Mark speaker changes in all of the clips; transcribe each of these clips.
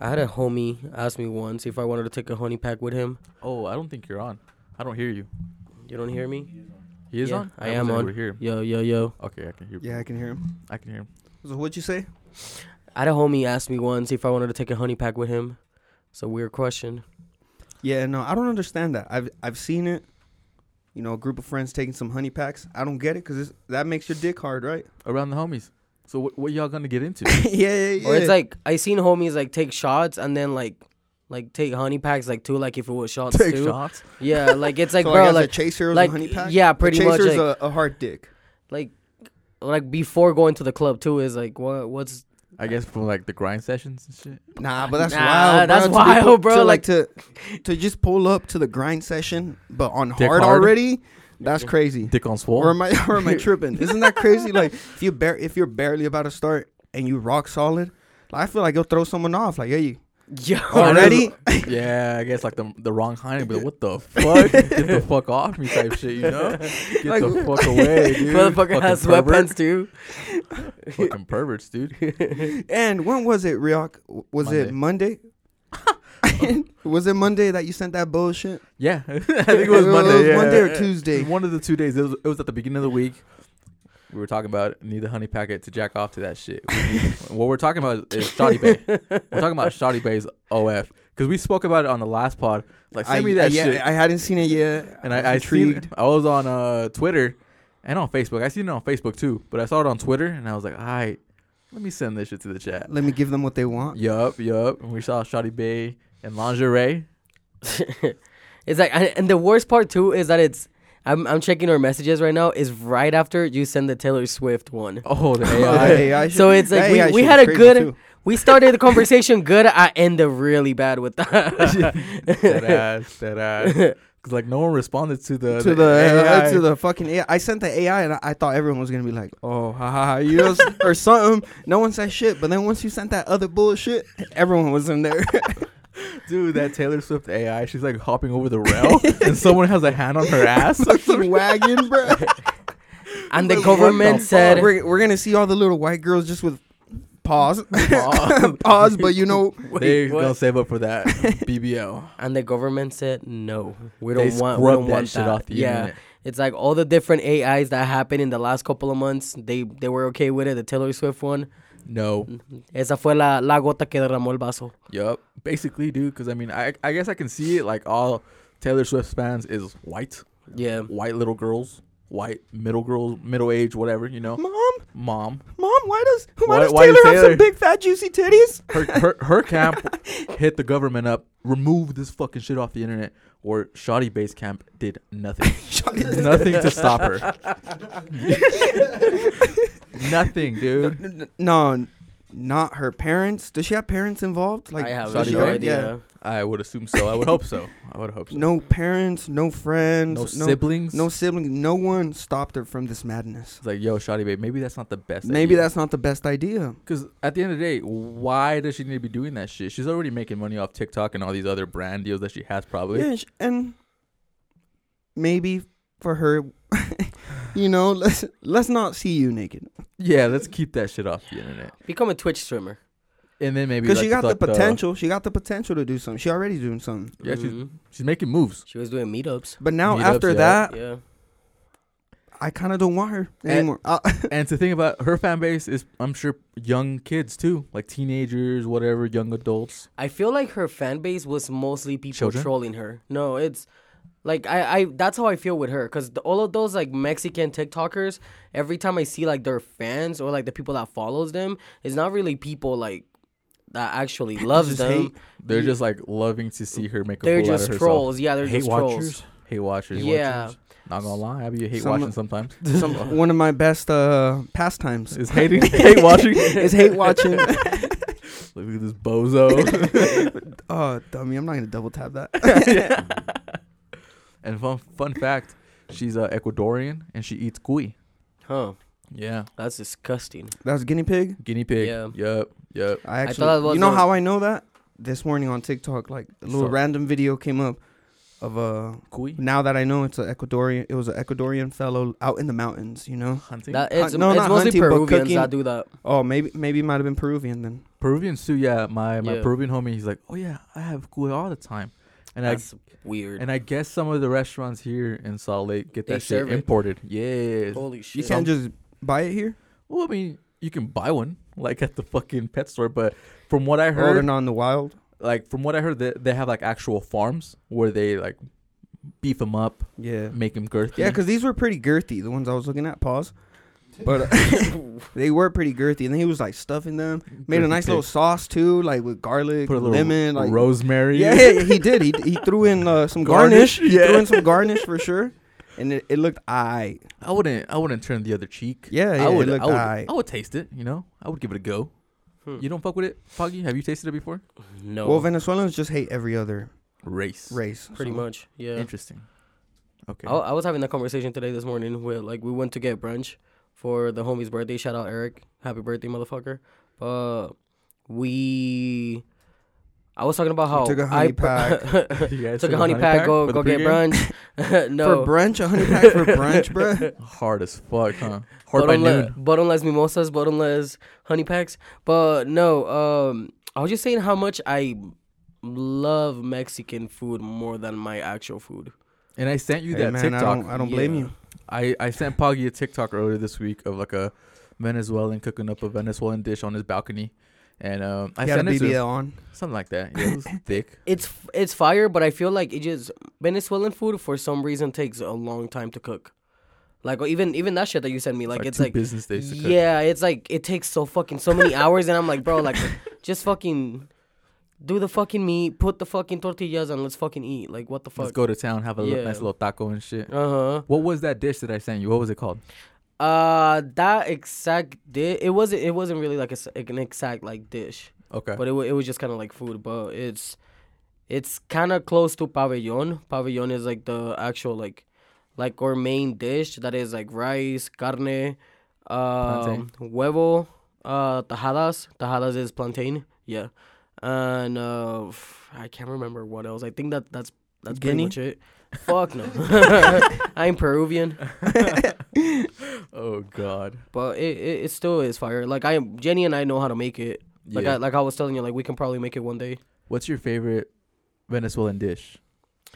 Speaker 1: I had a homie ask me once if I wanted to take a honey pack with him.
Speaker 2: Oh, I don't think you're on. I don't hear you.
Speaker 1: You don't hear me?
Speaker 2: He is
Speaker 1: Yeah,
Speaker 2: on.
Speaker 1: I am
Speaker 2: wasn't able
Speaker 1: on.
Speaker 2: to hear him.
Speaker 1: Yo, yo, yo.
Speaker 2: Okay, I can hear.
Speaker 3: Yeah, I can hear him.
Speaker 2: I can hear him.
Speaker 3: So what'd you say?
Speaker 1: I had a homie ask me once if I wanted to take a honey pack with him. It's a weird question.
Speaker 3: Yeah, no, I don't understand that. I've I've seen it. You know, a group of friends taking some honey packs. I don't get it because that makes your dick hard, right?
Speaker 2: Around the homies. So what, what y'all gonna get into?
Speaker 3: yeah, yeah, yeah.
Speaker 1: Or it's like I seen homies like take shots and then like like take honey packs like too like if it was shots
Speaker 2: Take
Speaker 1: too.
Speaker 2: shots.
Speaker 1: Yeah, like it's like
Speaker 3: so
Speaker 1: bro
Speaker 3: like,
Speaker 1: like
Speaker 3: a chaser is
Speaker 1: like,
Speaker 3: a honey pack.
Speaker 1: yeah,
Speaker 3: A
Speaker 1: pretty
Speaker 3: chaser
Speaker 1: much,
Speaker 3: is
Speaker 1: like-
Speaker 3: a, a hard dick.
Speaker 1: like like before going to the club too is like what what's
Speaker 2: I guess from like the grind sessions and shit.
Speaker 3: Nah, but that's
Speaker 1: Nah,
Speaker 3: wild.
Speaker 1: that's
Speaker 3: bro, to be
Speaker 1: wild,
Speaker 3: pu-
Speaker 1: bro,
Speaker 3: To,
Speaker 1: like-
Speaker 3: like, to to just pull up to the grind session, but on
Speaker 2: Dick
Speaker 3: hard,
Speaker 2: hard?
Speaker 3: already. That's crazy.
Speaker 2: Dick on swole.
Speaker 3: Or am I or am I tripping? Isn't that crazy? Like if you bar- if you're barely about to start and you rock solid, I feel like you'll throw someone off. Like, hey,
Speaker 1: yo
Speaker 3: already?
Speaker 2: Oh, yeah, I guess like the the wrong honey, but what the fuck? Get the fuck off me, type shit. You know? Get
Speaker 1: Like,
Speaker 2: the fuck away, dude.
Speaker 1: motherfucker
Speaker 2: Fucking
Speaker 1: has
Speaker 2: pervert.
Speaker 1: weapons too.
Speaker 2: Fucking perverts, dude.
Speaker 3: And when was it, Riok? W- Was it Monday? was it Monday that you sent that bullshit?
Speaker 2: Yeah, I think it was
Speaker 3: It
Speaker 2: Monday.
Speaker 3: was
Speaker 2: yeah.
Speaker 3: Monday or Tuesday.
Speaker 2: One of the two days. It was, it was at the beginning of the week. We were talking about need the honey packet to jack off to that shit. what we're talking about is Shoddy Bay. We're talking about Shoddy Bay's OF because we spoke about it on the last pod. Like send
Speaker 3: I,
Speaker 2: me that
Speaker 3: yeah,
Speaker 2: shit,
Speaker 3: I hadn't seen it yet.
Speaker 2: and I, I
Speaker 3: intrigued.
Speaker 2: seen, I was on uh, Twitter and on Facebook. I seen it on Facebook too, but I saw it on Twitter and I was like, all right, let me send this shit to the chat.
Speaker 3: Let me give them what they want.
Speaker 2: Yup, yup. And we saw Shoddy Bay and lingerie.
Speaker 1: it's like and, and the worst part too is that it's I'm I'm checking our messages right now is right after you send the Taylor Swift one.
Speaker 2: Oh, the
Speaker 3: Oh,
Speaker 2: AI.
Speaker 3: the AI
Speaker 1: So
Speaker 3: shit-
Speaker 1: it's like
Speaker 3: that
Speaker 1: we,
Speaker 3: AI
Speaker 1: we
Speaker 3: shit
Speaker 1: had
Speaker 3: is
Speaker 1: a
Speaker 3: crazy,
Speaker 1: good
Speaker 3: too.
Speaker 1: we started the conversation good I ended really bad with that.
Speaker 2: that ass, that ass. Cause like no one responded to the
Speaker 3: to the uh,
Speaker 2: AI.
Speaker 3: to the fucking AI. I sent the AI and I, I thought everyone was gonna be like, oh, ha ha, ha you know, or something. No one said shit, but then once you sent that other bullshit, everyone was in there.
Speaker 2: dude that Taylor Swift AI. She's like hopping over the rail, and someone has a hand on her ass.
Speaker 3: fucking wagon, bro.
Speaker 1: and the
Speaker 3: What the
Speaker 1: government
Speaker 2: fuck?
Speaker 1: said
Speaker 3: we're, we're gonna see all the little white girls just with paws,
Speaker 2: Paws.
Speaker 3: paws. But you know,
Speaker 2: They're
Speaker 1: oh, what?
Speaker 2: gonna save up for that BBL.
Speaker 1: and the government said no. We
Speaker 2: They
Speaker 1: don't want we
Speaker 2: scrubbed
Speaker 1: don't
Speaker 2: that
Speaker 1: want
Speaker 2: shit
Speaker 1: that.
Speaker 2: off the
Speaker 1: yeah.
Speaker 2: internet.
Speaker 1: It's like all the different AIs that happened in the last couple of months, they they were okay with it. The Taylor Swift one,
Speaker 2: No.
Speaker 1: esa fue la, la gota que derramó el vaso.
Speaker 2: Yup. Basically, dude. Cause I mean, I I guess I can see it. Like all Taylor Swift's fans is white,
Speaker 1: Yeah.
Speaker 2: white little girls, white middle girls, middle age, whatever. You
Speaker 1: Mm.
Speaker 2: know,
Speaker 3: mom,
Speaker 2: mom.
Speaker 3: mom, why does why,
Speaker 2: Why-
Speaker 3: does
Speaker 2: why does
Speaker 3: Taylor, have
Speaker 2: Taylor-
Speaker 3: some big fat juicy titties?
Speaker 2: her, her, her camp hit the government up, remove this fucking shit off the internet, or Shoddy Base Camp did nothing. nothing to stop her. nothing, dude.
Speaker 3: N- n- No, not her parents. Does she have parents involved? Like
Speaker 1: I have
Speaker 3: does she
Speaker 1: no
Speaker 2: Saudi
Speaker 3: have-
Speaker 1: idea.
Speaker 3: yeah.
Speaker 2: I would assume so. I would hope so. I would hope so.
Speaker 3: No parents, no friends,
Speaker 2: No
Speaker 3: no
Speaker 2: siblings.
Speaker 3: No siblings. No one stopped her from this madness.
Speaker 2: It's like, yo, Shoddy Babe, maybe that's not the best.
Speaker 3: Maybe that's not the best idea.
Speaker 2: because at the end of the day, why does she need to be doing that shit? She's already making money off TikTok and all these other brand deals that she has, probably.
Speaker 3: Yeah, sh- and maybe for her, you know, let's let's not see you naked
Speaker 2: Yeah, let's keep that shit off the internet.
Speaker 1: Become a Twitch streamer.
Speaker 2: And then maybe
Speaker 3: because
Speaker 2: like,
Speaker 3: she got
Speaker 2: like,
Speaker 3: the potential. she got the potential to do something. She already doing something.
Speaker 2: Yeah, she's-
Speaker 1: Mhm.
Speaker 2: she's making moves.
Speaker 1: She was doing meetups.
Speaker 3: But now
Speaker 2: Meetups,
Speaker 3: after
Speaker 2: yeah.
Speaker 3: that,
Speaker 1: Yeah.
Speaker 3: I kind of don't want her
Speaker 2: And-
Speaker 3: anymore. Uh,
Speaker 2: and to think about her fan base is I'm sure young kids too, like teenagers, whatever, young adults.
Speaker 1: I feel like her fan base was mostly people
Speaker 2: Children?
Speaker 1: trolling her. No, it's like I, I that's how I feel with her because all of those like Mexican TikTokers, every time I see like their fans or like the people that follows them, it's not really people like that actually loves
Speaker 3: just
Speaker 1: them.
Speaker 3: hate.
Speaker 2: They're just like loving to see her make a
Speaker 1: They're
Speaker 2: fool out of
Speaker 1: just
Speaker 2: herself.
Speaker 1: trolls. Yeah, they're
Speaker 2: hate
Speaker 1: just
Speaker 2: watchers.
Speaker 1: trolls.
Speaker 2: Hate watchers. Hate
Speaker 1: Yeah.
Speaker 2: watchers. Not gonna lie, I be a hate
Speaker 3: Some-
Speaker 2: watching sometimes.
Speaker 3: some, one of my best uh, pastimes
Speaker 2: is hating hate watching. Look
Speaker 3: is hate watching.
Speaker 2: at this bozo.
Speaker 3: oh, dummy! I'm not gonna double tap that.
Speaker 2: and fun fun fact, she's uh, Ecuadorian and she eats cuy.
Speaker 1: Huh?
Speaker 2: Yeah,
Speaker 1: That's disgusting.
Speaker 3: That's guinea pig.
Speaker 2: guinea pig.
Speaker 1: Yeah.
Speaker 2: Yep. Yep.
Speaker 3: I
Speaker 1: thought
Speaker 3: actually,
Speaker 1: that was
Speaker 3: you know
Speaker 1: a-
Speaker 3: how I know that? This morning on TikTok, like a little
Speaker 2: So-
Speaker 3: random video came up of a.
Speaker 2: Cuy.
Speaker 3: Now that I know it's an Ecuadorian, it was an Ecuadorian fellow out in the mountains. You know?
Speaker 2: Hunting.
Speaker 1: That it's,
Speaker 3: no,
Speaker 1: it's
Speaker 3: not
Speaker 1: mostly
Speaker 3: hunting, but
Speaker 1: Peruvians
Speaker 3: cooking.
Speaker 1: that do that.
Speaker 3: Oh, maybe maybe it might have been Peruvian then.
Speaker 2: Peruvian Sue, yeah, my my
Speaker 1: Yeah.
Speaker 2: Peruvian homie, he's like, oh yeah, I have cuy all the time, and I
Speaker 1: That's weird.
Speaker 2: and I guess some of the restaurants here in Salt Lake get
Speaker 1: They
Speaker 2: that shit
Speaker 1: serve it.
Speaker 2: imported. Yes.
Speaker 1: Holy
Speaker 3: You
Speaker 1: shit!
Speaker 3: can't just buy it here.
Speaker 2: Well, I mean, you can buy one like at the fucking pet store, but from what I
Speaker 3: Or
Speaker 2: heard,
Speaker 3: they're not in the wild.
Speaker 2: like from what I heard, they, they have like actual farms where they like beef them up,
Speaker 3: Yeah.
Speaker 2: make them girthy.
Speaker 3: Yeah, because these were pretty girthy, the ones I was looking at. Pause. But uh, they were pretty girthy, and he was like stuffing them. Made a
Speaker 2: Girthy
Speaker 3: nice little
Speaker 2: pig.
Speaker 3: sauce too, like with garlic,
Speaker 2: put a little
Speaker 3: lemon, like
Speaker 2: rosemary.
Speaker 3: Yeah, yeah, yeah, he did. He he threw in uh, some
Speaker 2: Garnish,
Speaker 3: garnish. He
Speaker 2: yeah.
Speaker 3: threw in some garnish for sure, and it, it looked I.
Speaker 2: I wouldn't. I wouldn't turn the other cheek.
Speaker 3: Yeah, yeah,
Speaker 2: I
Speaker 3: it
Speaker 2: would.
Speaker 3: looked
Speaker 2: I would,
Speaker 3: aight.
Speaker 2: I would taste it. You know, I would give it a go.
Speaker 1: Hmm.
Speaker 2: You don't fuck with it, Foggy. Have you tasted it before?
Speaker 1: no,
Speaker 3: Well, Venezuelans just hate every other
Speaker 2: Race. Oh,
Speaker 3: race.
Speaker 1: pretty
Speaker 3: so-
Speaker 1: much. Yeah.
Speaker 2: Interesting. Okay.
Speaker 1: I, I was having that conversation today this morning with like we went to get brunch for the homie's birthday. Shout out Eric, happy birthday, motherfucker. Uh, we, I was talking about how
Speaker 3: took a
Speaker 1: I
Speaker 3: honey
Speaker 1: pr-
Speaker 2: You guys
Speaker 1: took a honey pack. go
Speaker 2: for the
Speaker 1: go get
Speaker 2: pregame?
Speaker 1: brunch.
Speaker 3: For
Speaker 1: no,
Speaker 3: brunch, a honey pack for brunch, bruh.
Speaker 2: Hard as fuck, huh? Hard by
Speaker 1: bottomless,
Speaker 2: noon.
Speaker 1: bottomless mimosas, bottomless honey packs. But no, um, I was just saying how much I love Mexican food more than my actual food.
Speaker 2: And I sent you
Speaker 3: Hey,
Speaker 2: that
Speaker 3: man,
Speaker 2: TikTok.
Speaker 3: I don't, I don't blame
Speaker 1: Yeah.
Speaker 3: you.
Speaker 2: I, I sent Poggy a TikTok earlier this week of like a Venezuelan cooking up a Venezuelan dish on his balcony, and um, I
Speaker 3: Got a
Speaker 2: sent it to him.
Speaker 3: BBL on.
Speaker 2: something like that. Yeah, it was thick.
Speaker 1: It's f- it's fire, but I feel like it just Venezuelan food for some reason takes a long time to cook. Like or even even that shit that you sent me, like,
Speaker 2: Like
Speaker 1: it's
Speaker 2: two
Speaker 1: like
Speaker 2: business days to cook.
Speaker 1: yeah, it's like it takes so fucking so many hours, and I'm like, bro, like just fucking do the fucking meat, put the fucking tortillas, and let's fucking eat. Like what the
Speaker 2: Let's
Speaker 1: fuck?
Speaker 2: go to town, have a li-
Speaker 1: Yeah.
Speaker 2: nice little taco and shit.
Speaker 1: Uh huh.
Speaker 2: What was that dish that I sent you? What was it called?
Speaker 1: Uh, that exact dish. It wasn't. It wasn't really like a, s- like an exact like dish,
Speaker 2: Okay.
Speaker 1: but it wa- it was just kind of like food. But it's it's kind of close to pabellon. Pabellon is like the actual like like our main dish that is like rice, carne, um, huevo, uh, tajadas. Tajadas is plantain. Yeah, and uh, f- I can't remember what else. I think that that's that's
Speaker 3: Guinea?
Speaker 1: pretty much it. Fuck no, I'm Peruvian.
Speaker 2: oh God.
Speaker 1: But it, it, it still is fire. Like I Jenny and I know how to make it. Like
Speaker 2: Yeah.
Speaker 1: I like I was telling you, like we can probably make it one day.
Speaker 2: What's your favorite Venezuelan dish?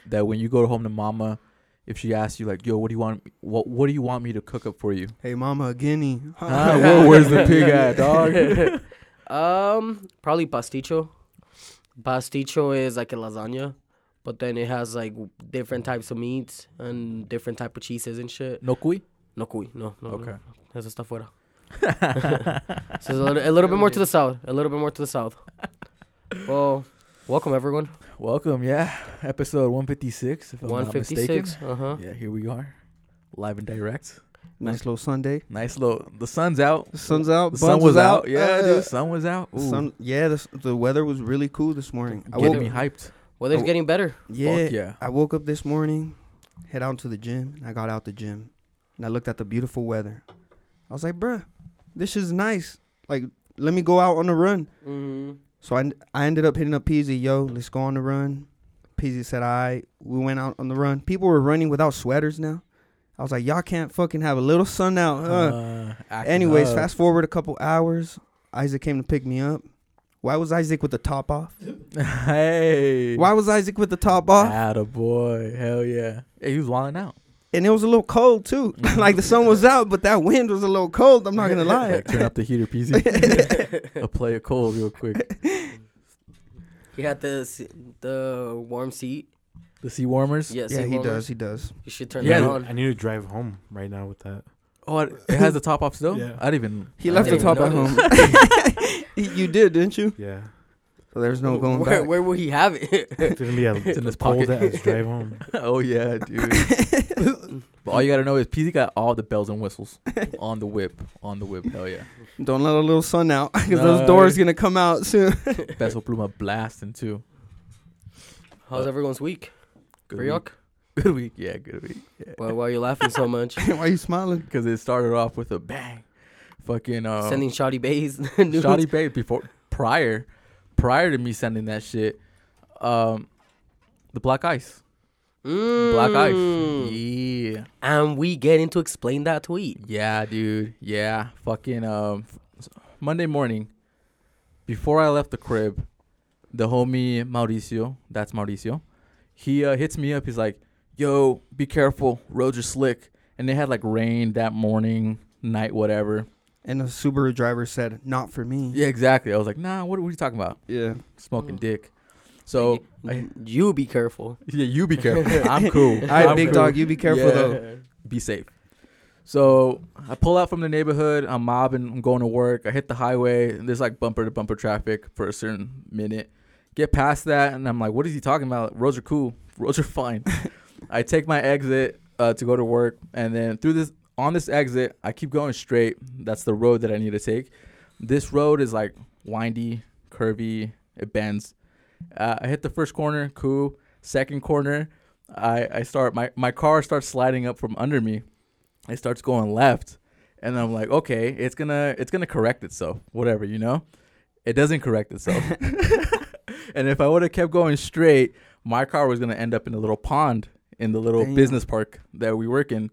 Speaker 2: That when you go home to mama, if she asks you like, "Yo, what do you want? What What do you want me to cook up for you?"
Speaker 3: Hey, mama, a guinea.
Speaker 2: Ah, whoa, where's the pig at, dog?
Speaker 1: Um, probably pasticho. Pasticho is like a lasagna, but then it has like w- different types of meats and different type of cheeses and shit.
Speaker 2: No cuy.
Speaker 1: No cuy, no, no. Okay.
Speaker 2: Okay.
Speaker 1: No. Eso está fuera. so it's a little, a little bit more to the south. A little bit more to the south. Well, welcome everyone.
Speaker 2: Welcome, yeah. Episode one fifty six. If I'm
Speaker 1: One
Speaker 2: not
Speaker 1: fifty
Speaker 2: mistaken.
Speaker 1: six. Uh huh.
Speaker 2: Yeah, here we are, live and direct.
Speaker 3: Nice little Sunday.
Speaker 2: Nice little. The sun's out.
Speaker 3: The sun's out.
Speaker 2: The sun
Speaker 3: buns
Speaker 2: was
Speaker 3: is
Speaker 2: out. Yeah,
Speaker 3: Uh,
Speaker 2: dude. Sun was out. Ooh,
Speaker 3: Sun, yeah, the, s- the weather was really cool this morning. I
Speaker 2: getting
Speaker 3: woke,
Speaker 2: me hyped.
Speaker 1: Weather's getting better.
Speaker 3: yeah,
Speaker 2: Fuck yeah.
Speaker 3: I woke up this morning, head out to the gym, and I got out the gym, and I looked at the beautiful weather. I was like, bruh, this is nice. Like, let me go out on a run.
Speaker 1: Mm-hmm.
Speaker 3: So I, I ended up hitting up Peasy, yo, let's go on the run. Peasy said, all right. We went out on the run. People were running without sweaters now. I was like, y'all can't fucking have a little sun out, huh?
Speaker 2: Uh, acting
Speaker 3: Anyways,
Speaker 2: up.
Speaker 3: fast forward a couple hours. Isaac came to pick me up. Why was Isaac with the top off?
Speaker 2: hey.
Speaker 3: Why was Isaac with the top off?
Speaker 2: boy. Hell yeah. Hey, he was wilding out.
Speaker 3: And it was a little cold too.
Speaker 2: Mm-hmm.
Speaker 3: like the sun was out, but that wind was a little cold. I'm not gonna lie.
Speaker 2: Like, turn up the heater, PZ. I'll play a cold real quick.
Speaker 1: He had the se- the warm seat.
Speaker 2: The sea warmers.
Speaker 1: Yes,
Speaker 3: yeah, he does. He does.
Speaker 1: You should turn
Speaker 2: Yeah,
Speaker 1: that
Speaker 2: dude,
Speaker 4: I,
Speaker 1: on.
Speaker 4: need to drive home right now with that.
Speaker 2: Oh, it it has the top off still.
Speaker 4: Yeah.
Speaker 2: I didn't even.
Speaker 3: He
Speaker 2: I
Speaker 3: left the
Speaker 2: didn't
Speaker 1: didn't
Speaker 3: top
Speaker 1: even
Speaker 3: at home. Y- you did, didn't you?
Speaker 4: Yeah,
Speaker 3: So there's no going
Speaker 1: where,
Speaker 3: back.
Speaker 1: where will he have it?
Speaker 4: it's gonna be a
Speaker 2: in his
Speaker 4: cold
Speaker 2: pocket.
Speaker 4: ass drive home.
Speaker 2: even- oh yeah, dude. but all you gotta know is PZ got all the bells and whistles on the whip. On the whip. Hell yeah.
Speaker 3: Don't let a little sun out, because
Speaker 2: No.
Speaker 3: those doors gonna come out soon.
Speaker 2: Peso Pluma blasting too.
Speaker 1: How's everyone's week?
Speaker 2: Good
Speaker 1: Brioc?
Speaker 2: week. Good week. Yeah. Good week.
Speaker 1: Why, why are you laughing so much?
Speaker 3: Why are you smiling?
Speaker 2: Because it started off with a bang. Fucking. Uh,
Speaker 1: Sending Shoddy Bays.
Speaker 2: Shotty Babe before prior prior to me sending that shit, um, the Black Ice, Black Ice, yeah,
Speaker 1: Mm. And we getting to explain that tweet.
Speaker 2: yeah, dude, yeah, fucking um, Monday morning, before I left the crib, the homie Mauricio, that's Mauricio, he uh, hits me up. He's like, "Yo, be careful, roads are slick." And they had like rain that morning, night, whatever.
Speaker 3: And the Subaru driver said, "Not for me."
Speaker 2: Yeah, exactly. I was like, "Nah, what, what are you talking about?
Speaker 3: Yeah.
Speaker 2: Smoking
Speaker 1: Mm.
Speaker 2: dick." So I-
Speaker 1: you be careful.
Speaker 2: yeah, you be careful. I'm cool.
Speaker 3: All right,
Speaker 2: I'm
Speaker 3: big
Speaker 2: cool.
Speaker 3: dog, you be careful
Speaker 2: Yeah.
Speaker 3: though.
Speaker 2: be safe. So I pull out from the neighborhood. I'm mobbing. I'm going to work. I hit the highway. And there's like bumper to bumper traffic for a certain minute. Get past that, and I'm like, "What is he talking about? Roads are cool. Roads are fine." I take my exit uh, to go to work, and then through this on this exit, I keep going straight. That's the road that I need to take. This road is like windy, curvy. It bends. Uh, I hit the first corner. Cool second corner i i start my my car starts sliding up from under me it starts going left and i'm like okay it's gonna it's gonna correct itself whatever you know it doesn't correct itself and if i would have kept going straight my car was gonna end up in a little pond in the little
Speaker 3: Damn.
Speaker 2: business park that we work in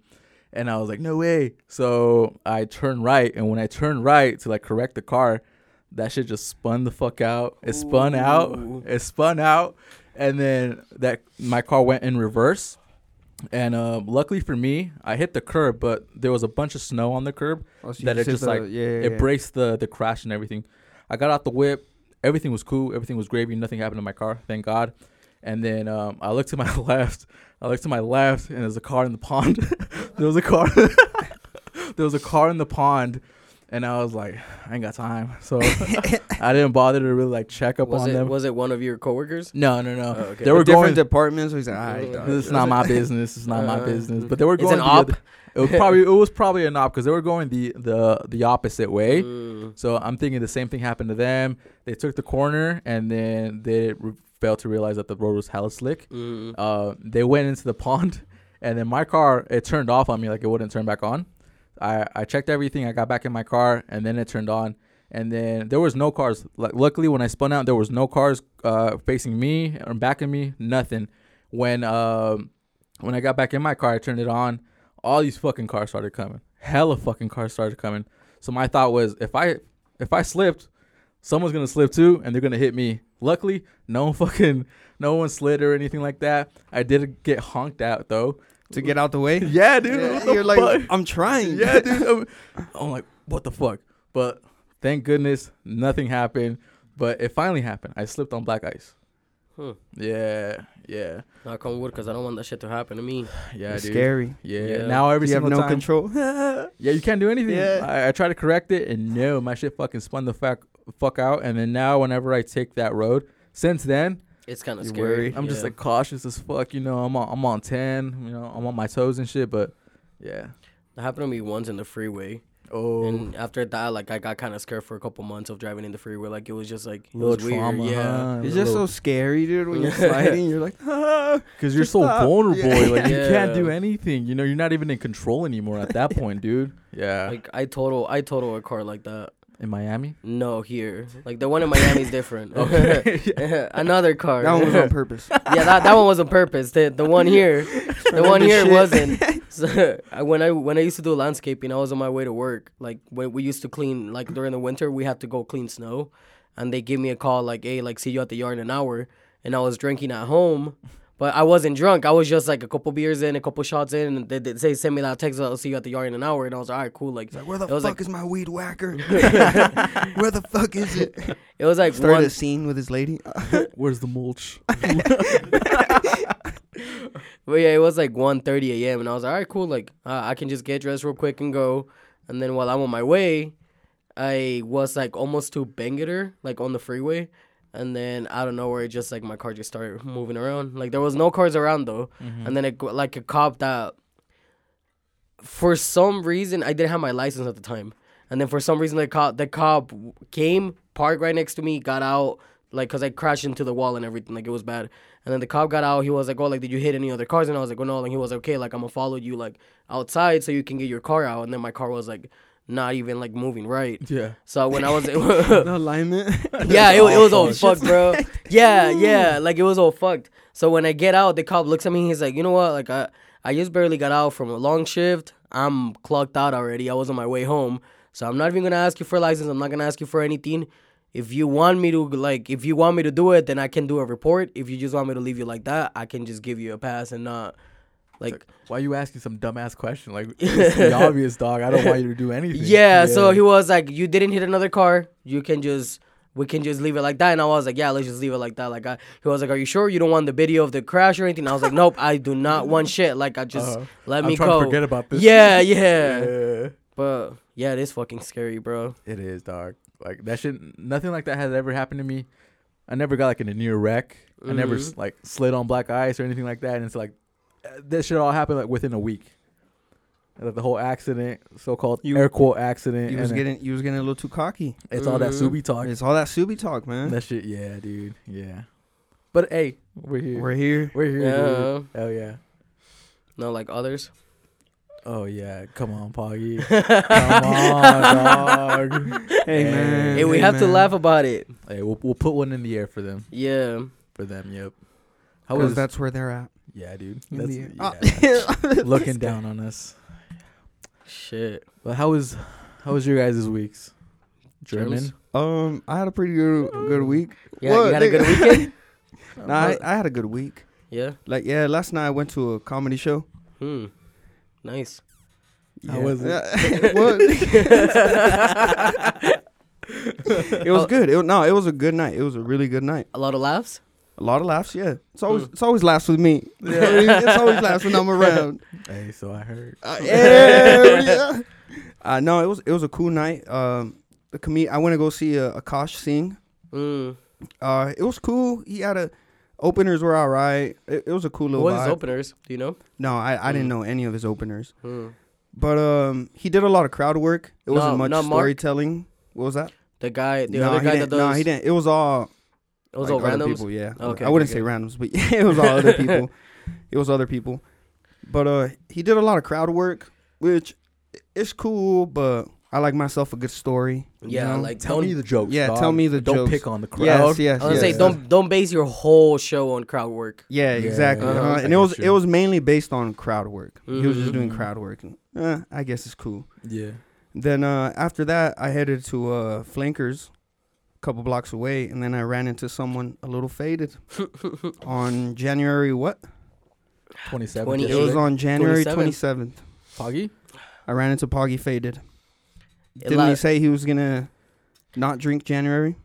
Speaker 2: and i was like no way so i turn right and when i turn right to like correct the car that shit just spun the fuck out it spun out
Speaker 1: Ooh.
Speaker 2: it spun out and then that my car went in reverse and uh, luckily for me i hit the curb but there was a bunch of snow on the curb
Speaker 3: Oh, so you
Speaker 2: That it
Speaker 3: hit
Speaker 2: just,
Speaker 3: the-
Speaker 2: like,
Speaker 3: yeah,
Speaker 2: it braced the the crash and everything i got out the whip everything was cool everything was gravy nothing happened to my car thank god and then um, i looked to my left i looked to my left and there's a car in the pond there was a car there was a car in the pond and i was like i ain't got time so i didn't bother to really like check up
Speaker 1: Was
Speaker 2: on
Speaker 1: it
Speaker 2: them
Speaker 1: was it one of your coworkers?
Speaker 2: no no no
Speaker 1: Oh, okay.
Speaker 2: they were going
Speaker 3: different departments. So he's like, all right,
Speaker 1: Yeah.
Speaker 3: dog.
Speaker 2: this is not my business. It's not my
Speaker 1: Oh, Uh,
Speaker 2: business. But they were
Speaker 1: it's
Speaker 2: going
Speaker 1: an
Speaker 2: the
Speaker 1: op.
Speaker 2: other- it was probably it was probably an op because they were going the the the opposite way.
Speaker 1: Mm.
Speaker 2: So I'm thinking the same thing happened to them. They took the corner and then they re- failed to realize that the road was hella slick.
Speaker 1: Mm.
Speaker 2: Uh, they went into the pond, and then my car it turned off on me like it wouldn't turn back on. I I checked everything. I got back in my car, and then it turned on. And then there was no cars. Like luckily, when I spun out, there was no cars uh, facing me or backing me. Nothing. When um when I got back in my car, I turned it on. All these fucking cars started coming. Hella fucking cars started coming. So my thought was, if I if I slipped, someone's gonna slip too, and they're gonna hit me. Luckily, no one fucking no one slid or anything like that. I did get honked out though.
Speaker 3: to get out the way.
Speaker 2: Yeah, dude.
Speaker 3: Yeah,
Speaker 2: what the
Speaker 3: you're like,
Speaker 2: fuck?
Speaker 3: I'm trying.
Speaker 2: yeah, dude. I'm, I'm like, what the fuck? But thank goodness nothing happened. But it finally happened. I slipped on black ice.
Speaker 1: Hmm.
Speaker 2: Yeah, yeah,
Speaker 1: Knock on wood, because I don't want that shit to happen to me.
Speaker 2: yeah,
Speaker 3: it's
Speaker 2: dude.
Speaker 3: scary.
Speaker 2: Yeah.
Speaker 1: Yeah.
Speaker 2: Now every
Speaker 3: You have
Speaker 2: single
Speaker 3: no
Speaker 2: time.
Speaker 3: control.
Speaker 2: Yeah, you can't do anything.
Speaker 3: Yeah.
Speaker 2: I, I try to correct it, and no, my shit fucking spun the fuck fuck out. And then now, whenever I take that road, since then,
Speaker 1: It's kind of
Speaker 3: You're
Speaker 1: scary.
Speaker 3: worried.
Speaker 2: I'm just
Speaker 1: Yeah.
Speaker 2: like cautious as fuck. You know, I'm on, I'm on ten. You know, I'm on my toes and shit. But yeah.
Speaker 1: That happened to me once in the freeway,
Speaker 2: Oh.
Speaker 1: and after that, like I got kind of scared for a couple months of driving in the freeway. Like it was just like it
Speaker 2: little
Speaker 1: was
Speaker 2: trauma.
Speaker 1: weird. Yeah.
Speaker 2: huh?
Speaker 3: It's just
Speaker 2: Little-
Speaker 3: so scary, dude. When you're
Speaker 1: Yeah.
Speaker 3: sliding, you're like, ah.
Speaker 2: Because you're
Speaker 3: Just
Speaker 2: so
Speaker 3: stop.
Speaker 2: vulnerable. Like you
Speaker 1: Yeah.
Speaker 2: can't do anything. You know, you're not even in control anymore at that point, dude. Yeah.
Speaker 1: Like I total, I total a car like that.
Speaker 2: in Miami.
Speaker 1: No, here, like the one in Miami is different.
Speaker 2: Okay.
Speaker 1: Another car.
Speaker 3: That one was on purpose.
Speaker 1: yeah, that, that one was on purpose. The the one here, the one
Speaker 3: Tremendous
Speaker 1: here
Speaker 3: shit.
Speaker 1: wasn't. So, I- when I when I used to do landscaping, I was on my way to work. Like when we used to clean, like during the winter, we had to go clean snow, and they gave me a call like, "Hey, like see you at the yard in an hour." And I was drinking at home, but I wasn't drunk. I was just like a couple beers in, a couple shots in, and they, they, they sent me that text. I'll see you at the yard in an hour, and I was like, "All right, cool." Like
Speaker 3: It's like, where the
Speaker 1: It was
Speaker 3: fuck
Speaker 1: like-
Speaker 3: is my weed whacker? where the fuck is it?
Speaker 1: it was like
Speaker 3: Started
Speaker 1: one.
Speaker 3: a scene with his lady.
Speaker 2: Where's the mulch?
Speaker 1: But yeah, it was like 1.30 a.m. and I was like, all right, cool. Like uh, I can just get dressed real quick and go. And then while I'm on my way, I was like almost to Bangor, like on the freeway. And then I don't know where it just like my car just started moving around. Like there was no cars around though. And then it go- like a cop that for some reason I didn't have my license at the time. And then for some reason the cop the cop w- came, parked right next to me, got out like cuz I crashed into the wall and everything. Like it was bad. And then the cop got out. He was like, "Oh, like did you hit any other cars?" And I was like, "Oh no." And he was like, "Okay, like I'm gonna follow you like outside so you can get your car out." And then my car was like not even like moving right.
Speaker 2: yeah.
Speaker 1: So when I was
Speaker 3: the alignment.
Speaker 1: yeah, it, it was all
Speaker 2: It's
Speaker 1: fucked, bro. Yeah, yeah, like it was all fucked. So when I get out, the cop looks at me. He's like, you know what? Like I, I just barely got out from a long shift. I'm clocked out already. I was on my way home, so I'm not even gonna ask you for a license. I'm not gonna ask you for anything. if you want me to like if you want me to do it, then I can do a report. If you just want me to leave you like that, I can just give you a pass and not like
Speaker 2: Why you asking some dumbass question? Like it's the obvious, dog. I don't want you to do anything.
Speaker 1: Yeah, so he was like, "You didn't hit another car. You can just, we can just leave it like that." And I was like, "Yeah, let's just leave it like that." Like, I, he was like, "Are you sure you don't want the video of the crash or anything?" I was like, "Nope, I do not want shit. Like, I just
Speaker 2: Uh-huh.
Speaker 1: let
Speaker 2: I'm
Speaker 1: me
Speaker 2: trying
Speaker 1: go."
Speaker 2: to forget about this.
Speaker 1: yeah, yeah,
Speaker 2: Yeah.
Speaker 1: But yeah, it is fucking scary, bro.
Speaker 2: It is, dog. Like that shit. Nothing like that has ever happened to me. I never got like in a near wreck. I never s-
Speaker 1: Mhm.
Speaker 2: like slid on black ice or anything like that. And it's like uh, this shit all happened like within a week. Like the whole accident, so called
Speaker 3: You-
Speaker 2: air quote accident.
Speaker 3: You
Speaker 2: and
Speaker 3: was
Speaker 2: then
Speaker 3: getting you was getting a little too cocky.
Speaker 2: it's all that
Speaker 1: Mhm.
Speaker 2: Subi talk.
Speaker 3: It's all that Subi talk, man.
Speaker 2: That shit, yeah, dude, yeah. But hey, we're here. We're,
Speaker 3: We're here.
Speaker 2: here.
Speaker 1: Yeah.
Speaker 2: Dude. Hell yeah.
Speaker 1: No, like others.
Speaker 2: Oh yeah. Come on, Poggy. Come on, dog.
Speaker 3: Hey, man.
Speaker 1: Hey, we
Speaker 3: hey,
Speaker 1: have to
Speaker 3: man.
Speaker 1: laugh about it.
Speaker 2: Hey, we'll we'll put one in the air for them.
Speaker 1: Yeah.
Speaker 2: For them. Yep. How
Speaker 3: Because
Speaker 2: was
Speaker 3: that's where they're at.
Speaker 2: Yeah, dude.
Speaker 3: in
Speaker 2: That's,
Speaker 3: the-
Speaker 2: yeah.
Speaker 3: Ah.
Speaker 2: looking down on us.
Speaker 1: Shit.
Speaker 2: But how was how was your guys' weeks?
Speaker 1: Germs?
Speaker 2: German.
Speaker 3: um, I had a pretty good good week.
Speaker 1: Yeah,
Speaker 3: What,
Speaker 1: you had a good
Speaker 3: nigga?
Speaker 1: weekend.
Speaker 3: Nah, I, I had a good week.
Speaker 1: yeah.
Speaker 3: Like yeah, last night I went to a comedy show.
Speaker 1: Hmm. Nice.
Speaker 2: How was it?
Speaker 3: Yeah. what? it
Speaker 1: Oh.
Speaker 3: was good. It, wa- no, it was a good night. It was a really good night.
Speaker 1: A lot of laughs.
Speaker 3: A lot of laughs. Yeah, it's always
Speaker 1: Mm.
Speaker 3: it's always laughs with me. it's always laughs when I'm around.
Speaker 2: Hey, so I heard.
Speaker 3: Uh, yeah. Uh, no, it was it was a cool night. Um, the comed- I went to go see uh, Akash Singh.
Speaker 1: Mm.
Speaker 3: Uh, it was cool. He had a openers were all right. It, it was a cool little.
Speaker 1: What is
Speaker 3: vibe.
Speaker 1: openers? Do you know?
Speaker 3: No, I, I
Speaker 1: Mm.
Speaker 3: didn't know any of his openers,
Speaker 1: Hmm.
Speaker 3: but um, he did a lot of crowd work. It
Speaker 1: No,
Speaker 3: wasn't much
Speaker 1: not Mark.
Speaker 3: storytelling. What was that?
Speaker 1: The guy, the
Speaker 3: no,
Speaker 1: other
Speaker 3: he
Speaker 1: guy that
Speaker 3: didn't- no,
Speaker 1: does.
Speaker 3: he didn't. It was all
Speaker 1: It was
Speaker 3: like,
Speaker 1: all
Speaker 3: other
Speaker 1: randoms.
Speaker 3: people. Yeah.
Speaker 1: Okay,
Speaker 3: I wouldn't
Speaker 1: okay,
Speaker 3: say randoms, but it was all other people. It was other people. But uh, he did a lot of crowd work, which i- it's cool. But I like myself a good story. you
Speaker 1: Yeah,
Speaker 3: know?
Speaker 1: like
Speaker 2: Tell
Speaker 1: don't.
Speaker 2: me the jokes.
Speaker 3: Yeah,
Speaker 2: dog.
Speaker 3: tell me the
Speaker 2: Don't
Speaker 3: jokes.
Speaker 2: pick on the crowd.
Speaker 3: yes, yes,
Speaker 1: I was
Speaker 3: yes.
Speaker 1: gonna say don't don't base your whole show on crowd work.
Speaker 3: Yeah,
Speaker 2: Yeah,
Speaker 3: exactly.
Speaker 1: yeah,
Speaker 3: Uh-huh.
Speaker 1: I
Speaker 3: And it
Speaker 2: guess
Speaker 3: was
Speaker 2: true.
Speaker 3: it was mainly based on crowd work. He was just doing
Speaker 2: Mhm.
Speaker 3: crowd work. And, eh, I guess it's cool.
Speaker 2: Yeah.
Speaker 3: Then uh, after that, I headed to uh, Flankers, a couple blocks away, and then I ran into someone a little faded on January what?
Speaker 2: Twenty seven.
Speaker 1: 28.
Speaker 3: It was on January
Speaker 1: 27th.
Speaker 3: twenty seventh.
Speaker 2: Poggy.
Speaker 3: I ran into Poggy faded.
Speaker 1: It,
Speaker 3: Didn't
Speaker 1: la-
Speaker 3: he say he was gonna not drink January?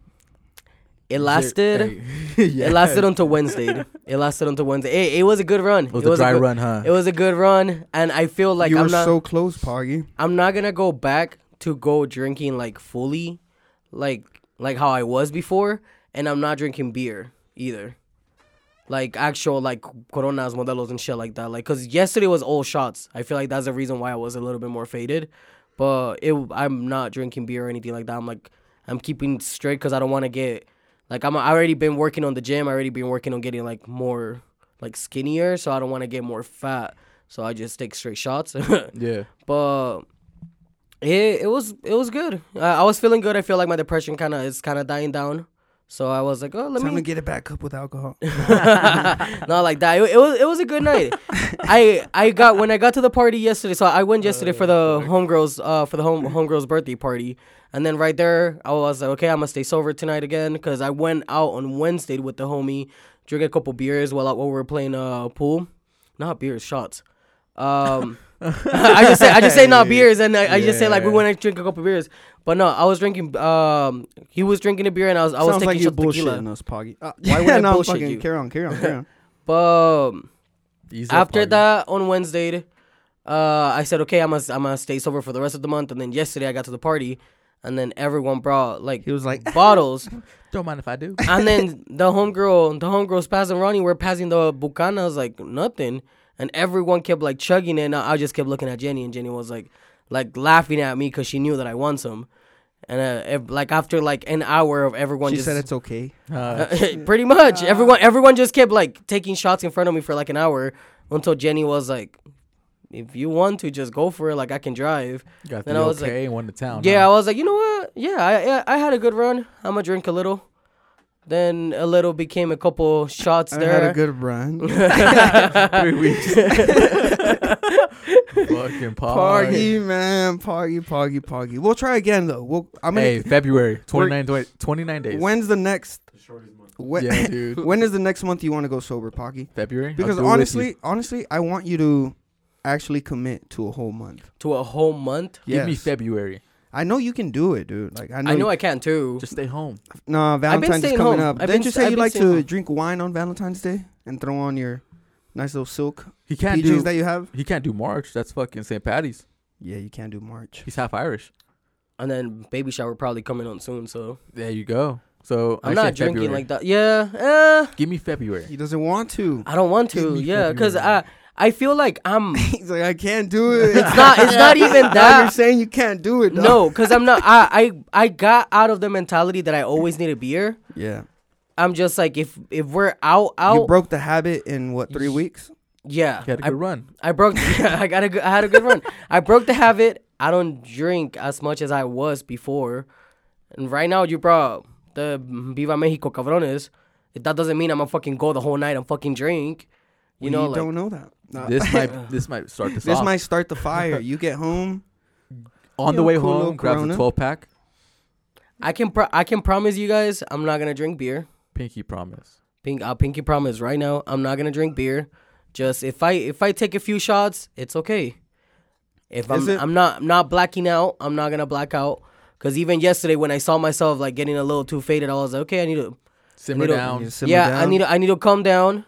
Speaker 1: it lasted.
Speaker 2: Hey. yeah.
Speaker 1: It lasted until Wednesday. it lasted until Wednesday. It, it was a good run.
Speaker 2: It was
Speaker 1: it
Speaker 2: a
Speaker 1: was
Speaker 2: dry
Speaker 1: a good,
Speaker 2: run, huh?
Speaker 1: It was a good run, and I feel like
Speaker 3: you
Speaker 1: I'm
Speaker 3: were
Speaker 1: not.
Speaker 3: so close, Poggy.
Speaker 1: I'm not gonna go back to go drinking like fully, like like how I was before, and I'm not drinking beer either, like actual like Coronas, Modelos, and shit like that. Like, cause yesterday was all shots. I feel like that's the reason why I was a little bit more faded, but it I'm not drinking beer or anything like that. I'm like I'm keeping straight because I don't want to get like I'm I already been working on the gym. I already been working on getting like more like skinnier, so I don't want to get more fat. So I just take straight shots.
Speaker 2: yeah.
Speaker 1: but it it was it was good. Uh, I was feeling good. I feel like my depression kind of is kind of dying down. So I was like, oh, let
Speaker 3: Time to
Speaker 1: me
Speaker 3: get it back up with alcohol.
Speaker 1: not like that. It, it was it was a good night. I I got when I got to the party yesterday. So I
Speaker 3: Oh,
Speaker 1: went yesterday for the homegirls uh for the home homegirls birthday party, and then right there I was like, okay, I'm gonna stay sober tonight again because I went out on Wednesday with the homie, drink a couple beers while while we were playing uh pool, not beers, shots. Um, I just say I just say not beers, and I, I just say like we
Speaker 2: Yeah.
Speaker 1: went and drink a couple beers. But no, I was drinking. Um, he was drinking a beer, and I was I was
Speaker 3: Sounds
Speaker 1: taking
Speaker 3: like you
Speaker 1: shots of tequila.
Speaker 3: bullshitting us, Poggy. Uh,
Speaker 1: Why would I
Speaker 3: no, I'm
Speaker 1: bullshit
Speaker 3: fucking
Speaker 1: you?
Speaker 3: Carry on, carry on, carry on.
Speaker 1: But um,
Speaker 2: Ease up,
Speaker 1: after
Speaker 2: Poggy.
Speaker 1: that on Wednesday, uh, I said okay, I'm gonna I'm gonna stay sober for the rest of the month. And then yesterday I got to the party, and then everyone brought like
Speaker 3: He was like,
Speaker 1: bottles,
Speaker 2: don't mind if I do.
Speaker 1: and then the homegirl, the homegirls passing Ronnie were passing the bucanas like nothing, and everyone kept like chugging it. And I I just kept looking at Jenny, and Jenny was like, like laughing at me because she knew that I want some. And uh, if, like after like an hour of everyone
Speaker 3: she
Speaker 1: just
Speaker 3: said it's okay.
Speaker 2: Uh,
Speaker 1: uh, pretty much everyone everyone just kept like taking shots in front of me for like an hour until Jenny was like if you want to just go for it like I can drive
Speaker 2: got
Speaker 1: Then
Speaker 2: the
Speaker 1: I was
Speaker 2: okay and won the town.
Speaker 1: yeah I
Speaker 2: huh?
Speaker 1: was like you know what yeah I yeah, I had a good run I'm gonna drink a little then a little became a couple shots
Speaker 3: I
Speaker 1: there
Speaker 3: had a good run.
Speaker 2: three weeks. Fucking party.
Speaker 3: Pargy, man. Pargy, pargy, pargy. We'll try again though. We'll. I'm gonna.
Speaker 2: Hey, February 29, 20 29 days.
Speaker 3: when's the next? When,
Speaker 2: yeah, dude.
Speaker 3: when is the next month you want to go sober, Pocky?
Speaker 2: February? I'll
Speaker 3: Because
Speaker 2: do it with you.
Speaker 3: honestly, honestly, I want you to actually commit to a whole month.
Speaker 1: to a whole month.
Speaker 2: give me
Speaker 3: yes.
Speaker 2: February.
Speaker 3: I know you can do it, dude. Like I know.
Speaker 1: I know I can too.
Speaker 2: Just stay home.
Speaker 3: nah, Valentine's is
Speaker 1: staying
Speaker 3: coming
Speaker 1: home.
Speaker 3: up.
Speaker 1: I've
Speaker 3: Didn't
Speaker 1: been
Speaker 3: you
Speaker 1: s-
Speaker 3: say
Speaker 1: I've
Speaker 3: you
Speaker 1: been
Speaker 3: like to
Speaker 1: staying home.
Speaker 3: drink wine on Valentine's Day and throw on your nice little silk
Speaker 2: He
Speaker 3: PJs
Speaker 2: can't do
Speaker 3: that you have?
Speaker 2: He can't do March. That's fucking St. Patty's.
Speaker 3: Yeah, you can't do March.
Speaker 2: He's half Irish.
Speaker 1: and then baby shower probably coming on soon. So
Speaker 2: There you go. So
Speaker 1: I'm
Speaker 2: I
Speaker 1: not
Speaker 2: say
Speaker 1: drinking
Speaker 2: February.
Speaker 1: like that. Yeah, eh,
Speaker 2: Give me February.
Speaker 3: He doesn't want to.
Speaker 1: I don't want
Speaker 3: Give
Speaker 1: to.
Speaker 3: me
Speaker 1: Yeah, because I
Speaker 3: February.
Speaker 1: I feel like I'm.
Speaker 3: He's like, I can't do it.
Speaker 1: It's not. It's not even
Speaker 3: Now
Speaker 1: that.
Speaker 3: you're saying you can't do it. Dog.
Speaker 1: No, because I'm not. I, I I got out of the mentality that I always need a beer.
Speaker 3: Yeah.
Speaker 1: I'm just like if if we're out
Speaker 3: You
Speaker 1: out.
Speaker 3: broke the habit in what three weeks?
Speaker 1: yeah,
Speaker 2: He had a
Speaker 1: I,
Speaker 2: good run.
Speaker 1: I broke. I got a good. I had a good run. I broke the habit. I don't drink as much as I was before, and right now you brought the Viva Mexico cabrones. That doesn't mean I'm gonna fucking go the whole night and fucking drink. You
Speaker 3: We
Speaker 1: know, like
Speaker 3: don't know that. No.
Speaker 2: This might this might start this,
Speaker 3: This
Speaker 2: off.
Speaker 3: might start the fire. You get home.
Speaker 2: On the
Speaker 3: Yo,
Speaker 2: way
Speaker 3: cool little
Speaker 2: home, grab the
Speaker 3: Corona.
Speaker 2: 12 pack.
Speaker 1: I can. Pro- I can promise you guys, I'm not gonna drink beer.
Speaker 2: Pinky promise.
Speaker 1: Pink, I'll pinky promise right now, I'm not gonna drink beer. Just if I if I take a few shots, it's okay. If I'm
Speaker 3: Is it-
Speaker 1: I'm not I'm not blacking out, I'm not gonna black out. Cause even yesterday when I saw myself like getting a little too faded, I was like, okay, I need to
Speaker 2: Simmer
Speaker 1: Little-
Speaker 2: down.
Speaker 3: you simmer
Speaker 1: yeah, I
Speaker 3: down.
Speaker 1: need to, I need to calm down.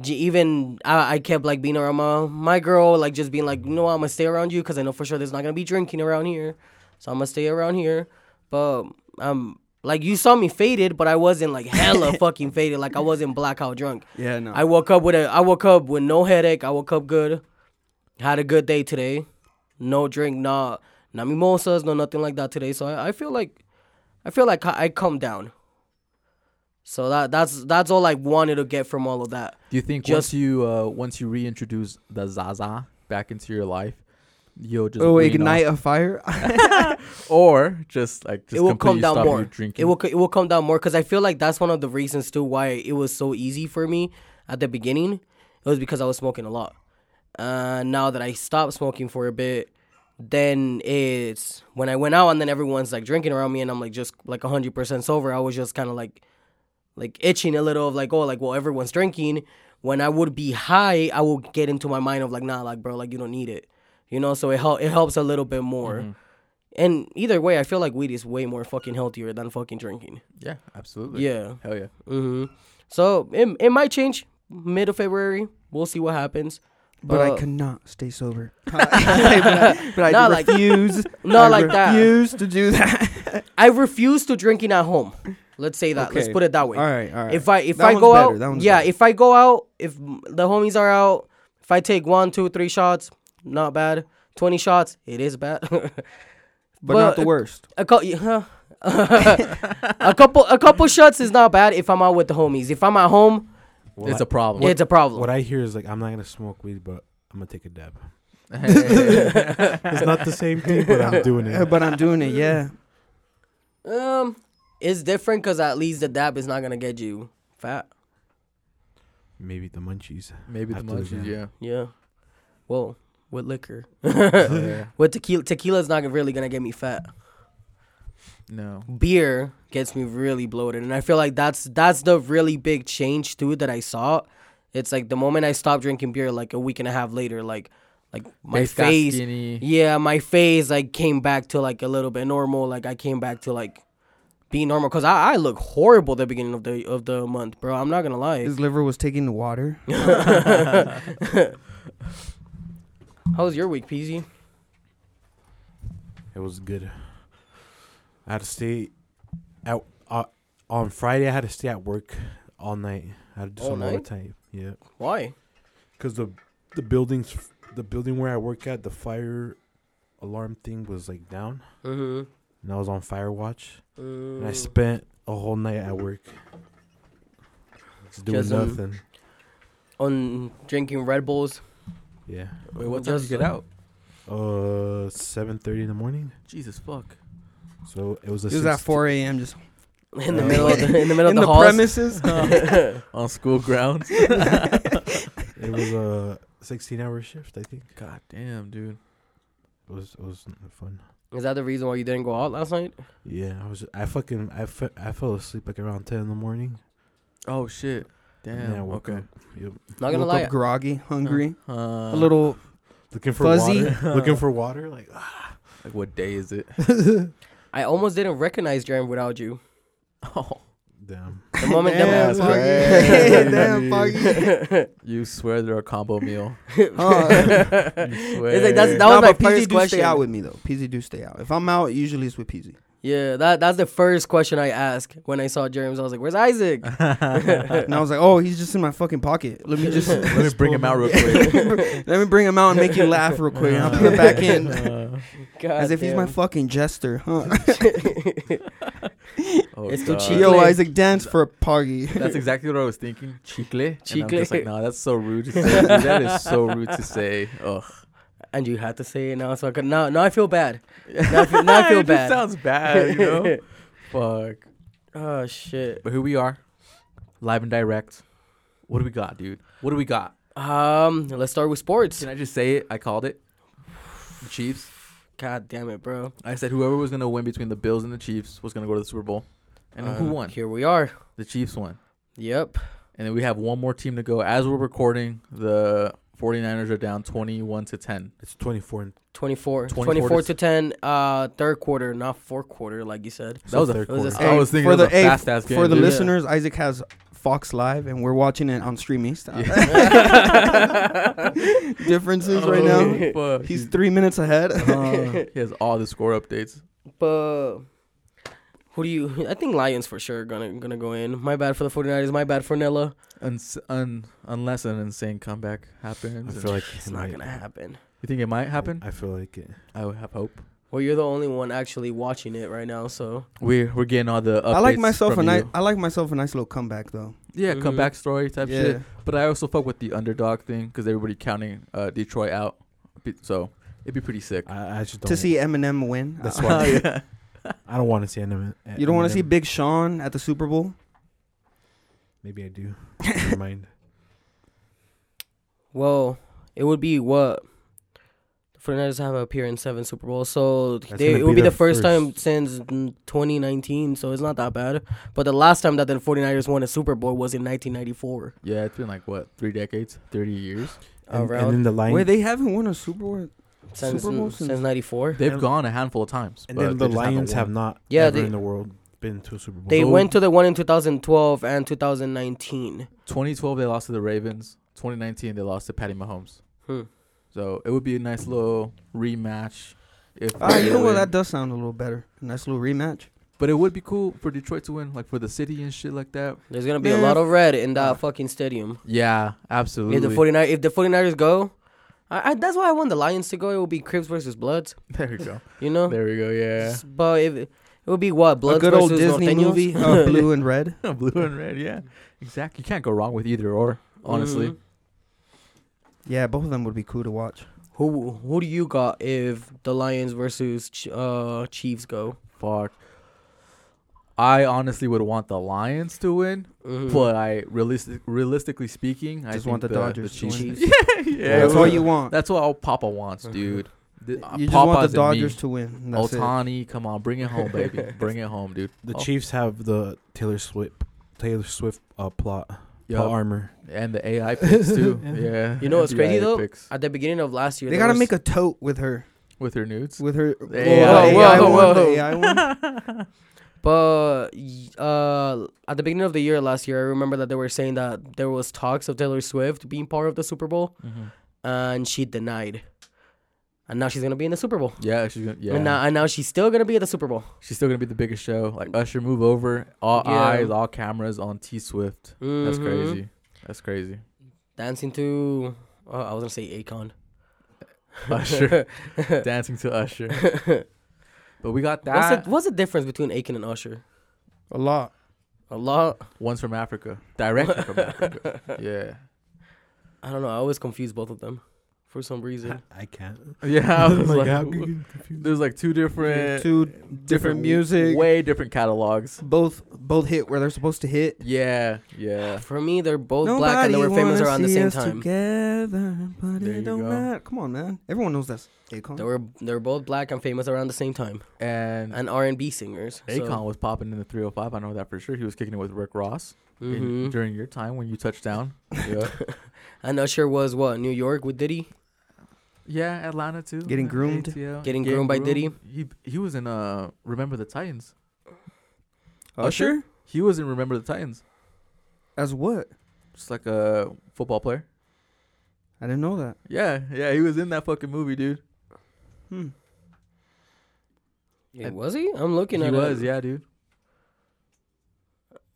Speaker 1: J- even I, I kept like being around my my girl, like just being like, you know, what, I'm gonna stay around you because I know for sure there's not gonna be drinking around here, so I'm gonna stay around here. But um, like you saw me faded, but I wasn't like hella fucking faded. Like I wasn't blackout drunk.
Speaker 3: Yeah, no.
Speaker 1: I woke up with a I woke up with no headache. I woke up good. Had a good day today. No drink, nah, no mimosas, no nothing like that today. So I, I feel like I feel like I I calmed down. So that that's that's all I wanted to get from all of that.
Speaker 2: Do you think
Speaker 1: Just-
Speaker 2: once you uh, once you reintroduce the Zaza back into your life, you'll just
Speaker 3: oh,
Speaker 2: wean off-
Speaker 3: ignite a fire.
Speaker 2: or just like just
Speaker 1: it will come
Speaker 2: completely
Speaker 1: down
Speaker 2: stop
Speaker 1: more.
Speaker 2: you drinking?
Speaker 1: It will it will come down more because I feel like that's one of the reasons too why it was so easy for me at the beginning. It was because I was smoking a lot. Uh, now that I stopped smoking for a bit, then it's when I went out and then everyone's like drinking around me and I'm like just like hundred percent sober. I was just kind of like like itching a little of like oh like well everyone's drinking. When I would be high, I would get into my mind of like nah like bro like you don't need it, you know. So it help it helps a little bit more. And either way, I feel like weed is way more fucking healthier than fucking drinking.
Speaker 2: Yeah, absolutely.
Speaker 1: Yeah.
Speaker 2: Hell yeah.
Speaker 1: hmm So it, it might change mid of February. We'll see what happens.
Speaker 3: but
Speaker 1: Uh,
Speaker 3: I cannot stay sober. but I, but I
Speaker 1: Not like-
Speaker 3: refuse.
Speaker 1: Not
Speaker 3: I
Speaker 1: like that.
Speaker 3: refuse to do that.
Speaker 1: I refuse to drinking at home. Let's say that. Let's
Speaker 3: Okay.
Speaker 1: put it that
Speaker 3: all
Speaker 1: way.
Speaker 3: right, all right.
Speaker 1: If I if
Speaker 3: That
Speaker 1: I
Speaker 3: one's
Speaker 1: go
Speaker 3: better, that
Speaker 1: out,
Speaker 3: one's
Speaker 1: yeah.
Speaker 3: better.
Speaker 1: If I go out, if m- the homies are out, if I take one, two, three shots, not bad. Twenty shots, it is bad.
Speaker 3: but not
Speaker 1: but-
Speaker 3: the worst.
Speaker 1: a couple, huh? a couple, a couple shots is not bad if I'm out with the homies. If I'm at home,
Speaker 2: it's a problem.
Speaker 1: it's a problem.
Speaker 4: What I hear is like I'm not gonna smoke weed, but I'm gonna take a dab. It's
Speaker 2: it's
Speaker 4: not the same thing, but I'm doing
Speaker 3: Yeah,
Speaker 4: it.
Speaker 3: but I'm doing it. Yeah.
Speaker 1: Um, it's different because at least the dab is not gonna get you fat.
Speaker 4: Maybe the munchies.
Speaker 2: Maybe the
Speaker 4: Have to do
Speaker 2: munchies,
Speaker 4: that.
Speaker 2: yeah.
Speaker 1: Yeah. Well, with liquor,
Speaker 2: yeah.
Speaker 1: with tequila, tequila's not really gonna get me fat.
Speaker 2: No.
Speaker 1: Beer gets me really bloated, and I feel like that's that's the really big change too that I saw. It's like the moment I stopped drinking beer, like a week and a half later, like like my
Speaker 2: Base got
Speaker 1: face,
Speaker 2: skinny.
Speaker 1: yeah, my face like came back to like a little bit normal. Like I came back to like being normal because I, I look horrible at the beginning of the of the month, bro. I'm not gonna lie.
Speaker 3: His liver was taking the water.
Speaker 1: How was your week, Peasy?
Speaker 4: It was good. I had to stay out uh, on Friday. I had to stay at work all night. I had to do
Speaker 1: All
Speaker 4: some
Speaker 1: night?
Speaker 4: overtime. Yeah,
Speaker 1: Why?
Speaker 4: because the the buildings, the building where I work at, the fire alarm thing was like down,
Speaker 1: Mm-hmm.
Speaker 4: and I was on fire watch. And I spent a whole night at work. Just doing
Speaker 1: Just, um,
Speaker 4: nothing.
Speaker 1: on drinking Red Bulls.
Speaker 4: Yeah.
Speaker 2: Wait, what time did
Speaker 1: Just,
Speaker 2: you get
Speaker 1: uh,
Speaker 2: out?
Speaker 4: Uh, seven thirty in the morning.
Speaker 2: Jesus fuck.
Speaker 4: So it was a.
Speaker 3: It was at
Speaker 4: 16
Speaker 3: 4 a.m. Just
Speaker 1: In the
Speaker 4: Uh,
Speaker 1: middle of the, in the middle
Speaker 3: in
Speaker 1: of the,
Speaker 3: the
Speaker 1: halls.
Speaker 3: premises.
Speaker 2: On school grounds.
Speaker 4: It was a sixteen hour shift. I think
Speaker 2: God damn, dude.
Speaker 4: it was it was fun.
Speaker 1: Is that the reason why you didn't go out last night?
Speaker 4: Yeah, I was I fucking I, fe- I fell asleep like around ten in the morning.
Speaker 2: Oh shit.
Speaker 4: and
Speaker 2: Damn.
Speaker 4: then I woke
Speaker 2: okay.
Speaker 4: up yep,
Speaker 1: Not gonna
Speaker 3: Woke
Speaker 1: lie.
Speaker 3: up groggy, hungry,
Speaker 2: Uh,
Speaker 3: a little.
Speaker 4: looking for
Speaker 3: Fuzzy.
Speaker 4: water, looking for water. Like ah,
Speaker 2: Like what day is it?
Speaker 1: I almost didn't recognize Jaren without you.
Speaker 2: Oh,
Speaker 4: damn,
Speaker 1: The moment
Speaker 3: Damn,
Speaker 1: that
Speaker 4: That's
Speaker 3: Foggy.
Speaker 2: crazy.
Speaker 3: Damn, Foggy.
Speaker 2: you swear they're a combo meal.
Speaker 3: Huh.
Speaker 1: It's like, Oh. that's- that
Speaker 3: Nah,
Speaker 1: was my
Speaker 3: but PZ
Speaker 1: first
Speaker 3: do
Speaker 1: question.
Speaker 3: stay out with me though. PZ do stay out. If I'm out, usually it's with PZ.
Speaker 1: yeah, that that's the first question I asked when I saw Jerem's. I was like, "Where's Isaac?"
Speaker 3: And I was like, oh, he's just in my fucking pocket. Let me just
Speaker 2: Let me bring him out real quick.
Speaker 3: let me bring him out and make you laugh real quick. and I'll put him back in
Speaker 2: Uh,
Speaker 1: God
Speaker 3: as if he's my
Speaker 1: damn.
Speaker 3: fucking jester, huh?
Speaker 2: oh,
Speaker 1: It's too
Speaker 2: God.
Speaker 1: cheap.
Speaker 3: Yo, Isaac, dance for a party.
Speaker 2: That's exactly what I was thinking. Chicle. And I'm
Speaker 1: Chicle.
Speaker 2: just like, nah, that's so rude. To say. that is so rude to say. Oh, Ugh.
Speaker 1: and you had to say it now, so I could now. Now I feel bad. Now I feel, now I feel
Speaker 2: it
Speaker 1: bad.
Speaker 2: Just sounds bad, Uh, you know. Fuck.
Speaker 1: oh shit.
Speaker 2: But here we are, live and direct. What do we got, dude? What do we got?
Speaker 1: Um, let's start with sports.
Speaker 2: Can I just say it? I called it. The Chiefs.
Speaker 1: God damn it, bro.
Speaker 2: I said whoever was gonna win between the Bills and the Chiefs was gonna go to the Super Bowl. And who
Speaker 1: Um,
Speaker 2: won?
Speaker 1: Here we are.
Speaker 2: The Chiefs won.
Speaker 1: Yep.
Speaker 2: And then we have one more team to go. As we're recording, the 49ers are down 21 to 10.
Speaker 4: it's twenty four.
Speaker 1: 24,
Speaker 2: 24
Speaker 1: 24,
Speaker 2: to
Speaker 1: to 10 uh third quarter not fourth quarter like you said
Speaker 2: That was a
Speaker 4: third
Speaker 1: it was a
Speaker 4: quarter.
Speaker 1: s-
Speaker 2: I was thinking it was a
Speaker 3: hey,
Speaker 2: fast-ass game,
Speaker 3: For the
Speaker 2: dude.
Speaker 3: listeners, Isaac has Fox Live, and we're watching it on Stream East. Differences right now.
Speaker 2: Oh, fuck.
Speaker 3: He's three minutes ahead.
Speaker 2: Uh, he has all the score updates.
Speaker 1: but who do you i think lions for sure gonna gonna go in my bad for the 49ers my bad for nella
Speaker 2: Uns- un- unless an insane comeback happens.
Speaker 4: I
Speaker 2: and-
Speaker 4: feel like
Speaker 1: it's not gonna happen
Speaker 2: you think it might happen?
Speaker 4: I feel like it.
Speaker 2: I would have hope.
Speaker 1: well you're the only one actually watching it right now so
Speaker 2: We're we're getting all the updates.
Speaker 3: I like myself a
Speaker 2: from
Speaker 3: nice.
Speaker 2: you.
Speaker 3: I like myself a nice little comeback though.
Speaker 2: yeah
Speaker 4: Mm-hmm.
Speaker 1: Mhm.
Speaker 2: comeback story type
Speaker 3: yeah,
Speaker 2: shit. But I also fuck with the underdog thing because everybody counting uh, Detroit out, Be- so it'd be pretty sick.
Speaker 4: I, I just don't.
Speaker 3: to see Eminem win.
Speaker 4: That's
Speaker 3: Uh,
Speaker 4: why.
Speaker 2: yeah.
Speaker 4: I don't want to see Eminem.
Speaker 3: you don't want to see
Speaker 4: Eminem.
Speaker 3: Big Sean at the Super Bowl.
Speaker 4: Maybe I do. Never mind.
Speaker 1: well it would be what the 49ers have appeared in seven super bowls so
Speaker 4: That's
Speaker 1: they,
Speaker 4: gonna
Speaker 1: it would
Speaker 4: be
Speaker 1: be the
Speaker 4: their
Speaker 1: first, time
Speaker 4: first.
Speaker 1: since mm, 2019 so it's not that bad but the last time that the 49ers won a super bowl was in 1994
Speaker 2: Yeah, it's been like what three decades, thirty years.
Speaker 4: And,
Speaker 1: around
Speaker 4: and then the Lions.
Speaker 3: Wait, they haven't won a Super Bowl.
Speaker 1: since,
Speaker 3: Super Bowl since-
Speaker 1: since 94
Speaker 2: They've
Speaker 4: And-
Speaker 2: gone a handful of times.
Speaker 4: and
Speaker 2: but
Speaker 4: then the
Speaker 2: they just haven't
Speaker 4: Lions Uh, have
Speaker 2: won.
Speaker 4: not.
Speaker 1: Yeah,
Speaker 4: ever
Speaker 1: they-
Speaker 4: in the world been to a Super Bowl.
Speaker 1: They
Speaker 2: So-
Speaker 1: went to the one in 2012 and 2019.
Speaker 2: 2012 they lost to the Ravens. 2019 they lost to Patty Mahomes.
Speaker 1: Hmm.
Speaker 2: So it would be a nice little rematch. If
Speaker 3: Ah,
Speaker 2: they
Speaker 3: you know what?
Speaker 2: win.
Speaker 3: That does sound a little better. A nice little rematch.
Speaker 2: But it would be cool for Detroit to win, like for the city and shit like that.
Speaker 1: There's gonna be
Speaker 3: Man,
Speaker 1: a lot of red in that
Speaker 3: uh,
Speaker 1: fucking stadium.
Speaker 2: Yeah,
Speaker 1: If the
Speaker 2: absolutely.
Speaker 1: 49 if the 49ers go, I, I, that's why I want the Lions to go. It will be Cribs versus Bloods.
Speaker 2: there we go.
Speaker 1: You know.
Speaker 2: There we go. Yeah.
Speaker 1: S- But if it would be what Bloods
Speaker 3: a good old
Speaker 1: versus
Speaker 3: Disney
Speaker 1: Norteños? Mm-hmm.
Speaker 3: movie, uh, blue and red.
Speaker 2: Blue and red. Yeah. Exactly. You can't go wrong with either or. Honestly,
Speaker 1: Mhm.
Speaker 3: Yeah, both of them would be cool to watch.
Speaker 1: Who who do you got if the Lions versus Ch- uh Chiefs go?
Speaker 2: fuck. I honestly would want the Lions to win,
Speaker 1: Mhm.
Speaker 2: but I realistic, realistically speaking, I
Speaker 3: Just
Speaker 2: think
Speaker 3: want the Dodgers
Speaker 2: The
Speaker 3: to win.
Speaker 2: Chiefs.
Speaker 1: Chiefs.
Speaker 2: yeah,
Speaker 3: that's
Speaker 2: that's,
Speaker 3: all you want.
Speaker 2: that's what all Papa wants, dude. The, uh,
Speaker 3: you just want
Speaker 2: Papa's
Speaker 3: the
Speaker 2: and me.
Speaker 3: Dodgers to win. and That's it.
Speaker 2: Otani, come on, bring it home, baby. bring it home, dude.
Speaker 4: the
Speaker 2: Oh,
Speaker 4: Chiefs have the Taylor Swift Taylor Swift uh, plot
Speaker 2: yup.
Speaker 4: plot armor.
Speaker 2: and the AI picks too. yeah,
Speaker 1: You know what's
Speaker 2: the
Speaker 1: crazy,
Speaker 2: AI
Speaker 1: though?
Speaker 2: picks.
Speaker 1: At the beginning of last year,
Speaker 3: They
Speaker 1: there
Speaker 3: gotta
Speaker 1: was-
Speaker 3: make a tote with her.
Speaker 2: with her nudes.
Speaker 3: With her.
Speaker 2: AI.
Speaker 3: Whoa,
Speaker 1: Whoa,
Speaker 3: whoa,
Speaker 1: whoa,
Speaker 3: whoa.
Speaker 1: whoa.
Speaker 3: AI one.
Speaker 1: But y- uh, at the beginning of the year last year, I remember that they were saying that there was talks of Taylor Swift being part of the Super Bowl, and she denied. And now she's gonna be in the Super Bowl.
Speaker 2: Yeah, she's gonna, yeah.
Speaker 1: And now, and now she's still gonna be at the Super Bowl.
Speaker 2: she's still gonna be the biggest show. Like Usher, move over. All
Speaker 1: Yeah.
Speaker 2: eyes, all cameras on T Swift. That's
Speaker 1: Mhm.
Speaker 2: crazy. That's crazy.
Speaker 1: Dancing to, oh, I was gonna say Akon.
Speaker 2: Usher dancing to Usher. But we got
Speaker 1: What's the,
Speaker 2: that.
Speaker 1: what's the difference between Akon and Usher?
Speaker 3: A lot.
Speaker 1: A lot.
Speaker 2: One's from Africa, directly from Africa. Yeah,
Speaker 1: I don't know. I always confuse both of them. for some reason.
Speaker 4: I can't.
Speaker 2: Yeah, I was
Speaker 4: Oh I'm like,
Speaker 2: like,
Speaker 4: how
Speaker 2: w-
Speaker 4: could you confuse-
Speaker 2: there's like two different,
Speaker 3: Two different music.
Speaker 2: way different catalogs.
Speaker 3: both both hit where they're supposed to hit.
Speaker 2: Yeah, yeah.
Speaker 1: For me, they're both black and they were famous
Speaker 3: wanna
Speaker 1: around the
Speaker 3: see
Speaker 1: same
Speaker 3: us
Speaker 1: time.
Speaker 3: Together, but
Speaker 2: There
Speaker 3: it
Speaker 2: you
Speaker 3: don't
Speaker 2: go.
Speaker 3: matter. Come on, man. Everyone knows that's Akon.
Speaker 1: They were they're both black and famous around the same time,
Speaker 2: And
Speaker 1: and R and B singers.
Speaker 2: Mm. Akon
Speaker 1: So,
Speaker 2: was popping in the 305. I know that for sure. He was kicking it with Rick Ross in-
Speaker 1: hmm
Speaker 2: during your time when you touched down. Yeah,
Speaker 1: And Usher was what New York with Diddy.
Speaker 2: yeah. Atlanta too.
Speaker 3: Getting
Speaker 2: uh,
Speaker 3: groomed.
Speaker 2: ATL.
Speaker 1: Getting groomed by Diddy.
Speaker 2: He he was in uh Remember the Titans.
Speaker 3: Usher?
Speaker 2: He was in Remember the Titans.
Speaker 3: As what?
Speaker 2: Just like a football player.
Speaker 3: I didn't know that.
Speaker 2: Yeah, yeah. He was in that fucking movie, dude.
Speaker 3: Hmm.
Speaker 1: Wait, was he? I'm looking
Speaker 2: he
Speaker 1: at.
Speaker 2: was,
Speaker 1: it.
Speaker 2: yeah, dude.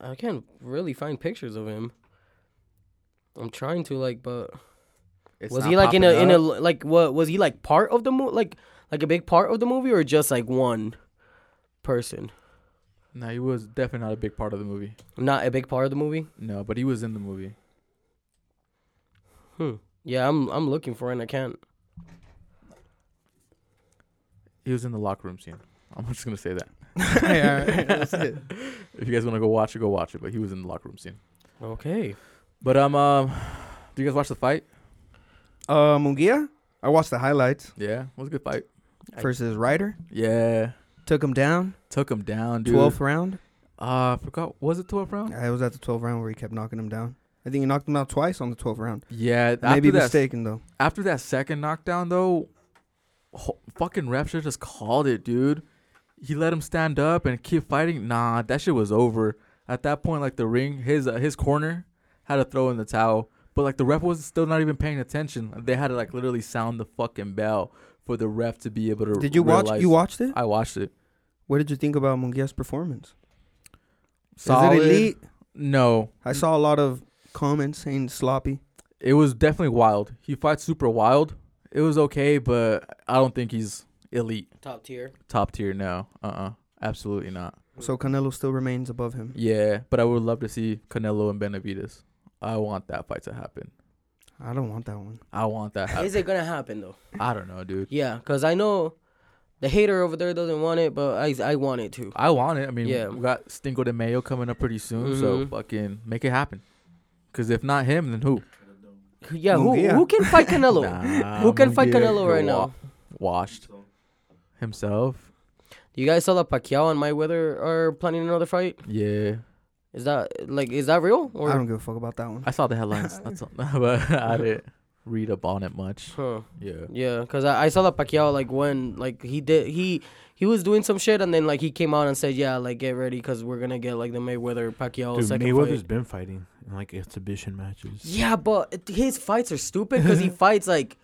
Speaker 1: I can't really find pictures of him. I'm trying to like, but
Speaker 2: It's
Speaker 1: was
Speaker 2: not
Speaker 1: he like in a
Speaker 2: popping
Speaker 1: in a
Speaker 2: up.
Speaker 1: like what was he like part of the movie like like a big part of the movie or just like one person?
Speaker 2: No, he was definitely not a big part of the movie.
Speaker 1: Not a big part of the movie.
Speaker 2: No, but he was in the movie.
Speaker 1: Hmm. Yeah, I'm I'm looking for it and I can't.
Speaker 2: He was in the locker room scene. I'm just gonna say that.
Speaker 3: Yeah, alright, that's it.
Speaker 2: If you guys want to go watch it, go watch it. But he was in the locker room scene.
Speaker 1: Okay.
Speaker 2: But um, um, do you guys watch the fight?
Speaker 3: Uh, Mungia? I watched the highlights
Speaker 2: Yeah, it was a good fight.
Speaker 1: I-
Speaker 3: versus Ryder.
Speaker 2: Yeah,
Speaker 3: Took him down.
Speaker 2: took him down, dude.
Speaker 3: 12th round.
Speaker 2: Uh, I forgot. Was it 12th round?
Speaker 3: I was at the 12th round where he kept knocking him down. I think he knocked him out twice on the 12th round.
Speaker 2: Yeah,
Speaker 3: I may be
Speaker 2: after that,
Speaker 3: mistaken, though.
Speaker 2: after that second knockdown though, ho- fucking ref should just called it, dude. He let him stand up and keep fighting. Nah, that shit was over at that point. Like the ring, his uh, his corner had to throw in the towel, but like the ref was still not even paying attention. They had to like literally sound the fucking bell for the ref to be able to.
Speaker 3: Did you watch?
Speaker 2: realize-
Speaker 3: You watched it?
Speaker 2: I watched it.
Speaker 3: What did you think about Mungia's performance?
Speaker 2: Solid.
Speaker 3: Is it elite?
Speaker 2: No,
Speaker 3: I saw a lot of comments saying sloppy.
Speaker 2: it was definitely wild. He fights super wild. It was okay, but I don't think he's elite,
Speaker 1: Top tier.
Speaker 2: top tier. No, uh, uh absolutely not.
Speaker 3: So Canelo still remains above him.
Speaker 2: Yeah, but I would love to see Canelo and Benavides. I want that fight to happen.
Speaker 3: I don't want that one.
Speaker 2: I want that. Happen.
Speaker 1: Is it gonna happen though?
Speaker 2: I don't know, dude.
Speaker 1: Yeah, cause I know the hater over there doesn't want it, but I I want it too.
Speaker 2: I want it. I mean,
Speaker 1: Yeah.
Speaker 2: we got Stingo de Mayo coming up pretty soon, so
Speaker 1: Mhm.
Speaker 2: fucking make it happen. Cause if not him, then who?
Speaker 1: Yeah, who
Speaker 3: Munguia.
Speaker 1: who can fight Canelo?
Speaker 2: Nah,
Speaker 1: who can fight
Speaker 2: Munguia
Speaker 1: Canelo right
Speaker 2: wa-
Speaker 1: now?
Speaker 2: Washed himself.
Speaker 1: Do you guys saw that Pacquiao and Mayweather are planning another fight?
Speaker 2: Yeah,
Speaker 1: Is that like is that real or?
Speaker 3: I don't give a fuck about that one.
Speaker 2: I saw the headlines. That's all, but I didn't read up on it much.
Speaker 1: Huh.
Speaker 2: Yeah,
Speaker 1: Yeah, cause I, I saw that Pacquiao like when like he did he he was doing some shit and then like he came out and said yeah like get ready cause we're gonna get like the Mayweather Pacquiao
Speaker 4: Dude,
Speaker 1: second
Speaker 4: Mayweather's
Speaker 1: fight.
Speaker 4: been fighting in like exhibition matches.
Speaker 1: Yeah, but it- his fights are stupid cause he fights like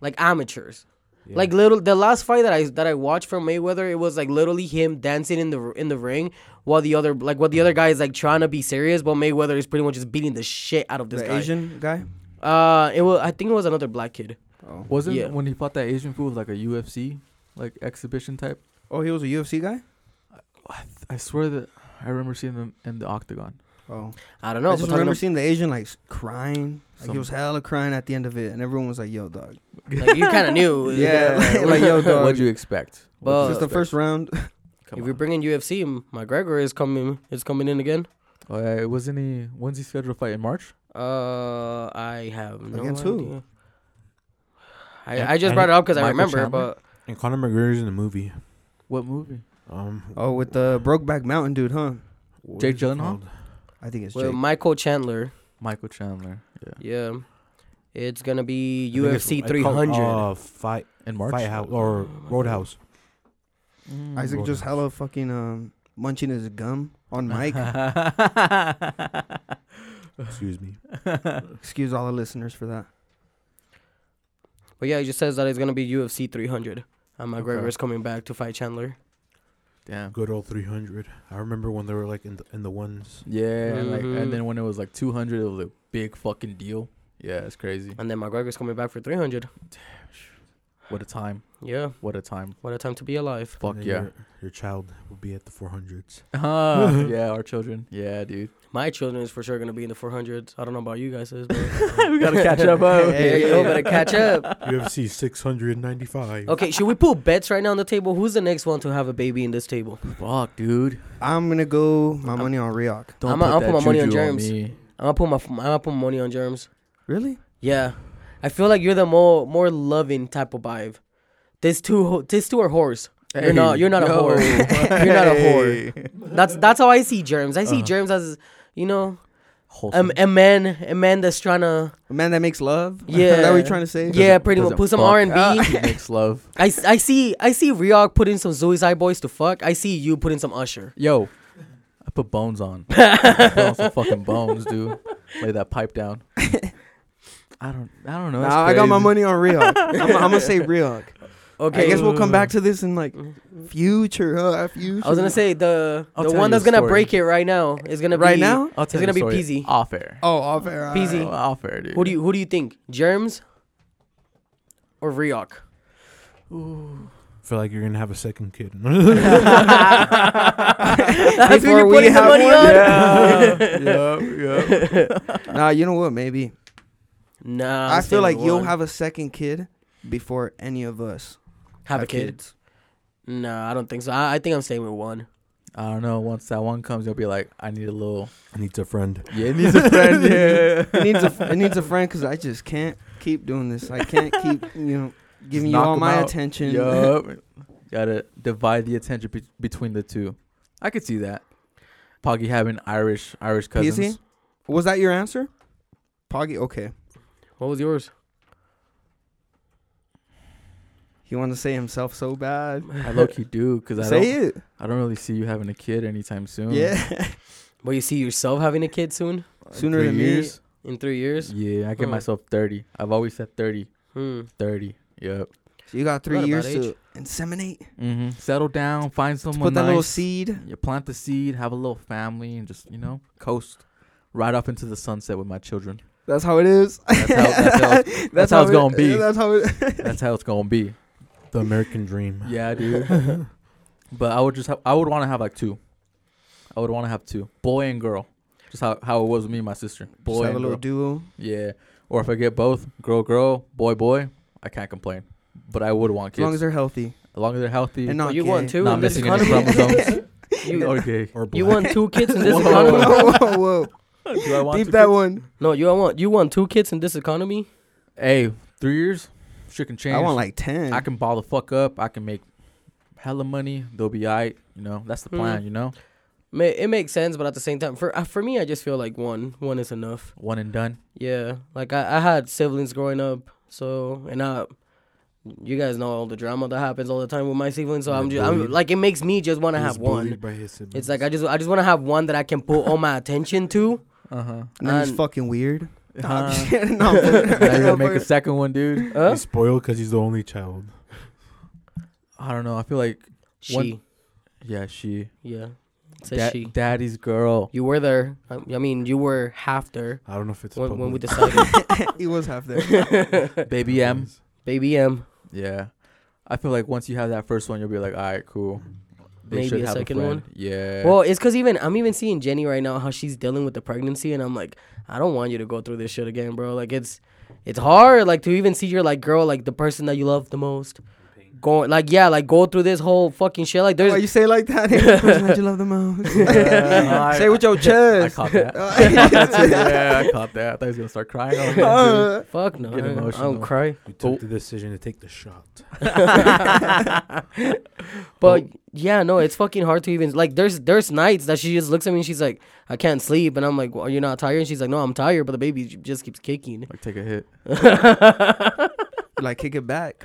Speaker 1: like amateurs.
Speaker 4: Yeah.
Speaker 1: Like little the last fight that I that I watched from Mayweather, it was like literally him dancing in the in the ring while the other like while the other guy is like trying to be serious, but Mayweather is pretty much just beating the shit out of this
Speaker 3: the
Speaker 1: guy.
Speaker 3: Asian guy.
Speaker 1: Uh, it was I think it was another black kid.
Speaker 3: Oh.
Speaker 2: wasn't
Speaker 1: Yeah.
Speaker 2: when he fought that Asian fool like a UFC like exhibition type.
Speaker 3: oh, he was a UFC guy.
Speaker 2: I swear that I remember seeing them in the octagon.
Speaker 3: Oh,
Speaker 1: I don't
Speaker 3: no,
Speaker 1: know.
Speaker 3: I
Speaker 1: but
Speaker 3: just
Speaker 1: talking
Speaker 3: remember
Speaker 1: ab-
Speaker 3: seeing the Asian like s- crying. Like
Speaker 2: Some-
Speaker 3: he was hella crying at the end of it, and everyone was like, "Yo, dog."
Speaker 1: like, you kind of knew.
Speaker 3: Yeah, like, like, yo, dog.
Speaker 2: What'd you expect?
Speaker 1: But-
Speaker 3: Since the first round,
Speaker 1: if you're bringing UFC, M- McGregor is coming. Is coming in again.
Speaker 2: oh, yeah, wasn't he? When's he scheduled to fight in March?
Speaker 1: Uh, I have no
Speaker 3: Against
Speaker 1: idea.
Speaker 3: who?
Speaker 4: And-
Speaker 1: I, I just
Speaker 4: and
Speaker 1: brought it up because I
Speaker 2: Michael
Speaker 1: remember,
Speaker 2: Chandler?
Speaker 1: but
Speaker 4: and Conor McGregor's in the movie.
Speaker 2: What movie?
Speaker 4: Um,
Speaker 3: oh, with the Brokeback Mountain dude, huh?
Speaker 4: what
Speaker 2: Jake
Speaker 4: is it
Speaker 2: Gyllenhaal?
Speaker 4: called?
Speaker 3: I think it's
Speaker 1: well,
Speaker 3: Jake.
Speaker 1: Michael Chandler.
Speaker 2: Michael Chandler. Yeah.
Speaker 1: Yeah, it's gonna
Speaker 4: I
Speaker 1: be
Speaker 4: think it's-
Speaker 1: UFC
Speaker 4: it's called,
Speaker 1: 300.
Speaker 4: Uh, fight,
Speaker 2: In March.
Speaker 4: fight house or Roadhouse.
Speaker 2: Mm.
Speaker 3: Isaac just
Speaker 4: Roadhouse.
Speaker 3: hella fucking um munching his gum on mic.
Speaker 4: Excuse me.
Speaker 3: Excuse all the listeners for that.
Speaker 1: but yeah, it just says that it's gonna be UFC 300. And McGregor
Speaker 2: Okay.
Speaker 1: is coming back to fight Chandler.
Speaker 2: Damn.
Speaker 4: Good old 300. I remember when they were like in the, in the ones.
Speaker 2: Yeah, and, like,
Speaker 1: Mhm.
Speaker 2: and then when it was like 200, it was a big fucking deal. Yeah, it's crazy.
Speaker 1: And then McGregor's coming back for 300.
Speaker 2: What a time.
Speaker 1: Yeah.
Speaker 2: What a time.
Speaker 1: What a time to be alive.
Speaker 2: Fuck
Speaker 4: then
Speaker 2: yeah.
Speaker 4: Your, your child will be at the 400s.
Speaker 2: Uh, yeah, our children. Yeah, dude.
Speaker 1: My children is for sure gonna be in the 400s. I don't know about you guys, but
Speaker 2: we gotta catch up. Oh,
Speaker 1: there you go, better catch up.
Speaker 4: UFC 695.
Speaker 1: Okay, should we put bets right now on the table? Who's the next one to have a baby in this table?
Speaker 2: Fuck, dude.
Speaker 3: I'm gonna go my money on Rioc.
Speaker 2: Don't
Speaker 1: I'ma-
Speaker 2: put,
Speaker 1: I'll
Speaker 2: that
Speaker 1: put my money on
Speaker 2: juju
Speaker 1: germs.
Speaker 2: me.
Speaker 1: I'm gonna put my I'm gonna put money on germs.
Speaker 3: Really?
Speaker 1: Yeah, I feel like you're the more more loving type of vibe. These two ho- these two are whores. you're not you're not a
Speaker 2: yo.
Speaker 1: whore. you're not a whore. That's that's how I see germs. I see
Speaker 2: Uh-huh.
Speaker 1: germs as you know
Speaker 2: Wholesome.
Speaker 1: um, a man a man that's trying to
Speaker 3: A man that makes love.
Speaker 1: Yeah.
Speaker 3: is that what you're trying to say?
Speaker 1: yeah pretty
Speaker 2: does
Speaker 1: much
Speaker 2: it
Speaker 1: put some
Speaker 2: fuck?
Speaker 1: R and
Speaker 2: Ah.
Speaker 1: B.
Speaker 2: He makes love.
Speaker 1: I s- I see I see Riog putting some Suicide Boys to fuck. I see you putting some Usher.
Speaker 2: Yo, I put bones on. I put on some fucking bones, dude. Lay that pipe down. I don't. I don't know.
Speaker 3: Nah,
Speaker 2: That's
Speaker 3: I got my
Speaker 2: crazy.
Speaker 3: money on Rioc. I'm, I'm gonna say Rioc.
Speaker 1: Okay,
Speaker 3: I guess we'll come back to this in like future, huh? Future.
Speaker 1: I was gonna say the
Speaker 2: I'll
Speaker 1: the
Speaker 2: tell
Speaker 1: one
Speaker 2: you a
Speaker 1: that's gonna
Speaker 2: story.
Speaker 1: break it right now is gonna
Speaker 3: right
Speaker 1: be,
Speaker 3: now.
Speaker 2: I'll tell
Speaker 1: It's gonna
Speaker 2: you a
Speaker 1: be
Speaker 2: story
Speaker 1: peasy.
Speaker 2: Off air.
Speaker 3: Oh, off air. all
Speaker 1: Peasy.
Speaker 2: Oh, off air, dude.
Speaker 1: Who do you who do you think? Germs or Riok?
Speaker 4: feel like you're going to have a second kid.
Speaker 1: That's
Speaker 3: Before we have one?
Speaker 2: Yeah. yeah, yeah.
Speaker 3: right. Nah, you know what? Maybe
Speaker 1: Nah, I'm
Speaker 3: i feel
Speaker 1: staying
Speaker 3: like
Speaker 1: with
Speaker 3: you'll
Speaker 1: one.
Speaker 3: have a second kid before any of us
Speaker 1: have a kid. Nah, I don't think so. I, I think I'm staying with one.
Speaker 2: I don't know. Once that one comes, you'll be like, I need a little.
Speaker 4: Needs a friend.
Speaker 2: Yeah, it needs a friend. Yeah.
Speaker 3: it needs a it needs a friend because I just can't keep doing this. I can't keep you know giving you
Speaker 2: knock
Speaker 3: all
Speaker 2: 'em
Speaker 3: my
Speaker 2: out.
Speaker 3: attention.
Speaker 2: yup. Gotta divide the attention be- between the two. I could see that. Poggy having Irish Irish cousins.
Speaker 3: Peasy? Was that your answer? Poggy, okay.
Speaker 1: What was yours?
Speaker 3: He wanted to say himself so bad.
Speaker 2: I low key do because I
Speaker 3: Say
Speaker 2: don't.
Speaker 3: it.
Speaker 2: I don't really see you having a kid anytime soon.
Speaker 3: Yeah.
Speaker 1: Well, you see yourself having a kid soon
Speaker 2: Like
Speaker 3: Sooner
Speaker 2: three
Speaker 3: than me. uh,
Speaker 2: years.
Speaker 1: in three years.
Speaker 2: Yeah, I give
Speaker 1: Oh.
Speaker 2: myself thirty. I've always said thirty.
Speaker 1: Hmm.
Speaker 2: Thirty. Yep.
Speaker 3: So you got three
Speaker 1: What about
Speaker 3: years
Speaker 1: age?
Speaker 3: to inseminate.
Speaker 2: Mm-hmm. Settle down. Find
Speaker 3: To
Speaker 2: someone.
Speaker 3: put that
Speaker 2: nice.
Speaker 3: little seed.
Speaker 2: You plant the seed. Have a little family, and just you know coast right off into the sunset with my children.
Speaker 3: That's how it is.
Speaker 2: That's how. that's, how it's, that's how it's
Speaker 3: it-
Speaker 2: gonna be.
Speaker 3: That's how it.
Speaker 2: that's how it's gonna be.
Speaker 4: The American dream.
Speaker 2: Yeah, dude. but I would just. Have, I would want to have like two. I would want to have two, boy and girl. Just how, how it was with me and my sister. Boy
Speaker 3: Just have
Speaker 2: and
Speaker 3: a
Speaker 2: girl.
Speaker 3: little duo.
Speaker 2: Yeah. Or if I get both, girl, girl, boy, boy, I can't complain. But I would want
Speaker 3: As
Speaker 2: kids.
Speaker 3: long as they're healthy
Speaker 2: as long as they're healthy.
Speaker 3: and
Speaker 2: And
Speaker 3: not
Speaker 1: Well, you
Speaker 3: gay.
Speaker 1: want two
Speaker 2: Not
Speaker 1: in this
Speaker 2: missing any
Speaker 1: economy?
Speaker 2: chromosomes.
Speaker 1: you,
Speaker 2: okay.
Speaker 4: Or black.
Speaker 1: you want two kids in this
Speaker 2: Whoa.
Speaker 1: economy?
Speaker 3: whoa, whoa, whoa.
Speaker 2: Do I want
Speaker 3: Deep
Speaker 2: two
Speaker 3: that
Speaker 2: kids?
Speaker 3: one.
Speaker 1: No, you want you want two kids in this economy?
Speaker 2: Hey, three years, shit can change.
Speaker 3: I want like ten.
Speaker 2: I can ball the fuck up. I can make hella money. They'll be alright. You know, that's the
Speaker 3: Hmm.
Speaker 1: Mhm.
Speaker 2: plan. You know,
Speaker 1: Ma- It makes sense, but at the same time, for uh, for me, I just feel like one one is enough.
Speaker 2: one and done.
Speaker 1: Yeah, like I, I had siblings growing up, so and I, you guys know all the drama that happens all the time with my siblings. So
Speaker 4: Yeah,
Speaker 1: I'm just I'm,
Speaker 4: bullied.
Speaker 1: like it makes me just want to
Speaker 4: He was
Speaker 1: have one.
Speaker 4: bullied by his siblings.
Speaker 1: It's like I just I just want to have one that I can put all my attention to.
Speaker 2: Uh huh.
Speaker 3: And then he's
Speaker 1: and-
Speaker 3: fucking weird. Nah, I'm just
Speaker 1: uh,
Speaker 2: Uh-huh.
Speaker 3: kidding. No, I'm fucking-
Speaker 2: now you're gonna make a second one, dude.
Speaker 1: Huh?
Speaker 4: He's spoiled because he's the only child.
Speaker 2: I don't know. I feel like
Speaker 1: She,
Speaker 2: One- yeah, she,
Speaker 1: yeah, it says
Speaker 2: da-
Speaker 1: she.
Speaker 2: daddy's girl.
Speaker 1: You were there. I, I mean, you were half there
Speaker 4: I don't know if it's
Speaker 1: when, when we
Speaker 4: public.
Speaker 1: decided.
Speaker 3: he was half there.
Speaker 2: Baby M.
Speaker 1: Baby M,
Speaker 2: Yeah, I feel like once you have that first one, you'll be like, all right, cool.
Speaker 1: Maybe
Speaker 2: should
Speaker 1: a
Speaker 2: have
Speaker 1: second
Speaker 2: friend.
Speaker 1: one?
Speaker 2: Yeah.
Speaker 1: well, it's because even I'm even seeing Jenny right now how she's dealing with the pregnancy, and I'm like, I don't want you to go through this shit again, bro. Like it's, it's hard, like to even see your like girl, like the person that you love the most, going like yeah, like go through this whole fucking shit. Like
Speaker 3: Why
Speaker 1: there's
Speaker 3: Oh, you say it like that? Hey, the person that you love the most.
Speaker 2: Yeah,
Speaker 3: say it with your
Speaker 2: I
Speaker 3: chest.
Speaker 2: caught that. I caught that too. yeah, I caught that. I thought he was gonna start crying. I was like, dude.
Speaker 3: Uh,
Speaker 1: fuck no, I
Speaker 2: Get
Speaker 1: don't- I
Speaker 2: emotional.
Speaker 1: don't cry.
Speaker 4: We took the decision to take the shot.
Speaker 1: But yeah, no, it's fucking hard to even like. There's there's nights that she just looks at me and she's like, I can't sleep, and I'm like, well, you're not tired, and she's like, no, I'm tired, but the baby j- just keeps kicking.
Speaker 2: like take a hit.
Speaker 3: like kick it back.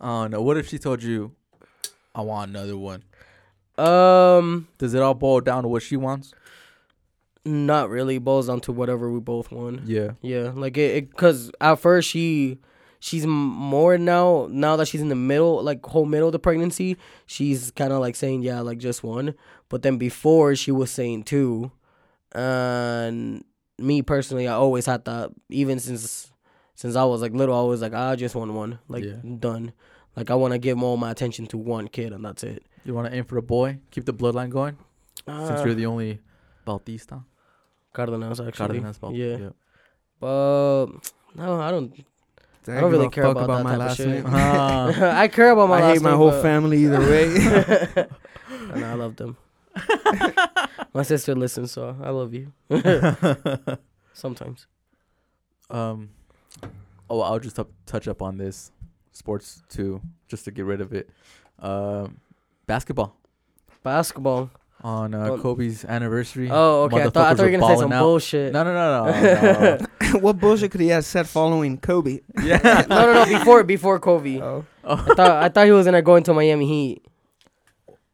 Speaker 2: Oh no! What if she told you, I want another one?
Speaker 1: Um,
Speaker 2: Does it all boil down to what she wants?
Speaker 1: not really. Boils down to whatever we both won.
Speaker 2: Yeah.
Speaker 1: Yeah, like it, it cause at first she, she's m- more now. Now that she's in the middle, like whole middle of the pregnancy, she's kind of like saying yeah, like just one. But then before she was saying two, and me personally, I always had that even since since I was like little, I was like, I just want one, like
Speaker 2: Yeah.
Speaker 1: done. Like I want to give all my attention to one kid, and that's it.
Speaker 2: You want to aim for a boy? Keep the bloodline going since
Speaker 1: Uh,
Speaker 2: you're the only Bautista.
Speaker 1: Cardenas, actually.
Speaker 2: Cardenas Bautista.
Speaker 1: yeah.
Speaker 2: Yep.
Speaker 1: But no, I don't.
Speaker 3: I
Speaker 1: don't
Speaker 3: give
Speaker 1: really
Speaker 3: a
Speaker 1: care
Speaker 3: fuck
Speaker 1: about that type of shit.
Speaker 3: name.
Speaker 2: Ah,
Speaker 1: I care about my.
Speaker 3: I
Speaker 1: last
Speaker 3: hate my
Speaker 1: name,
Speaker 3: whole
Speaker 1: but-
Speaker 3: family either way.
Speaker 1: and I love them. my sister listens, so I love you. Sometimes.
Speaker 2: um, oh, I'll just up, touch up on this sports too, just to get rid of it. Um, basketball
Speaker 1: Basketball.
Speaker 2: on uh,
Speaker 4: Oh.
Speaker 1: Don't-
Speaker 2: Kobe's anniversary.
Speaker 1: Oh, okay. I thought, I
Speaker 2: motherfuckers
Speaker 1: thought you were
Speaker 2: were
Speaker 1: gonna say some
Speaker 2: balling out.
Speaker 1: bullshit.
Speaker 2: No, no, no, Oh, no. no.
Speaker 3: what bullshit could he have said following Kobe?
Speaker 2: yeah.
Speaker 1: no, no, no. Before before Kobe, I
Speaker 3: Oh,
Speaker 1: thought I thought he was gonna go into Miami Heat.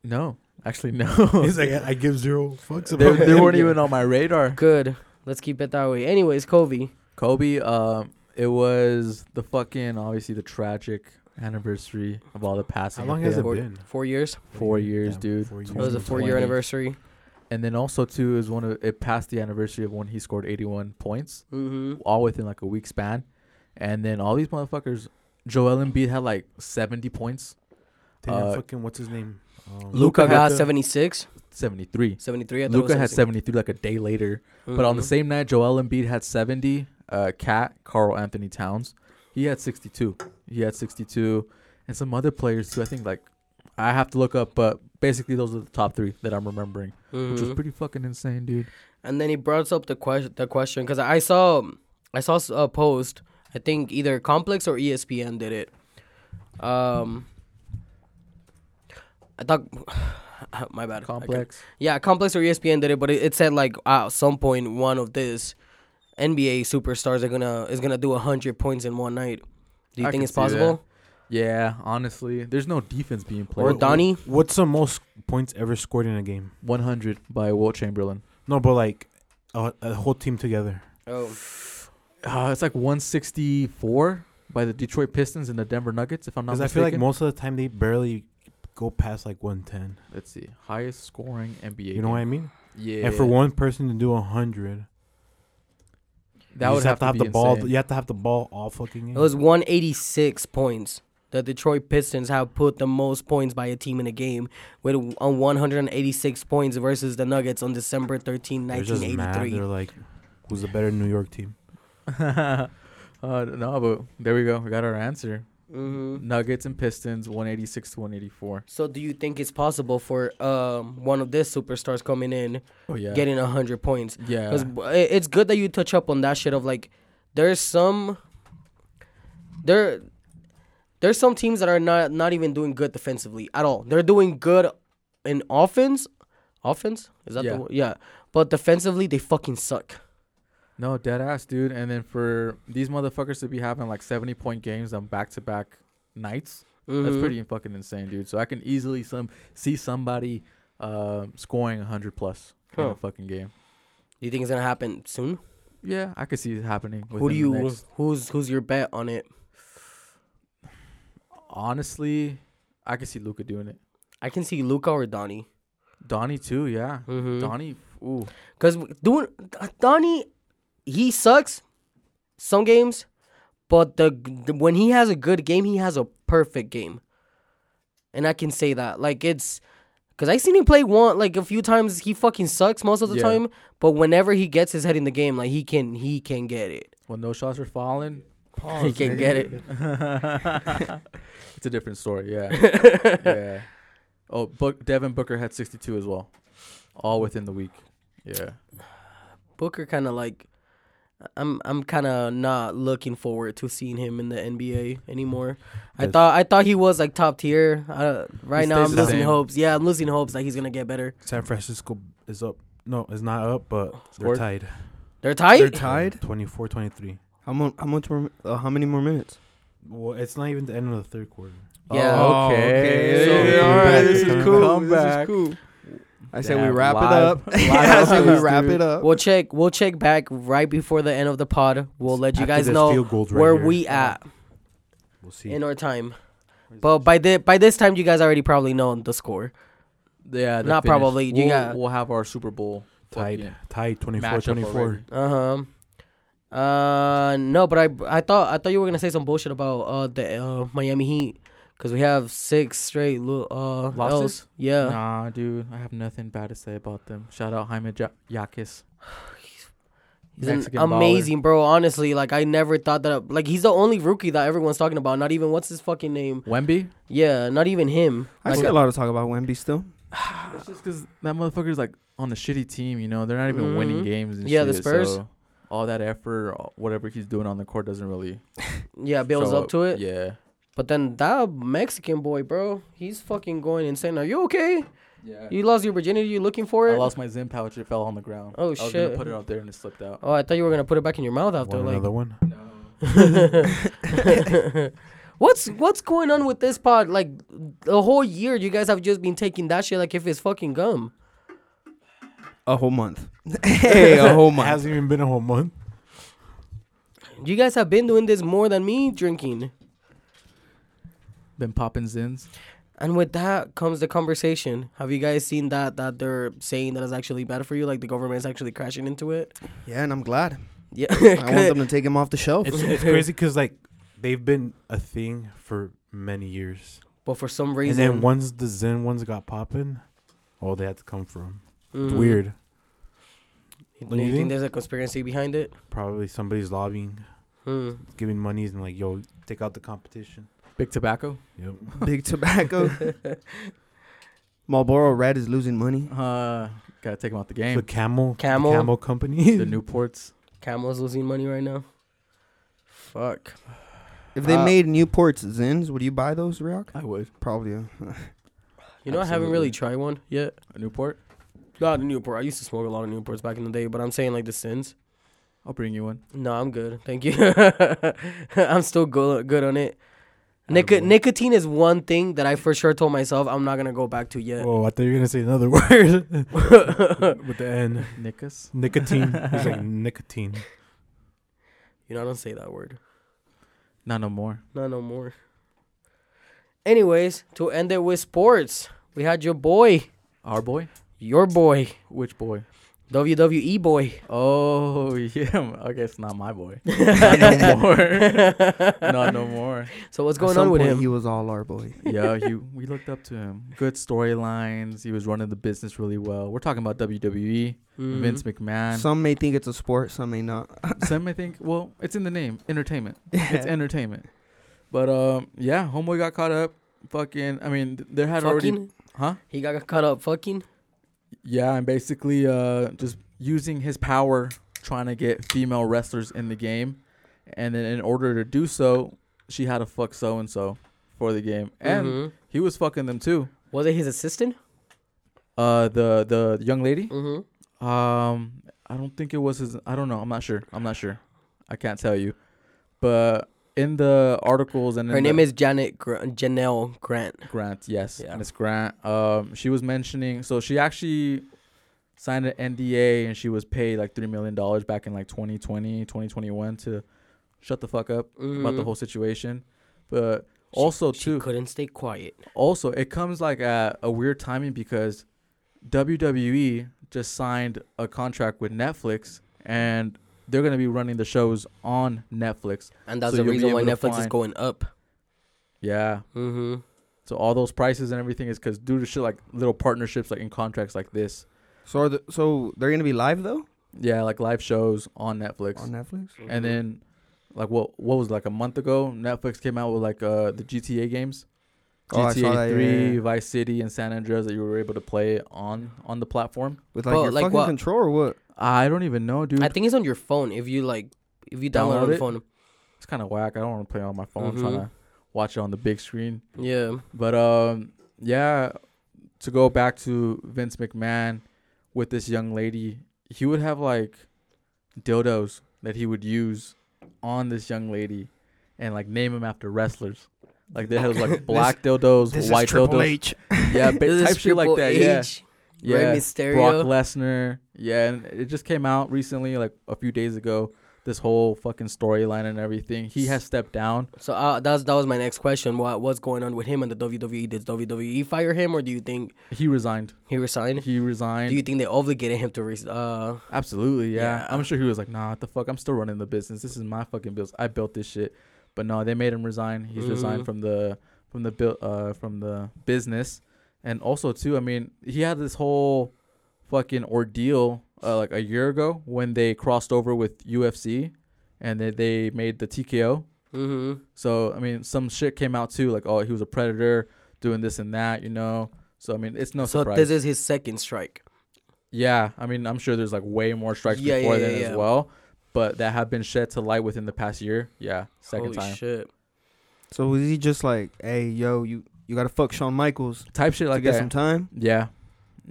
Speaker 2: No, actually, no.
Speaker 4: He's like, I give zero fucks
Speaker 2: they,
Speaker 4: about
Speaker 2: they
Speaker 4: him."
Speaker 2: weren't even on my radar.
Speaker 1: Good. Let's keep it that way. Anyways, Kobe.
Speaker 2: Kobe, um, it was the fucking obviously the tragic anniversary of all the passing.
Speaker 4: How
Speaker 2: of
Speaker 4: long has it
Speaker 2: him.
Speaker 1: Four-
Speaker 4: been?
Speaker 1: Four years.
Speaker 2: Four years,
Speaker 4: Damn,
Speaker 2: dude.
Speaker 4: four years.
Speaker 1: It was a four-year
Speaker 2: 2020.
Speaker 1: anniversary.
Speaker 2: And then also too is one of it passed the anniversary of when he scored 81 points,
Speaker 1: Mm-hmm.
Speaker 2: all within like a week span. And then all these motherfuckers, Joel Embiid had like 70 points,
Speaker 4: Damn,
Speaker 2: Uh,
Speaker 4: fucking what's his name? Um,
Speaker 1: Luca
Speaker 2: Luka had
Speaker 1: got
Speaker 2: the-
Speaker 1: 76,
Speaker 2: 73.
Speaker 1: 73. I thought it was
Speaker 2: Luca had 73 like a day later. But on the
Speaker 1: Mhm.
Speaker 2: same night, Joel Embiid had 70. Uh, Cat Carl Anthony Towns, he had 62. He had 62, and some other players too. I think like I have to look up, but basically those are the top three that I'm remembering, which was
Speaker 1: Mhm.
Speaker 2: pretty fucking insane, dude.
Speaker 1: And then he brought up the question, the question, because I saw, I saw s- a post. I think either Complex or E ESPN did it. Um, I thought, my bad. I couldn't-
Speaker 2: Complex.
Speaker 1: Yeah, Complex or E ESPN did it, but it, it said like at some point one of this NBA superstars are gonna is gonna do hundred points in one night. Do you
Speaker 2: I
Speaker 1: think
Speaker 2: can
Speaker 1: it's
Speaker 2: see that.
Speaker 1: possible?
Speaker 2: Yeah, honestly, there's no defense being
Speaker 1: Or
Speaker 2: played.
Speaker 1: Donnie?
Speaker 4: What's the most points ever scored in a game?
Speaker 2: 100 by Wilt Chamberlain.
Speaker 4: No, but like a, a whole team together.
Speaker 1: Oh,
Speaker 2: Uh, it's like 164 by the Detroit Pistons and the Denver Nuggets, if I'm not
Speaker 4: Because I
Speaker 2: mistaken.
Speaker 4: feel like most of the time they barely go past like 110.
Speaker 2: Let's see, highest scoring NBA.
Speaker 4: You know what I mean?
Speaker 2: Yeah.
Speaker 4: And for one person to do 100,
Speaker 2: that
Speaker 4: you
Speaker 2: would
Speaker 4: just
Speaker 2: have, to,
Speaker 4: have
Speaker 2: be
Speaker 4: the ball.
Speaker 2: insane.
Speaker 4: You have to have the ball all fucking game.
Speaker 1: it was one eighty six points. The Detroit Pistons have put the most points by a team in a game with on 186 points versus the Nuggets on December 13,
Speaker 4: They're just mad.
Speaker 1: 1983.
Speaker 4: They're like, who's the better New York team?
Speaker 2: uh, no, but there we go. We got our answer.
Speaker 1: Mm-hmm.
Speaker 2: Nuggets and Pistons, 186 to 184.
Speaker 1: So, do you think it's possible for um, one of these superstars coming in
Speaker 2: Oh yeah,
Speaker 1: getting 100 points?
Speaker 2: yeah.
Speaker 1: Because it's good that you touch up on that shit of like, there's some, there, there's some teams that are not not even doing good defensively at all. They're doing good in offense, offense is that
Speaker 2: Yeah.
Speaker 1: the word? yeah, but defensively they fucking suck.
Speaker 2: No dead ass, dude. And then for these motherfuckers to be having like 70 point games on back to back nights, that's
Speaker 1: Mhm.
Speaker 2: pretty fucking insane, dude. So I can easily some see somebody uh, scoring 100 plus in
Speaker 1: Huh.
Speaker 2: a fucking game.
Speaker 1: Do you think it's gonna happen soon?
Speaker 2: Yeah, I could see it happening.
Speaker 1: Who do
Speaker 2: within the
Speaker 1: you
Speaker 2: next-
Speaker 1: who's who's your bet on it?
Speaker 2: Honestly, I could see Luca doing it.
Speaker 1: I can see Luca or Donnie.
Speaker 2: Donnie too, yeah.
Speaker 1: Mm-hmm.
Speaker 2: Donnie, ooh,
Speaker 1: Because doing ah, Donnie, he sucks some games, but the, the when he has a good game, he has a perfect game, and I can say that like it's because I seen him play one like a few times. He fucking sucks most of the
Speaker 2: Yeah.
Speaker 1: time, but whenever he gets his head in the game, like he can he can get it.
Speaker 2: when those shots are falling,
Speaker 1: he can get it.
Speaker 2: it's a different story, yeah. yeah. Oh, Book Devin Booker had 62 as well, all within the week. Yeah.
Speaker 1: Booker kind of like. I'm I'm kind of not looking forward to seeing him in the NBA anymore. I
Speaker 4: Yes.
Speaker 1: thought I thought he was like top tier. Uh, right
Speaker 2: He
Speaker 1: now I'm
Speaker 2: stays the
Speaker 1: losing
Speaker 2: same.
Speaker 1: hopes. Yeah, I'm losing hopes that he's gonna get better.
Speaker 4: San Francisco is up. No, it's not up, but
Speaker 2: Scored?
Speaker 4: they're tied.
Speaker 1: They're tight.
Speaker 3: They're tied.
Speaker 4: 24 23.
Speaker 3: How, mo- how much? More, uh, how many more minutes?
Speaker 4: Well, it's not even the end of the third quarter.
Speaker 1: Yeah.
Speaker 2: Oh, okay.
Speaker 3: okay.
Speaker 4: So-
Speaker 3: all right. This is
Speaker 4: Come
Speaker 3: cool. This is
Speaker 2: back.
Speaker 3: cool. I said we
Speaker 2: Damn,
Speaker 3: wrap it
Speaker 2: live-
Speaker 3: up.
Speaker 2: live
Speaker 3: I said we
Speaker 2: updates,
Speaker 3: wrap
Speaker 2: dude.
Speaker 3: it up.
Speaker 1: We'll check. We'll check back right before the end of the pod. We'll let you guys know where we at
Speaker 4: We'll see.
Speaker 1: in our time. But by the by this time, you guys already probably know the score.
Speaker 2: Yeah. the
Speaker 1: Not
Speaker 2: finish.
Speaker 1: probably, you
Speaker 2: We'll,
Speaker 1: got-
Speaker 2: we'll have our Super Bowl
Speaker 4: tied,
Speaker 2: fucking
Speaker 4: tied 24
Speaker 2: matchup
Speaker 4: 24.
Speaker 2: already.
Speaker 1: Uh huh. Uh, no, but I I thought I thought you were gonna say some bullshit about uh the uh, Miami Heat because we have six straight lo- uh
Speaker 2: Losses?
Speaker 1: L's. Yeah,
Speaker 2: Nah, dude, I have nothing bad to say about them. Shout out Jaime ja- Yaquis.
Speaker 1: he's an
Speaker 2: Mexican baller.
Speaker 1: amazing bro. Honestly, like I never thought that. Like he's the only rookie that everyone's talking about. Not even what's his fucking name.
Speaker 2: Wemby.
Speaker 1: Yeah, not even him.
Speaker 3: I
Speaker 1: Like,
Speaker 3: see a lot of talk about Wemby still.
Speaker 2: It's just because that motherfucker's like on the shitty team. You know, they're not even winning
Speaker 1: Mhm.
Speaker 2: games. And
Speaker 1: Yeah, the
Speaker 2: shit,
Speaker 1: Spurs.
Speaker 2: so all that effort, all- whatever he's doing on the court, doesn't really
Speaker 1: yeah, builds
Speaker 2: show
Speaker 1: up to it.
Speaker 2: Yeah.
Speaker 1: But then that Mexican boy, bro, he's fucking going insane. Are you okay?
Speaker 2: Yeah.
Speaker 1: You lost your virginity. You looking for
Speaker 2: I
Speaker 1: it?
Speaker 2: lost my Zim pouch. It fell on the ground.
Speaker 1: Oh,
Speaker 2: I was gonna
Speaker 1: shit.
Speaker 2: put it out there and it slipped out.
Speaker 1: oh, I thought you were gonna put it back in your mouth after.
Speaker 4: Want
Speaker 1: like,
Speaker 4: another one?
Speaker 1: what's what's going on with this pod? Like the whole year, you guys have just been taking that shit like if it's fucking gum.
Speaker 3: A whole month. hey, a whole
Speaker 4: It
Speaker 3: month.
Speaker 4: hasn't even been a whole month.
Speaker 1: You guys have been doing this more than me drinking.
Speaker 2: Been popping Zims.
Speaker 1: And with that comes the conversation. Have you guys seen that that they're saying that is actually bad for you? Like the government's actually crashing into it.
Speaker 3: Yeah, and I'm glad.
Speaker 1: Yeah,
Speaker 3: I want them to take him off the shelf.
Speaker 4: It's, it's crazy because like they've been a thing for many years,
Speaker 1: but for some
Speaker 4: and
Speaker 1: reason,
Speaker 4: then once the Zen ones got popping, oh, they had to come from. It's
Speaker 1: Mhm.
Speaker 4: weird.
Speaker 1: Do
Speaker 4: you
Speaker 1: you
Speaker 4: think?
Speaker 1: think there's a conspiracy behind it?
Speaker 4: Probably somebody's lobbying,
Speaker 1: Hmm.
Speaker 4: giving monies, and like, yo, take out the competition.
Speaker 2: Big tobacco.
Speaker 4: Yep.
Speaker 3: Big tobacco. Marlboro Red is losing money.
Speaker 2: Uh, gotta take him out the
Speaker 4: The
Speaker 2: game.
Speaker 4: camel, the
Speaker 1: Camel.
Speaker 4: camel company.
Speaker 2: the Newports.
Speaker 1: Camel's losing money right now. Fuck.
Speaker 3: If they
Speaker 1: Uh,
Speaker 3: made Newport's Zins, would you buy those, Ryok?
Speaker 2: I would.
Speaker 3: Probably. uh,
Speaker 1: You know, I haven't really tried
Speaker 2: Absolutely.
Speaker 1: one yet.
Speaker 2: A Newport.
Speaker 1: Not a Newport. I used to smoke a lot of Newports back in the day, but I'm saying like the sins.
Speaker 2: I'll bring you one.
Speaker 1: No, I'm good. Thank you. I'm still good good on it. Nic-
Speaker 4: Attaboy.
Speaker 1: nicotine is one thing that I for sure told myself I'm not gonna go back to yet.
Speaker 4: Oh, I thought you were gonna say another word with the N.
Speaker 2: Nickus.
Speaker 4: Nicotine. He's like nicotine.
Speaker 1: You know, I don't say that word.
Speaker 2: Not no more.
Speaker 1: Not no more. Anyways, to end it with sports, we had your boy,
Speaker 2: Our boy.
Speaker 1: your boy,
Speaker 2: Which boy?
Speaker 1: WWE boy.
Speaker 2: Oh yeah. I guess not my boy. not no more. not no more.
Speaker 1: So what's
Speaker 3: at
Speaker 1: going
Speaker 3: some
Speaker 1: on with
Speaker 3: point,
Speaker 1: him?
Speaker 3: He was all our boy.
Speaker 2: yeah, he, we looked up to him. Good storylines. He was running the business really well. We're talking about WWE,
Speaker 1: Mhm.
Speaker 2: Vince McMahon. Some,
Speaker 3: Some may think it's a sport, some may not.
Speaker 2: I think. Well, it's in the name, entertainment. It's
Speaker 3: Yeah.
Speaker 2: entertainment. But um, yeah, homeboy got caught up. Fucking, I mean, th- there had already,
Speaker 1: Fucking.
Speaker 2: huh?
Speaker 1: He got caught up fucking.
Speaker 2: Yeah, and basically, uh, just using his power, trying to get female wrestlers in the game, and then in order to do so, she had to fuck so and so for the game, and
Speaker 1: Mhm.
Speaker 2: he was fucking them too.
Speaker 1: was it his assistant?
Speaker 2: Uh, the the young lady.
Speaker 1: Mm-hmm.
Speaker 2: Um, I don't think it was his. I don't know. I'm not sure. I'm not sure. I can't tell you. But in the articles and uh,
Speaker 1: Her
Speaker 2: in
Speaker 1: name
Speaker 2: the
Speaker 1: is Janet Gr- Janelle Grant.
Speaker 2: Grant. Yes,
Speaker 1: Yeah.
Speaker 2: Miss Grant. Um, she was mentioning. So she actually signed an NDA and she was paid like three million dollars back in like 2020, 2021 to shut the fuck up about the
Speaker 1: Mhm.
Speaker 2: whole situation. But also
Speaker 1: she
Speaker 2: too,
Speaker 1: couldn't stay quiet.
Speaker 2: also it comes like at a weird timing because WWE just signed a contract with Netflix and they're going to be running the shows on Netflix.
Speaker 1: And that's
Speaker 2: So
Speaker 1: the
Speaker 2: you'll be
Speaker 1: reason why
Speaker 2: able to
Speaker 1: Netflix is
Speaker 2: find-
Speaker 1: going up.
Speaker 2: Yeah.
Speaker 1: Mm-hmm.
Speaker 2: So all those prices and everything is cuz due to shit like little partnerships like in contracts like this.
Speaker 3: So, are the, so they're gonna be live though
Speaker 2: Yeah, like live shows on Netflix.
Speaker 3: on Netflix.
Speaker 2: and then like what what was it, like a month ago Netflix came out with like uh the GTA games.
Speaker 3: Oh, I
Speaker 2: GTA
Speaker 3: saw that, yeah,
Speaker 2: 3,
Speaker 3: yeah.
Speaker 2: Vice City and San Andreas that you were able to play on on the platform.
Speaker 3: With like
Speaker 1: Bro,
Speaker 3: your
Speaker 1: like
Speaker 3: fucking
Speaker 1: what?
Speaker 3: control or what?
Speaker 2: I don't even know, dude.
Speaker 1: I think it's on your phone. If you like, if you download, it
Speaker 2: Download
Speaker 1: on the
Speaker 2: it?
Speaker 1: phone,
Speaker 2: it's kind of whack. I don't want to play on my phone
Speaker 1: Mhm.
Speaker 2: trying to
Speaker 3: Mm-hmm.
Speaker 2: watch it on the big screen.
Speaker 1: yeah.
Speaker 2: But um, yeah, to go back to Vince McMahon with this young lady, he would have like dildos that he would use on this young lady, and like name him after wrestlers. Like they had like black dildos, white dildos,
Speaker 3: H.
Speaker 2: yeah, ba-
Speaker 1: This
Speaker 2: type
Speaker 1: is
Speaker 2: shit like
Speaker 1: Triple
Speaker 2: that. Yeah,
Speaker 1: H, Rey
Speaker 2: yeah.
Speaker 1: Mysterio.
Speaker 2: Brock Lesnar. Yeah, and it just came out recently, like a few days ago, this whole fucking storyline and everything. He has stepped down.
Speaker 1: So uh, that's that was my next question. What what's going on with him and the E? WWE? Did WWE fire him, or do you think
Speaker 2: He resigned.
Speaker 1: he resigned?
Speaker 2: He resigned.
Speaker 1: Do you think they obligated him to res? Uh,
Speaker 2: Absolutely, yeah.
Speaker 1: Yeah.
Speaker 2: I'm sure he was like, nah, what the fuck? I'm still running the business. This is my fucking bills. I built this shit. But no, they made him resign. He's
Speaker 1: Mhm.
Speaker 2: resigned from the from the bill uh from the business. And also too, I mean, he had this whole fucking ordeal uh, like a year ago when they crossed over with UFC and they, they made the TKO.
Speaker 1: hmm
Speaker 2: So I mean, some shit came out too, like oh, he was a predator doing this and that, you know. So I mean, it's no
Speaker 1: so
Speaker 2: surprise.
Speaker 1: this is his second strike.
Speaker 2: Yeah, I mean, I'm sure there's like way more strikes
Speaker 1: Yeah,
Speaker 2: before
Speaker 1: yeah,
Speaker 2: then
Speaker 1: yeah, yeah.
Speaker 2: as well, but that have been shed to light within the past year. Yeah, second
Speaker 1: Holy
Speaker 2: time.
Speaker 1: shit!
Speaker 3: So was he just like, hey, yo, you you gotta fuck Shawn Michaels
Speaker 2: Type shit
Speaker 3: to
Speaker 2: like
Speaker 3: get
Speaker 2: that.
Speaker 3: some time?
Speaker 2: yeah,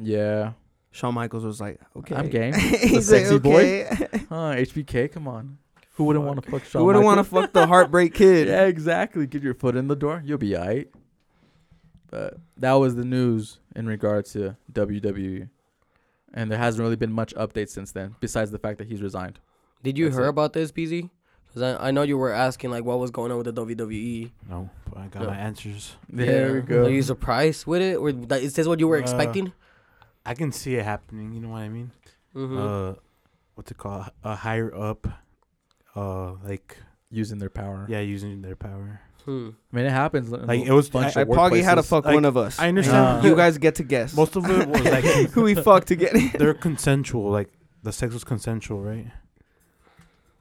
Speaker 2: yeah.
Speaker 3: Shawn Michaels was like, okay,
Speaker 2: I'm game.
Speaker 3: He's
Speaker 2: The sexy
Speaker 3: like,
Speaker 2: boy?
Speaker 3: okay.
Speaker 2: Huh, HBK, come on. Who wouldn't want to fuck Shawn?
Speaker 3: Who wouldn't want to
Speaker 2: Michaels?
Speaker 3: fuck the heartbreak kid?
Speaker 2: Yeah, exactly. Get your foot in the door. You'll be alright. But that was the news in regard to WWE, and there hasn't really been much update since then, besides the fact that he's resigned.
Speaker 1: Did you
Speaker 2: That's
Speaker 1: hear
Speaker 2: it.
Speaker 1: about this, PZ? Because I, I know you were asking like what was going on with the WWE.
Speaker 4: No, but I got
Speaker 1: Yeah.
Speaker 4: my answers.
Speaker 2: There we
Speaker 1: Yeah.
Speaker 2: go.
Speaker 1: Are you surprised with it, or that, is this what you were
Speaker 4: Uh,
Speaker 1: expecting?
Speaker 4: I can see it happening. You know what I mean?
Speaker 1: hmm
Speaker 2: Mm-hmm.
Speaker 4: Uh, what's it called? A higher up. Uh, like
Speaker 2: Using their power.
Speaker 4: yeah, using their power.
Speaker 1: hmm.
Speaker 2: I mean, it happens. in
Speaker 4: Like,
Speaker 2: a
Speaker 4: it was-
Speaker 2: bunch
Speaker 4: I-
Speaker 3: Like,
Speaker 2: of
Speaker 3: Poggy had to
Speaker 2: workplaces.
Speaker 3: fuck
Speaker 4: Like,
Speaker 3: one of us.
Speaker 4: I understand.
Speaker 2: Uh,
Speaker 3: you guys get to guess
Speaker 4: Most of it was like
Speaker 3: who he fucked to get in.
Speaker 4: they're consensual. Like the sex was consensual, right?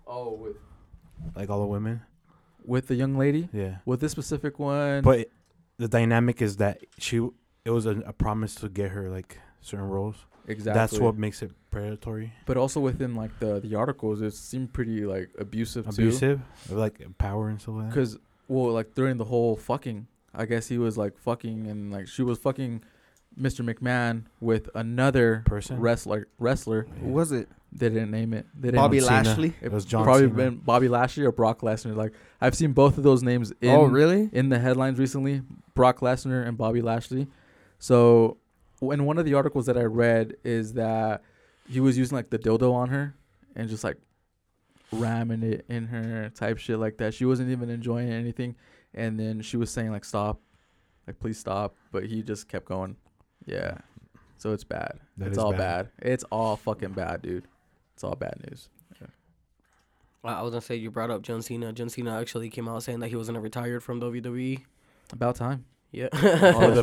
Speaker 2: Oh, with,
Speaker 4: Like all the women.
Speaker 2: with the young lady,
Speaker 4: Yeah.
Speaker 2: with this specific one.
Speaker 4: But it- the dynamic is that she it was a, a promise to get her like certain roles.
Speaker 2: exactly.
Speaker 4: That's what makes it predatory,
Speaker 2: But also within like the the articles, it seemed pretty like abusive, too.
Speaker 4: abusive, like power and stuff like that.
Speaker 2: Because well, like during the whole fucking, I guess he was like fucking and like she was fucking Mr. McMahon with another
Speaker 4: Person.
Speaker 2: wrestler. Wrestler.
Speaker 4: Yeah.
Speaker 3: Who was it?
Speaker 2: They didn't name it. They didn't.
Speaker 3: Bobby
Speaker 4: Cena.
Speaker 3: Lashley.
Speaker 4: It was John
Speaker 2: probably
Speaker 4: Cena.
Speaker 2: been Bobby Lashley or Brock Lesnar. Like I've seen both of those names in
Speaker 3: oh, really?
Speaker 2: in the headlines recently Brock Lesnar and Bobby Lashley. So, in one of the articles that I read, is that he was using like the dildo on her and just like ramming it in her type shit like that. She wasn't even enjoying anything. And then she was saying, like, stop, like, please stop. But he just kept going. Yeah. So it's bad.
Speaker 4: That
Speaker 2: it's
Speaker 4: is
Speaker 2: all
Speaker 4: bad.
Speaker 2: bad. It's all fucking bad, dude. It's all bad news.
Speaker 1: I I was gonna say you brought up John Cena. John Cena actually came out saying that he wasn't retired from WWE.
Speaker 2: About time.
Speaker 1: Yeah.
Speaker 2: All the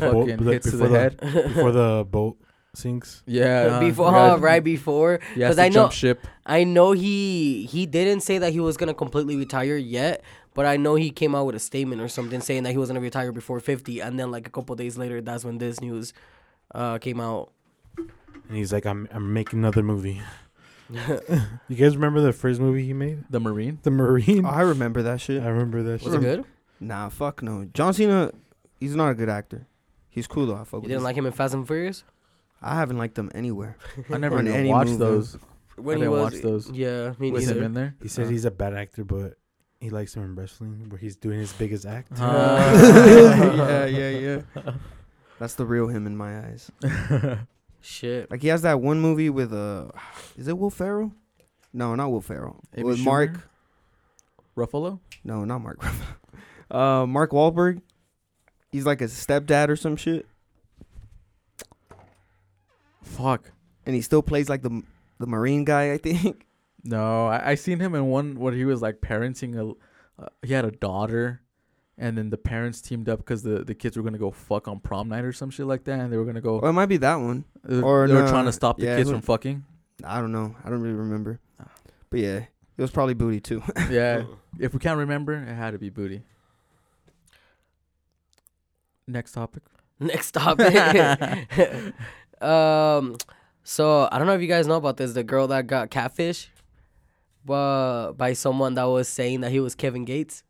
Speaker 4: the bo-
Speaker 2: fucking
Speaker 4: the-
Speaker 2: hits to the
Speaker 4: before the-
Speaker 2: head.
Speaker 4: before the uh, boat sinks.
Speaker 2: Yeah. uh,
Speaker 1: before, right before,
Speaker 2: Yeah.
Speaker 1: 'cause I
Speaker 2: I
Speaker 1: know-
Speaker 2: jump ship.
Speaker 1: I know he he didn't say that he was gonna completely retire yet, but I know he came out with a statement or something saying that he was gonna retire before fifty, and then like a couple days later, that's when this news uh, came out.
Speaker 4: And he's like, I'm I'm making another movie. you guys remember the first movie he made?
Speaker 2: The Marine.
Speaker 4: The Marine?
Speaker 3: Oh, I remember that shit.
Speaker 4: I remember that
Speaker 1: Was
Speaker 4: shit.
Speaker 1: it good?
Speaker 3: Nah, fuck no. John Cena, he's not a good actor. He's cool though. I fuck
Speaker 1: You
Speaker 3: with
Speaker 1: didn't
Speaker 3: him.
Speaker 1: like him in Fast and Furious
Speaker 3: I haven't liked him anywhere.
Speaker 2: I never
Speaker 3: on
Speaker 2: even
Speaker 3: any
Speaker 2: watched
Speaker 3: movie.
Speaker 2: those.
Speaker 1: when
Speaker 2: I
Speaker 1: he
Speaker 2: didn't
Speaker 1: was.
Speaker 2: watch those
Speaker 1: Yeah, me
Speaker 2: with him
Speaker 1: neither.
Speaker 2: in there.
Speaker 4: He said
Speaker 2: Uh.
Speaker 4: he's a bad actor, but he likes him in wrestling, where he's doing his biggest act.
Speaker 1: Uh,
Speaker 3: yeah, yeah, yeah. That's the real him in my eyes.
Speaker 1: Shit.
Speaker 3: Like he has that one movie with uh, is it Will Ferrell? No, not Will Ferrell.
Speaker 2: Amy
Speaker 3: with
Speaker 2: Schumer?
Speaker 3: Mark.
Speaker 2: Ruffalo.
Speaker 3: No, not Mark. Ruffalo. uh, Mark Wahlberg. He's like a stepdad or some shit,
Speaker 2: Fuck.
Speaker 3: and he still plays like the the Marine guy. I think.
Speaker 2: No, I, I seen him in one where he was like parenting a. Uh, he had a daughter, and then the parents teamed up because the the kids were gonna go fuck on prom night or some shit like that, and they were gonna go.
Speaker 3: Well, it might be that one.
Speaker 2: they
Speaker 3: or
Speaker 2: they were
Speaker 3: no,
Speaker 2: trying to stop the
Speaker 3: yeah,
Speaker 2: kids
Speaker 3: who-
Speaker 2: from fucking.
Speaker 3: I don't know. I don't really remember. But yeah, it was probably booty too.
Speaker 2: yeah. If we can't remember, it had to be booty. Next topic.
Speaker 1: Next topic. um, so I don't know if you guys know about this. The girl that got catfish, but by someone that was saying that he was Kevin Gates.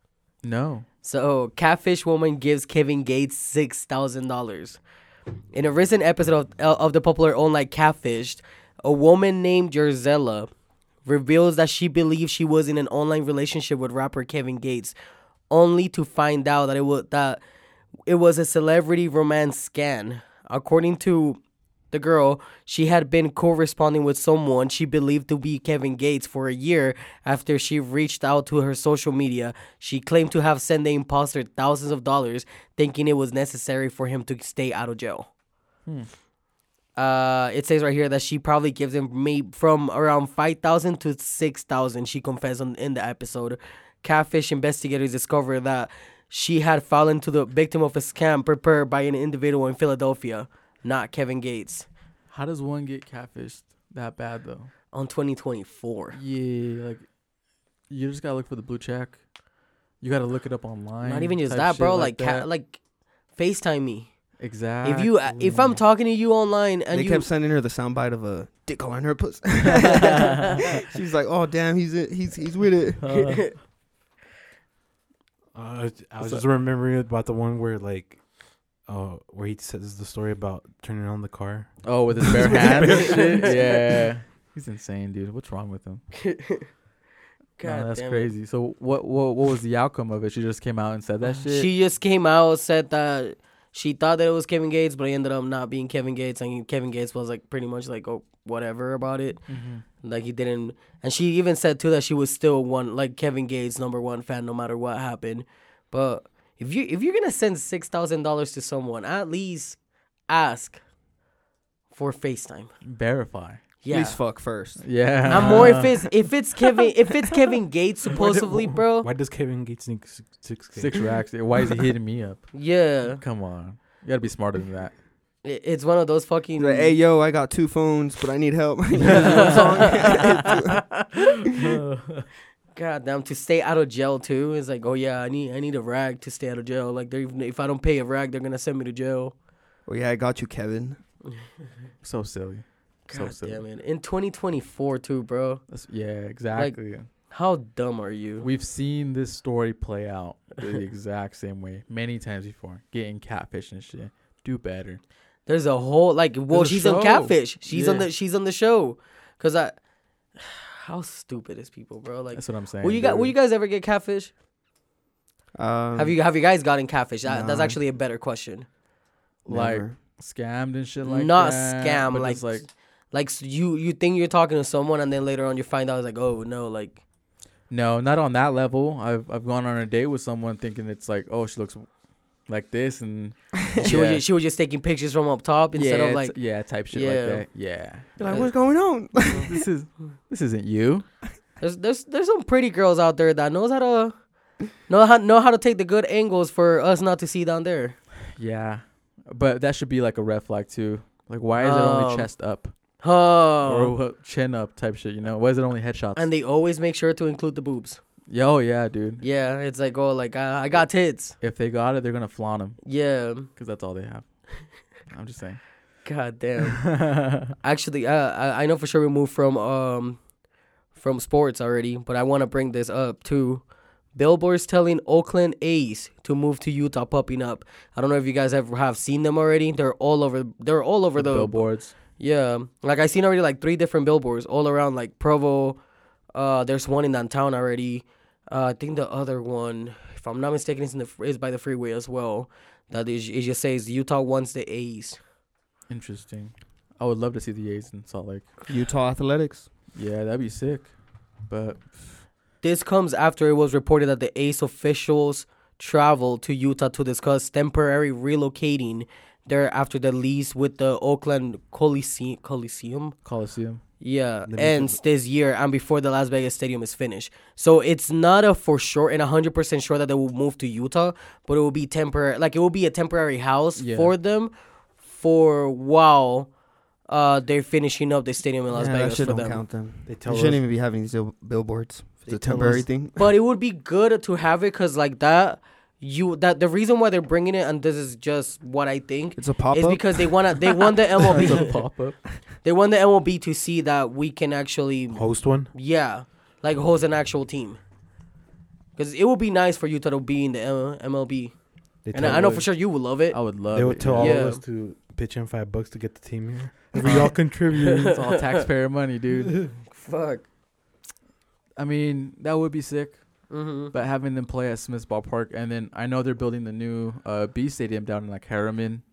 Speaker 2: No.
Speaker 1: So, catfish woman gives Kevin Gates six thousand dollars. In a recent episode of uh, of the popular online Catfished, a woman named Jerzella reveals that she believes she was in an online relationship with rapper Kevin Gates, only to find out that it was that it was a celebrity romance scam. According to the girl, she had been corresponding with someone she believed to be Kevin Gates for a year after she reached out to her social media. She claimed to have sent the imposter thousands of dollars, thinking it was necessary for him to stay out of jail. Uh, it says right here that she probably gives him me from around five thousand to six thousand. She confessed on, in the episode. Catfish investigators discovered that she had fallen to the victim of a scam prepared by an individual in Philadelphia, not Kevin Gates,
Speaker 2: How does one get catfished that bad though?
Speaker 1: on 2024.
Speaker 2: Yeah, like you just gotta look for the blue check. You gotta look it up online.
Speaker 1: Not even just
Speaker 2: type
Speaker 1: that,
Speaker 2: shit
Speaker 1: bro. Like, ca-
Speaker 2: that.
Speaker 1: like, Facetime me.
Speaker 2: exactly.
Speaker 1: If you, uh, if I'm talking to you online and
Speaker 3: they
Speaker 1: you,
Speaker 3: kept sending her the soundbite of a dick on her puss. She's like, "Oh damn, he's it. he's he's with it."
Speaker 4: Uh, I was
Speaker 2: What's
Speaker 4: just remembering about the one where like, uh, where he says the story about turning on the car.
Speaker 2: oh with his bare hands, and shit? yeah, he's insane, dude. What's wrong with him?
Speaker 1: God
Speaker 2: no, that's
Speaker 1: damn it.
Speaker 2: crazy. So what, what, what was the outcome of it? She just came out and said that shit.
Speaker 1: She just came out, said that she thought that it was Kevin Gates, but it ended up not being Kevin Gates, and Kevin Gates was like pretty much like oh whatever about it,
Speaker 2: Mhm.
Speaker 1: like he didn't. And she even said too that she was still one like Kevin Gates number one fan no matter what happened. But if you if you're gonna send six thousand dollars to someone, at least ask for FaceTime.
Speaker 2: Verify.
Speaker 1: Yeah.
Speaker 3: Please fuck first.
Speaker 2: Yeah.
Speaker 1: I'm more if it's if it's Kevin if it's Kevin Gates supposedly, bro.
Speaker 4: Why does Kevin Gates need six K?
Speaker 2: six racks. Why is he hitting me up?
Speaker 1: Yeah,
Speaker 2: Come on. You gotta be smarter than that.
Speaker 1: It- it's one of those fucking.
Speaker 3: He's like, "Hey yo, I got two phones, but I need help." You know what I'm saying?
Speaker 1: God damn, to stay out of jail too is like, oh yeah, I need I need a rag to stay out of jail. Like they're even if I don't pay a rag, they're gonna send me to jail.
Speaker 3: oh yeah, I got you, Kevin.
Speaker 2: So silly. So
Speaker 1: God
Speaker 2: silly.
Speaker 1: damn it. In 2024 too, bro.
Speaker 2: That's, yeah, exactly.
Speaker 1: How dumb are you?
Speaker 2: We've seen this story play out the exact same way many times before. Getting catfish and shit. Do better.
Speaker 1: There's a whole like well,
Speaker 2: There's a
Speaker 1: she's on
Speaker 2: show.
Speaker 1: catfish. She's on
Speaker 2: Yeah.
Speaker 1: the she's on the show. Cause I how stupid is people, bro? Like
Speaker 2: That's what I'm saying.
Speaker 1: will you guys will you
Speaker 2: dude.
Speaker 1: guys ever get catfish?
Speaker 3: Um,
Speaker 1: have you have you guys gotten catfish? That, That's
Speaker 3: no.
Speaker 1: actually a better question.
Speaker 2: like
Speaker 3: never.
Speaker 2: scammed and shit like
Speaker 1: Not
Speaker 2: that?
Speaker 1: scam,
Speaker 2: but
Speaker 1: like-
Speaker 2: it's like
Speaker 1: Like so you you think you're talking to someone and then later on you find out it's like, oh no, like
Speaker 2: No, not on that level. I've I've gone on a date with someone thinking it's like, oh, she looks like this, and
Speaker 1: she was
Speaker 2: Yeah.
Speaker 1: just, she was just taking pictures from up top instead
Speaker 2: it's-
Speaker 1: of like
Speaker 2: yeah, type shit
Speaker 1: Yeah.
Speaker 2: like that. Yeah,
Speaker 3: You're
Speaker 1: uh,
Speaker 3: like, what's going on?
Speaker 2: this is this isn't you.
Speaker 1: There's there's there's some pretty girls out there that knows how to know how know how to take the good angles for us not to see down there.
Speaker 2: Yeah, but that should be like a red flag too. Like, why is it only
Speaker 1: Um,
Speaker 2: chest up
Speaker 1: Oh,
Speaker 2: or uh, chin up type shit? You know, why is it only headshots?
Speaker 1: and they always make sure to include the boobs.
Speaker 2: Yo, yeah, dude.
Speaker 1: Yeah, it's like oh, like I, I got tits.
Speaker 2: If they got it, they're gonna flaunt them
Speaker 1: Yeah,
Speaker 2: because that's all they have. I'm just saying.
Speaker 1: god damn. Actually, uh, I I know for sure we moved from um from sports already, but I want to bring this up too. Billboards telling Oakland A's to move to Utah, popping up. I don't know if you guys ever have seen them already. They're all over. They're all over the,
Speaker 2: billboards.
Speaker 1: Yeah, like I seen already like three different billboards all around like Provo. Uh, there's one in downtown already. Uh, I think the other one, if I'm not mistaken, is in the is by the freeway as well. That is, it just says Utah wants the A's.
Speaker 2: Interesting. I would love to see the A's in Salt Lake.
Speaker 3: Utah Athletics.
Speaker 2: Yeah, that'd be sick. But
Speaker 1: This comes after it was reported that the A's officials traveled to Utah to discuss temporary relocating there after the lease with the Oakland Coliseum. Coliseum.
Speaker 2: Coliseum.
Speaker 1: Yeah,
Speaker 4: Let me
Speaker 1: ends this year and before the Las Vegas stadium is finished. So it's not a for sure and hundred percent sure that they will move to Utah, but it will be temporary. Like it will be a temporary house
Speaker 2: Yeah.
Speaker 1: for them for while uh, they're finishing up the stadium in Las
Speaker 3: yeah, that
Speaker 1: Vegas
Speaker 3: shit
Speaker 1: for
Speaker 3: don't
Speaker 1: them.
Speaker 3: count them.
Speaker 4: They
Speaker 3: You
Speaker 4: tell
Speaker 3: shouldn't
Speaker 4: us.
Speaker 3: even be having these bill- billboards. It's a
Speaker 1: tell
Speaker 3: temporary
Speaker 1: us-
Speaker 3: thing.
Speaker 1: But it would be good to have it because like that, you that the reason why they're bringing it and this is just what I think.
Speaker 3: It's a pop
Speaker 1: Is
Speaker 3: up.
Speaker 1: because they wanna they want the MLB
Speaker 2: Pop up.
Speaker 1: they want the MLB to see that we can actually
Speaker 4: Host one.
Speaker 1: Yeah, like host an actual team. Because it would be nice for Utah to be in the M- MLB,
Speaker 4: They
Speaker 1: and
Speaker 4: tell
Speaker 1: I know
Speaker 4: us-
Speaker 1: for sure you would love it.
Speaker 3: Oh,
Speaker 2: I would love.
Speaker 4: They
Speaker 2: it,
Speaker 4: would tell all
Speaker 2: yeah.
Speaker 1: Yeah.
Speaker 4: of us to pitch in five bucks to get the team here. If we all contribute.
Speaker 2: It's all taxpayer money, dude.
Speaker 1: Fuck.
Speaker 2: I mean, that would be sick.
Speaker 1: hmm
Speaker 2: But having them play at Smiths Ballpark, and then I know they're building the new uh, B Stadium down in like Harriman,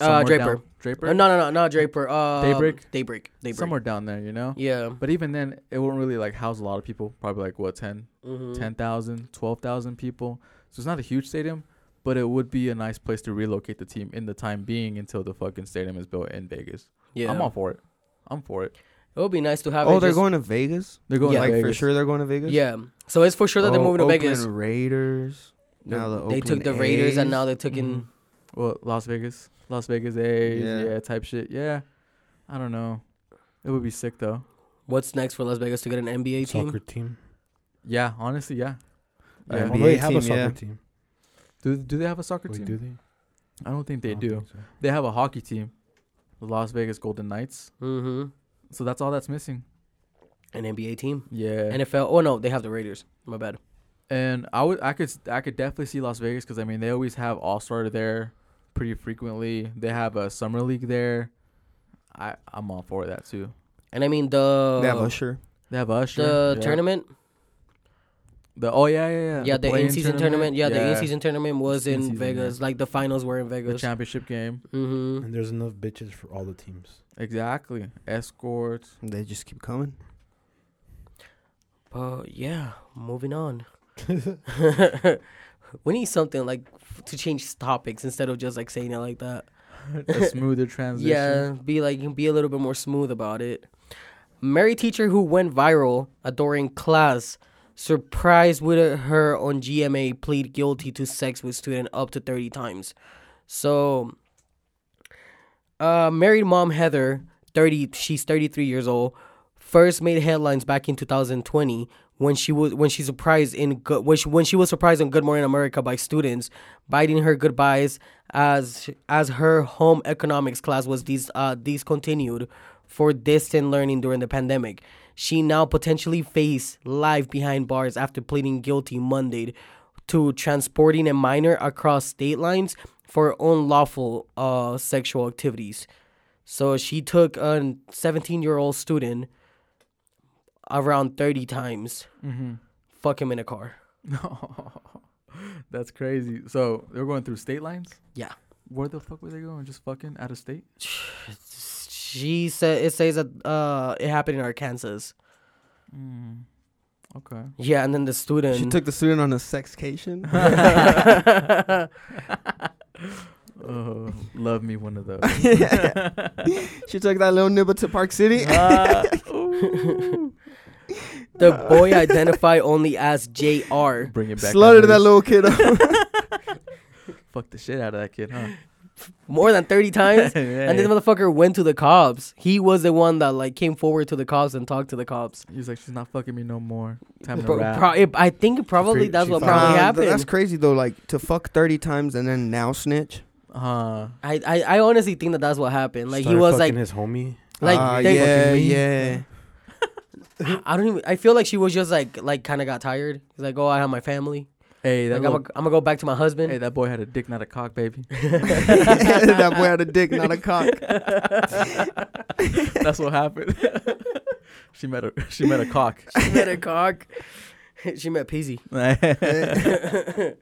Speaker 2: somewhere
Speaker 1: Uh, Draper.
Speaker 2: down- Draper.
Speaker 1: Uh, no, no, no, not Draper. Uh,
Speaker 2: Daybreak?
Speaker 1: Daybreak. Daybreak.
Speaker 2: somewhere down there, you know.
Speaker 1: Yeah.
Speaker 2: But even then, it won't really like house a lot of people. Probably like what 10,
Speaker 3: Mm.
Speaker 1: Mhm.
Speaker 2: 10,000, 12,000 people. So it's not a huge stadium, but it would be a nice place to relocate the team in the time being until the fucking stadium is built in Vegas.
Speaker 1: Yeah.
Speaker 2: I'm all for it. I'm for it.
Speaker 1: It would be nice to have.
Speaker 3: Oh,
Speaker 1: it
Speaker 3: they're
Speaker 1: just-
Speaker 3: going to Vegas.
Speaker 2: They're going
Speaker 1: Yeah.
Speaker 2: to
Speaker 3: like for
Speaker 2: Vegas.
Speaker 3: sure they're going to Vegas.
Speaker 1: Yeah. So it's for sure that they're
Speaker 3: Oh,
Speaker 1: moving to
Speaker 3: Oakland
Speaker 1: Vegas.
Speaker 3: Raiders. Now the
Speaker 1: they took
Speaker 3: Oakland
Speaker 1: the Raiders and
Speaker 3: A's.
Speaker 1: now they're taking.
Speaker 2: Mhm. Well, Las Vegas, Las Vegas A's,
Speaker 3: Yeah.
Speaker 2: yeah. type shit. Yeah, I don't know. It would be sick though.
Speaker 1: What's next for Las Vegas to get an NBA team?
Speaker 4: soccer team.
Speaker 2: Yeah, honestly, yeah.
Speaker 3: An
Speaker 2: Yeah.
Speaker 4: Oh,
Speaker 3: NBA
Speaker 4: they have
Speaker 3: team,
Speaker 4: a soccer
Speaker 3: yeah.
Speaker 4: team.
Speaker 2: Do do they have a soccer
Speaker 4: Wait,
Speaker 2: team?
Speaker 4: do they?
Speaker 2: I don't think they
Speaker 4: I don't
Speaker 2: do.
Speaker 4: think so.
Speaker 2: They have a hockey team, the Las Vegas Golden Knights.
Speaker 1: Mm-hmm.
Speaker 2: So that's all that's missing.
Speaker 1: An NBA team.
Speaker 2: Yeah. And,
Speaker 1: NFL. Oh no, they have the Raiders. My bad.
Speaker 2: I would I could s- I could definitely see Las Vegas because I mean they always have All Star there, pretty frequently. They have a summer league there. I I'm all for that too.
Speaker 1: And I mean the
Speaker 3: They have Usher.
Speaker 2: They have Usher.
Speaker 1: the
Speaker 2: yeah.
Speaker 1: tournament.
Speaker 2: The oh yeah yeah yeah.
Speaker 1: Yeah, the,
Speaker 2: play-in
Speaker 1: in season tournament. Yeah, the in season tournament was in
Speaker 2: In-season,
Speaker 1: Vegas. Like the finals were in
Speaker 2: the
Speaker 1: Vegas.
Speaker 2: championship game.
Speaker 1: mm-hmm.
Speaker 4: And there's enough bitches for all the teams.
Speaker 2: Exactly. Escorts.
Speaker 3: They just keep coming.
Speaker 1: But yeah, moving on. we need something like f- to change topics instead of just like saying it like that.
Speaker 2: a smoother transition.
Speaker 1: Yeah, be like be a little bit more smooth about it. Mary teacher who went viral adoring class surprised with her on GMA plead guilty to sex with student up to 30 times. So uh married mom Heather, 30 she's 33 years old, first made headlines back in 2020 when she was when she surprised in good when she, when she was surprised on Good Morning America by students biting her goodbyes as as her home economics class was dis, uh, discontinued for distant learning during the pandemic. She now potentially face life behind bars after pleading guilty Monday to transporting a minor across state lines for unlawful uh, sexual activities. So she took a 17 year old student around 30 times,
Speaker 2: Mm-hmm.
Speaker 1: fuck him in a car.
Speaker 2: That's crazy. So they were going through state lines.
Speaker 1: Yeah.
Speaker 2: Where the fuck were they going? Just fucking out of state.
Speaker 1: She said it says that uh, it happened in Arkansas.
Speaker 2: Mm. Okay.
Speaker 1: Yeah, and then the student.
Speaker 3: She took the student on a sexcation.
Speaker 2: Oh, love me one of those.
Speaker 3: she took that little nibble to Park City.
Speaker 2: Ah, ooh.
Speaker 1: the boy identified only as Jr.
Speaker 2: Bring it back.
Speaker 3: Slaughtered that
Speaker 2: memories.
Speaker 3: little kid up.
Speaker 2: Fuck the shit out of that kid, huh?
Speaker 1: more than thirty times, and this
Speaker 2: Yeah.
Speaker 1: motherfucker went to the cops. He was the one that like came forward to the cops and talked to the cops.
Speaker 2: He was like, "She's not fucking me no more." Time to
Speaker 1: Pro-
Speaker 2: rap.
Speaker 1: pro- it- I think probably
Speaker 4: She
Speaker 1: that's what
Speaker 4: found-
Speaker 1: probably
Speaker 3: Um, th-
Speaker 1: happened.
Speaker 3: That's crazy though. Like to fuck thirty times and then now snitch.
Speaker 2: huh.
Speaker 1: I, I I honestly think that that's what happened. Like he
Speaker 4: Started
Speaker 1: was like
Speaker 4: fucking his homie.
Speaker 1: like
Speaker 3: Ah,
Speaker 1: they-
Speaker 3: yeah,
Speaker 2: Fucking me.
Speaker 3: yeah.
Speaker 1: I I don't even. I feel like she was just like like kind of got tired. He's like, oh, I have my family.
Speaker 2: Hey, that
Speaker 1: Like,
Speaker 2: little-
Speaker 1: I'm, gonna go back to my husband.
Speaker 2: hey, that boy had a dick, not a cock, baby.
Speaker 3: that boy had a dick, not a cock.
Speaker 2: That's what happened. she met a she met a cock.
Speaker 1: she met a cock. she met Peasy.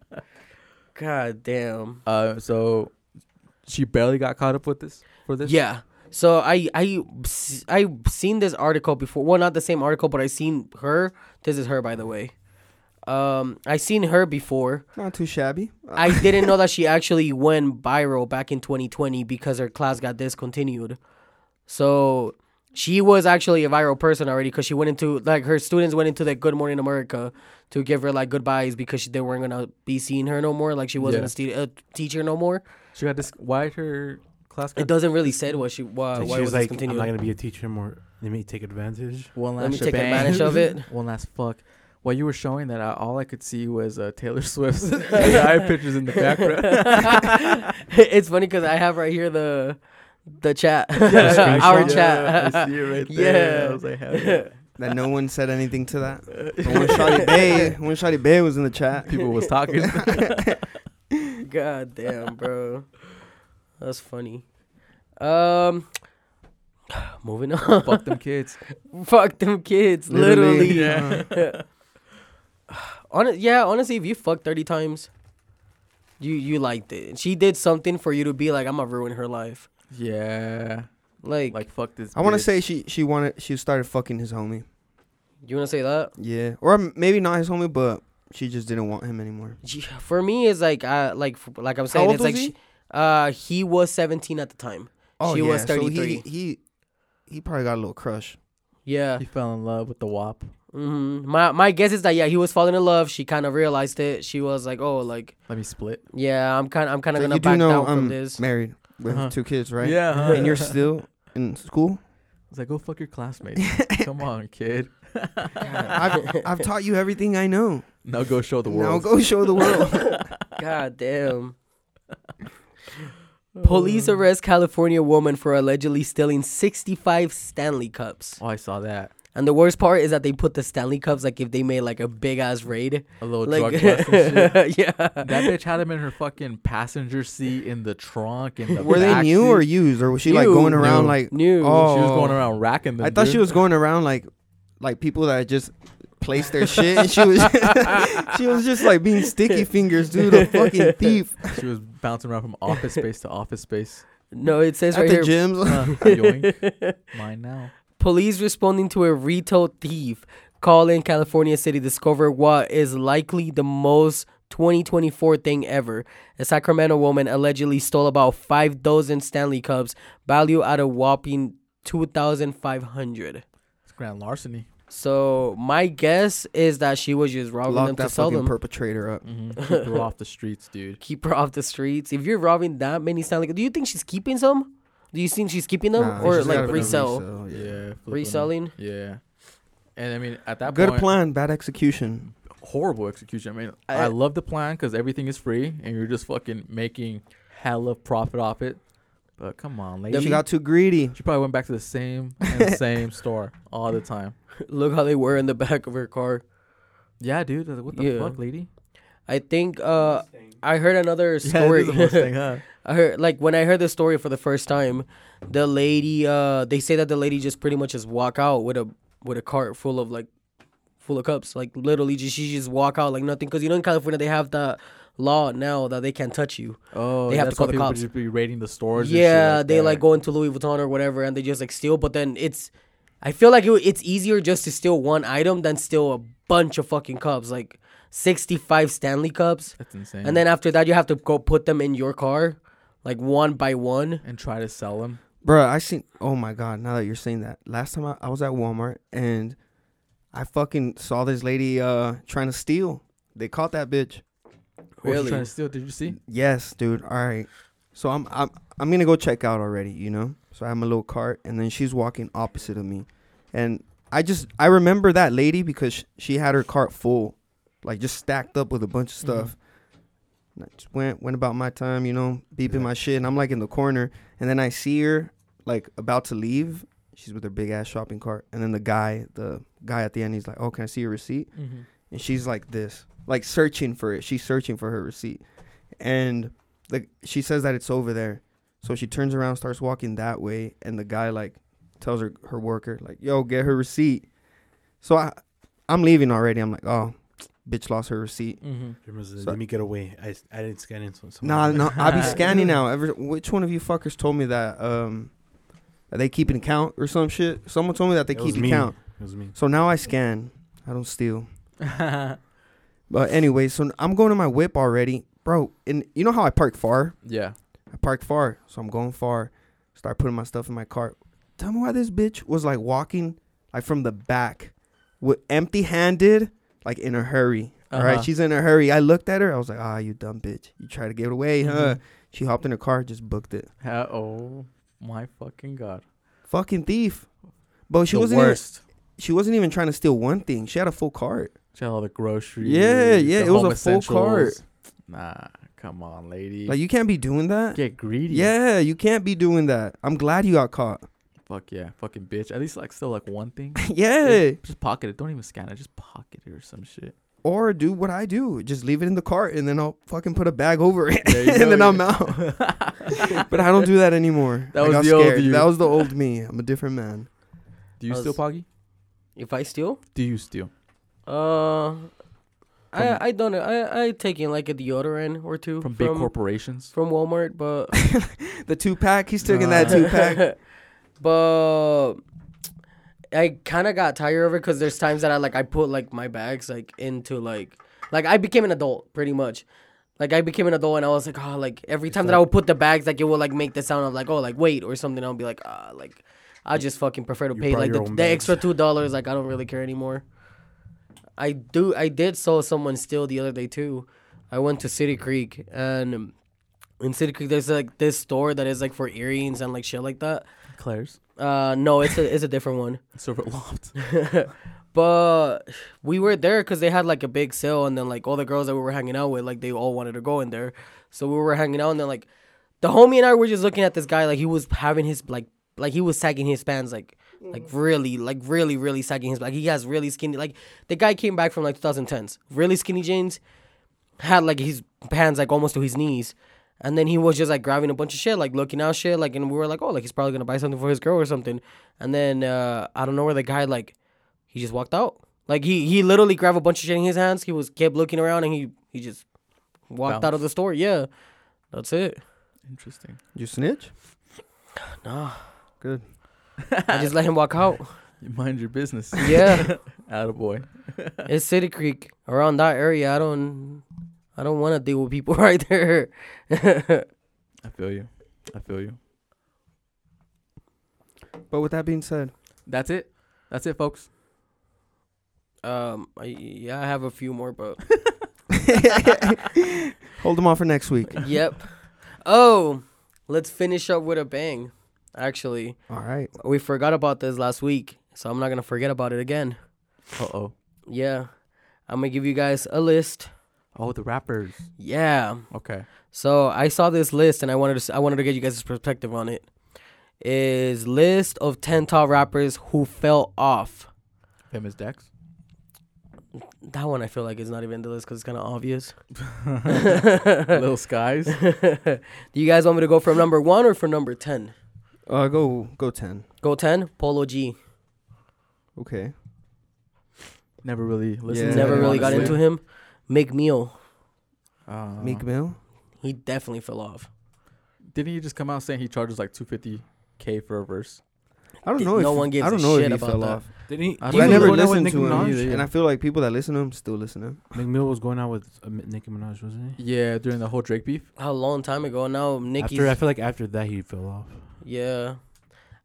Speaker 1: God damn.
Speaker 2: uh, so she barely got caught up with this for this.
Speaker 1: Yeah. So I I I seen this article before. Well, not the same article, but I seen her. This is her, by the way. Um, I seen her before.
Speaker 3: Not too shabby. Uh,
Speaker 1: I didn't know that she actually went viral back in 2020 because her class got discontinued. So she was actually a viral person already because she went into like her students went into the Good Morning America to give her like goodbyes because they weren't gonna be seeing her no more. Like she wasn't
Speaker 2: Yeah.
Speaker 1: a, stu- a teacher no more.
Speaker 2: she got this. Why her class got
Speaker 1: It doesn't really say what she why, Uh,
Speaker 4: Like,
Speaker 1: why was
Speaker 4: she was like, I'm
Speaker 1: discontinued.
Speaker 4: not gonna be a teacher anymore. They may take advantage.
Speaker 2: one
Speaker 1: Let
Speaker 2: last
Speaker 1: me take
Speaker 2: shebang.
Speaker 1: advantage of it.
Speaker 2: One last fuck. While you were showing that, I, all I could see was uh, Taylor Swift's AI pictures in the background.
Speaker 1: it's funny because I have right here the the chat, our
Speaker 2: Yeah,
Speaker 1: chat.
Speaker 2: I see it right there.
Speaker 1: Yeah.
Speaker 2: I was like, hell yeah.
Speaker 3: that no one said anything to that. But when Shawty Bay, when Shawty Bay was in the chat,
Speaker 2: people was talking.
Speaker 1: God damn, bro, that's funny. Um, moving on.
Speaker 2: fuck them kids.
Speaker 1: Fuck them kids,
Speaker 3: Literally.
Speaker 1: literally. Hon- yeah, honestly, if you fuck thirty times, you you liked it. She did something for you to be like, I'm gonna ruin her life.
Speaker 2: Yeah.
Speaker 1: Like,
Speaker 2: Like fuck this.
Speaker 3: I want to
Speaker 2: bitch.
Speaker 3: say she she wanted she started fucking his homie.
Speaker 1: you wanna say that?
Speaker 3: Yeah, or m- maybe not his homie, but she just didn't want him anymore.
Speaker 1: Yeah, For me, it's like uh, like like I'm saying,
Speaker 3: old
Speaker 1: it's
Speaker 3: was
Speaker 1: like
Speaker 3: he?
Speaker 1: she- uh, he was 17 at the time.
Speaker 3: Oh
Speaker 1: She
Speaker 3: yeah,
Speaker 1: was
Speaker 3: so he
Speaker 1: 33.
Speaker 3: he he probably got a little crush.
Speaker 1: Yeah.
Speaker 2: he fell in love with the WAP.
Speaker 1: hmm My my guess is that yeah, he was falling in love. She kind of realized it. She was like, oh, like
Speaker 2: Let me split.
Speaker 1: yeah, I'm kind of I'm kind
Speaker 3: So
Speaker 1: of
Speaker 3: you
Speaker 1: gonna
Speaker 3: do
Speaker 1: back
Speaker 3: know um,
Speaker 1: down from
Speaker 3: I'm
Speaker 1: this.
Speaker 3: married with
Speaker 2: Uh-huh.
Speaker 3: two kids, right?
Speaker 2: Yeah. huh?
Speaker 3: and you're still in school.
Speaker 2: It's like go fuck your classmates. Come on, kid.
Speaker 3: I've I've taught you everything I know.
Speaker 2: Now go show the
Speaker 3: Now
Speaker 2: world.
Speaker 3: go show the world.
Speaker 1: God damn. Police
Speaker 3: Um,
Speaker 1: arrest California woman for allegedly stealing 65 Stanley cups.
Speaker 2: Oh, I saw that.
Speaker 1: And the worst part is that they put the Stanley cups like if they made like a big ass raid.
Speaker 2: A little
Speaker 1: Like,
Speaker 2: Oh, drug bust and shit.
Speaker 1: yeah.
Speaker 2: That bitch had him in her fucking passenger seat in the trunk and the
Speaker 3: Were they
Speaker 2: back
Speaker 3: new
Speaker 2: seat.
Speaker 3: or used, or was she like
Speaker 1: New.
Speaker 3: going around
Speaker 2: New.
Speaker 3: like?
Speaker 1: New.
Speaker 3: Oh,
Speaker 2: She was going around racking them.
Speaker 3: I thought she
Speaker 2: dude.
Speaker 3: was going around like like people that just placed their shit, and she was she was just like being sticky fingers, dude, a fucking thief
Speaker 2: She was bouncing around from office space to office space.
Speaker 1: No, it says
Speaker 3: at
Speaker 1: right
Speaker 3: the
Speaker 1: here.
Speaker 3: gyms.
Speaker 2: Uh, yoink. Mine now.
Speaker 1: Police responding to a retail thief call in California City discover what is likely the most 2024 thing ever. A Sacramento woman allegedly stole about five dozen Stanley Cups, value at a whopping 2,500.
Speaker 2: It's grand larceny.
Speaker 1: So my guess is that she was just robbing
Speaker 3: Lock
Speaker 1: them
Speaker 3: that
Speaker 1: to sell
Speaker 3: fucking
Speaker 1: them.
Speaker 3: perpetrator up.
Speaker 2: Mhm. Keep her off the streets, dude.
Speaker 1: Keep her off the streets. If you're robbing that many Stanley, Cups- do you think she's keeping some? Do you think she's keeping them
Speaker 3: Nah, it's
Speaker 1: or
Speaker 3: just gotta
Speaker 1: like
Speaker 3: be
Speaker 1: resell,
Speaker 3: Oh,
Speaker 2: Yeah. flipping them.
Speaker 1: reselling?
Speaker 2: Yeah. And I mean, at that
Speaker 3: Good
Speaker 2: point,
Speaker 3: plan, bad execution.
Speaker 2: horrible execution. I mean, I,
Speaker 1: I-
Speaker 2: love the plan because everything is free and you're just fucking making hella profit off it. But come on, lady.
Speaker 3: She
Speaker 2: She,
Speaker 3: got too greedy.
Speaker 2: probably went back to the same and same store all the time.
Speaker 1: Look how they were in the back of her car.
Speaker 2: Yeah, dude. I was like, What the
Speaker 1: Yeah.
Speaker 2: fuck, lady?
Speaker 1: I think uh, I heard another
Speaker 2: Yeah, it
Speaker 1: story.
Speaker 2: is a Mustang, huh?
Speaker 1: I heard like when I heard the story for the first time, the lady uh, they say that the lady just pretty much just walk out with a with a cart full of like full of cups, like literally just she just walk out like nothing. Cause you know in California they have that law now that they can't touch you.
Speaker 2: Oh,
Speaker 1: They have to
Speaker 2: that's
Speaker 1: call
Speaker 2: why
Speaker 1: the
Speaker 2: people
Speaker 1: cops.
Speaker 2: Just be raiding the stores. and shit
Speaker 1: yeah, they
Speaker 2: that.
Speaker 1: like go into Louis Vuitton or whatever and they just like steal. But then it's I feel like it, w- it's easier just to steal one item than steal a bunch of fucking cups, like sixty five Stanley cups.
Speaker 2: That's insane.
Speaker 1: And then after that, you have to go put them in your car, like one by one.
Speaker 2: and try to sell them.
Speaker 3: Bruh, I seen. Oh my god! Now that you're saying that, last time I, I was at Walmart and I fucking saw this lady uh trying to steal. They caught that bitch.
Speaker 2: Really?
Speaker 1: Really?
Speaker 2: Trying to steal? Did you see?
Speaker 3: Yes, dude. All right. So I'm I'm I'm gonna go check out already. You know. So I have my little cart, and then she's walking opposite of me, and I just I remember that lady because sh- she had her cart full, like just stacked up with a bunch of stuff. And I just went went about my time, you know, beeping my shit, and I'm like in the corner, and then I see her like about to leave. She's with her big ass shopping cart, and then the guy, the guy at the end, he's like, "Oh, can I see your receipt?" and she's like this, like searching for it. She's searching for her receipt, and like she says that it's over there. So she turns around, starts walking that way, and the guy like tells her her worker like, "Yo, get her receipt." So I, I'm leaving already. I'm like, "Oh, bitch, lost her receipt."
Speaker 2: Mm-hmm.
Speaker 4: There was a-
Speaker 3: So-
Speaker 4: Let me get away. I, s- I didn't scan it. So so-
Speaker 3: Nah, no, I be scanning now. Every which one of you fuckers told me that um, that they keep an account or some shit? Someone told me that they
Speaker 4: It
Speaker 3: keep
Speaker 4: was
Speaker 3: an
Speaker 4: me.
Speaker 3: account.
Speaker 4: It was me.
Speaker 3: So now I scan. I don't steal. But anyway, so I'm going to my whip already, bro. And you know how I park far?
Speaker 2: yeah.
Speaker 3: I park far, so I'm going far. Start putting my stuff in my cart. Tell me why this bitch was like walking like from the back, with empty-handed, like in a hurry. All right,
Speaker 2: Uh-huh.
Speaker 3: she's in a hurry. I looked at her. I was like, ah, you dumb bitch. You try to get away, huh?
Speaker 2: Mhm.
Speaker 3: She hopped in her car, just booked it.
Speaker 2: Ha- Oh my fucking god.
Speaker 3: Fucking thief. But she
Speaker 2: the
Speaker 3: wasn't. Even,
Speaker 2: worst.
Speaker 3: she wasn't even trying to steal one thing. She had a full cart.
Speaker 2: She had all the groceries.
Speaker 3: Yeah, yeah,
Speaker 2: the
Speaker 3: it was
Speaker 2: home
Speaker 3: a full cart.
Speaker 2: essentials. Nah, come on, lady.
Speaker 3: Like you can't be doing that.
Speaker 2: get greedy.
Speaker 3: Yeah, you can't be doing that. I'm glad you got caught.
Speaker 2: Fuck yeah, fucking bitch. At least like still like one thing.
Speaker 3: yeah.
Speaker 2: Just pocket it. Don't even scan it. Just pocket it or some shit.
Speaker 3: Or do what I do. Just leave it in the cart and then I'll fucking put a bag over it.
Speaker 2: There you
Speaker 3: and
Speaker 2: go,
Speaker 3: then
Speaker 2: yeah.
Speaker 3: I'm out. but I don't do that anymore.
Speaker 2: That
Speaker 3: I
Speaker 2: was
Speaker 3: got
Speaker 2: the old you.
Speaker 3: That was the old me. I'm a different man.
Speaker 2: Do you
Speaker 1: I
Speaker 2: steal
Speaker 1: was-
Speaker 2: poggy?
Speaker 1: If I steal,
Speaker 2: Do you steal?
Speaker 1: uh, I I done it. I I taken like a deodorant or two
Speaker 2: from big corporations.
Speaker 1: from Walmart, but
Speaker 3: The two pack. He's taking
Speaker 2: Uh,
Speaker 3: that two pack.
Speaker 1: but I kind of got tired of it because there's times that I like I put like my bags like into like like I became an adult pretty much. Like I became an adult and I was like, oh, like every time that I would put the bags, like it would like make the sound of like, oh, like wait or something. I'll be like, ah, like I just fucking prefer to
Speaker 4: You
Speaker 1: pay
Speaker 4: brought
Speaker 1: like
Speaker 4: your
Speaker 1: the,
Speaker 4: own
Speaker 1: the
Speaker 4: bags.
Speaker 1: extra two dollars. Like I don't really care anymore. I do. I did saw someone steal the other day too. I went to City Creek and um, in City Creek there's like this store that is like for earrings and like shit like that.
Speaker 2: Claire's
Speaker 1: Uh, no, it's a it's a different one.
Speaker 2: Silver Loft.
Speaker 1: But we were there because they had like a big sale, and then like all the girls that we were hanging out with, like they all wanted to go in there, so we were hanging out, and then like the homie and I were just looking at this guy, like he was having his like like he was sagging his pants, like like really like really really sagging his like he has really skinny like the guy came back from like 2010s, really skinny jeans, had like his pants like almost to his knees. And then he was just like grabbing a bunch of shit, like looking out shit, like, and we were like, oh, like he's probably gonna buy something for his girl or something. And then uh, I don't know where the guy like he just walked out. Like he he literally grabbed a bunch of shit in his hands. He was kept looking around and he he just walked out of the store. Yeah, that's it.
Speaker 2: Interesting.
Speaker 3: You snitch?
Speaker 1: Nah,
Speaker 3: Good.
Speaker 1: I just let him walk out.
Speaker 2: You mind your business.
Speaker 1: Yeah,
Speaker 2: Attaboy.
Speaker 1: it's City Creek around that area. I don't I don't want to deal with people right there.
Speaker 2: I feel you. I feel you.
Speaker 3: But with that being said,
Speaker 2: That's it. That's it, folks.
Speaker 1: um, I, yeah, I have a few more, but
Speaker 3: hold them off for next week.
Speaker 1: yep. Oh, let's finish up with a bang. Actually,
Speaker 3: All right.
Speaker 1: we forgot about this last week, so I'm not gonna forget about it again.
Speaker 2: Uh oh.
Speaker 1: Yeah, I'm gonna give you guys a list.
Speaker 2: Oh, the rappers.
Speaker 1: Yeah.
Speaker 2: Okay.
Speaker 1: So I saw this list and I wanted to s- I wanted to get you guys' perspective on it. Is list of ten top rappers who fell off.
Speaker 2: Famous Dex.
Speaker 1: That one I feel like is not even in the list because it's kind of obvious.
Speaker 2: Little Skies.
Speaker 1: Do you guys want me to go from number one or from number ten?
Speaker 3: Uh, go go ten.
Speaker 1: Go ten. Polo G.
Speaker 3: Okay.
Speaker 2: Never really listened.
Speaker 3: Yeah,
Speaker 2: to
Speaker 1: Never
Speaker 2: him,
Speaker 1: really got
Speaker 2: honestly.
Speaker 1: into him. Meek Mill.
Speaker 2: Uh,
Speaker 3: Meek Mill.
Speaker 1: He definitely fell off.
Speaker 2: Didn't he just come out saying he charges like 250k for a verse?
Speaker 3: I don't
Speaker 1: Did-
Speaker 3: know if
Speaker 1: no one gives
Speaker 3: I
Speaker 1: a
Speaker 3: don't know if
Speaker 1: shit
Speaker 3: he
Speaker 1: about
Speaker 3: fell
Speaker 1: that.
Speaker 3: off.
Speaker 4: Didn't he?
Speaker 2: I
Speaker 3: But
Speaker 2: don't
Speaker 3: I
Speaker 2: He
Speaker 3: never
Speaker 2: was going out with
Speaker 3: listened
Speaker 2: Nicki
Speaker 3: to him,
Speaker 2: Minaj?
Speaker 3: and I feel like people that listen to him still listen to him.
Speaker 4: McMill was going out with uh, Mi- Nicki Minaj, wasn't he?
Speaker 2: Yeah, during the whole Drake beef.
Speaker 1: A long time ago. Now Nicki's.
Speaker 4: After I feel like after that he fell off.
Speaker 1: yeah.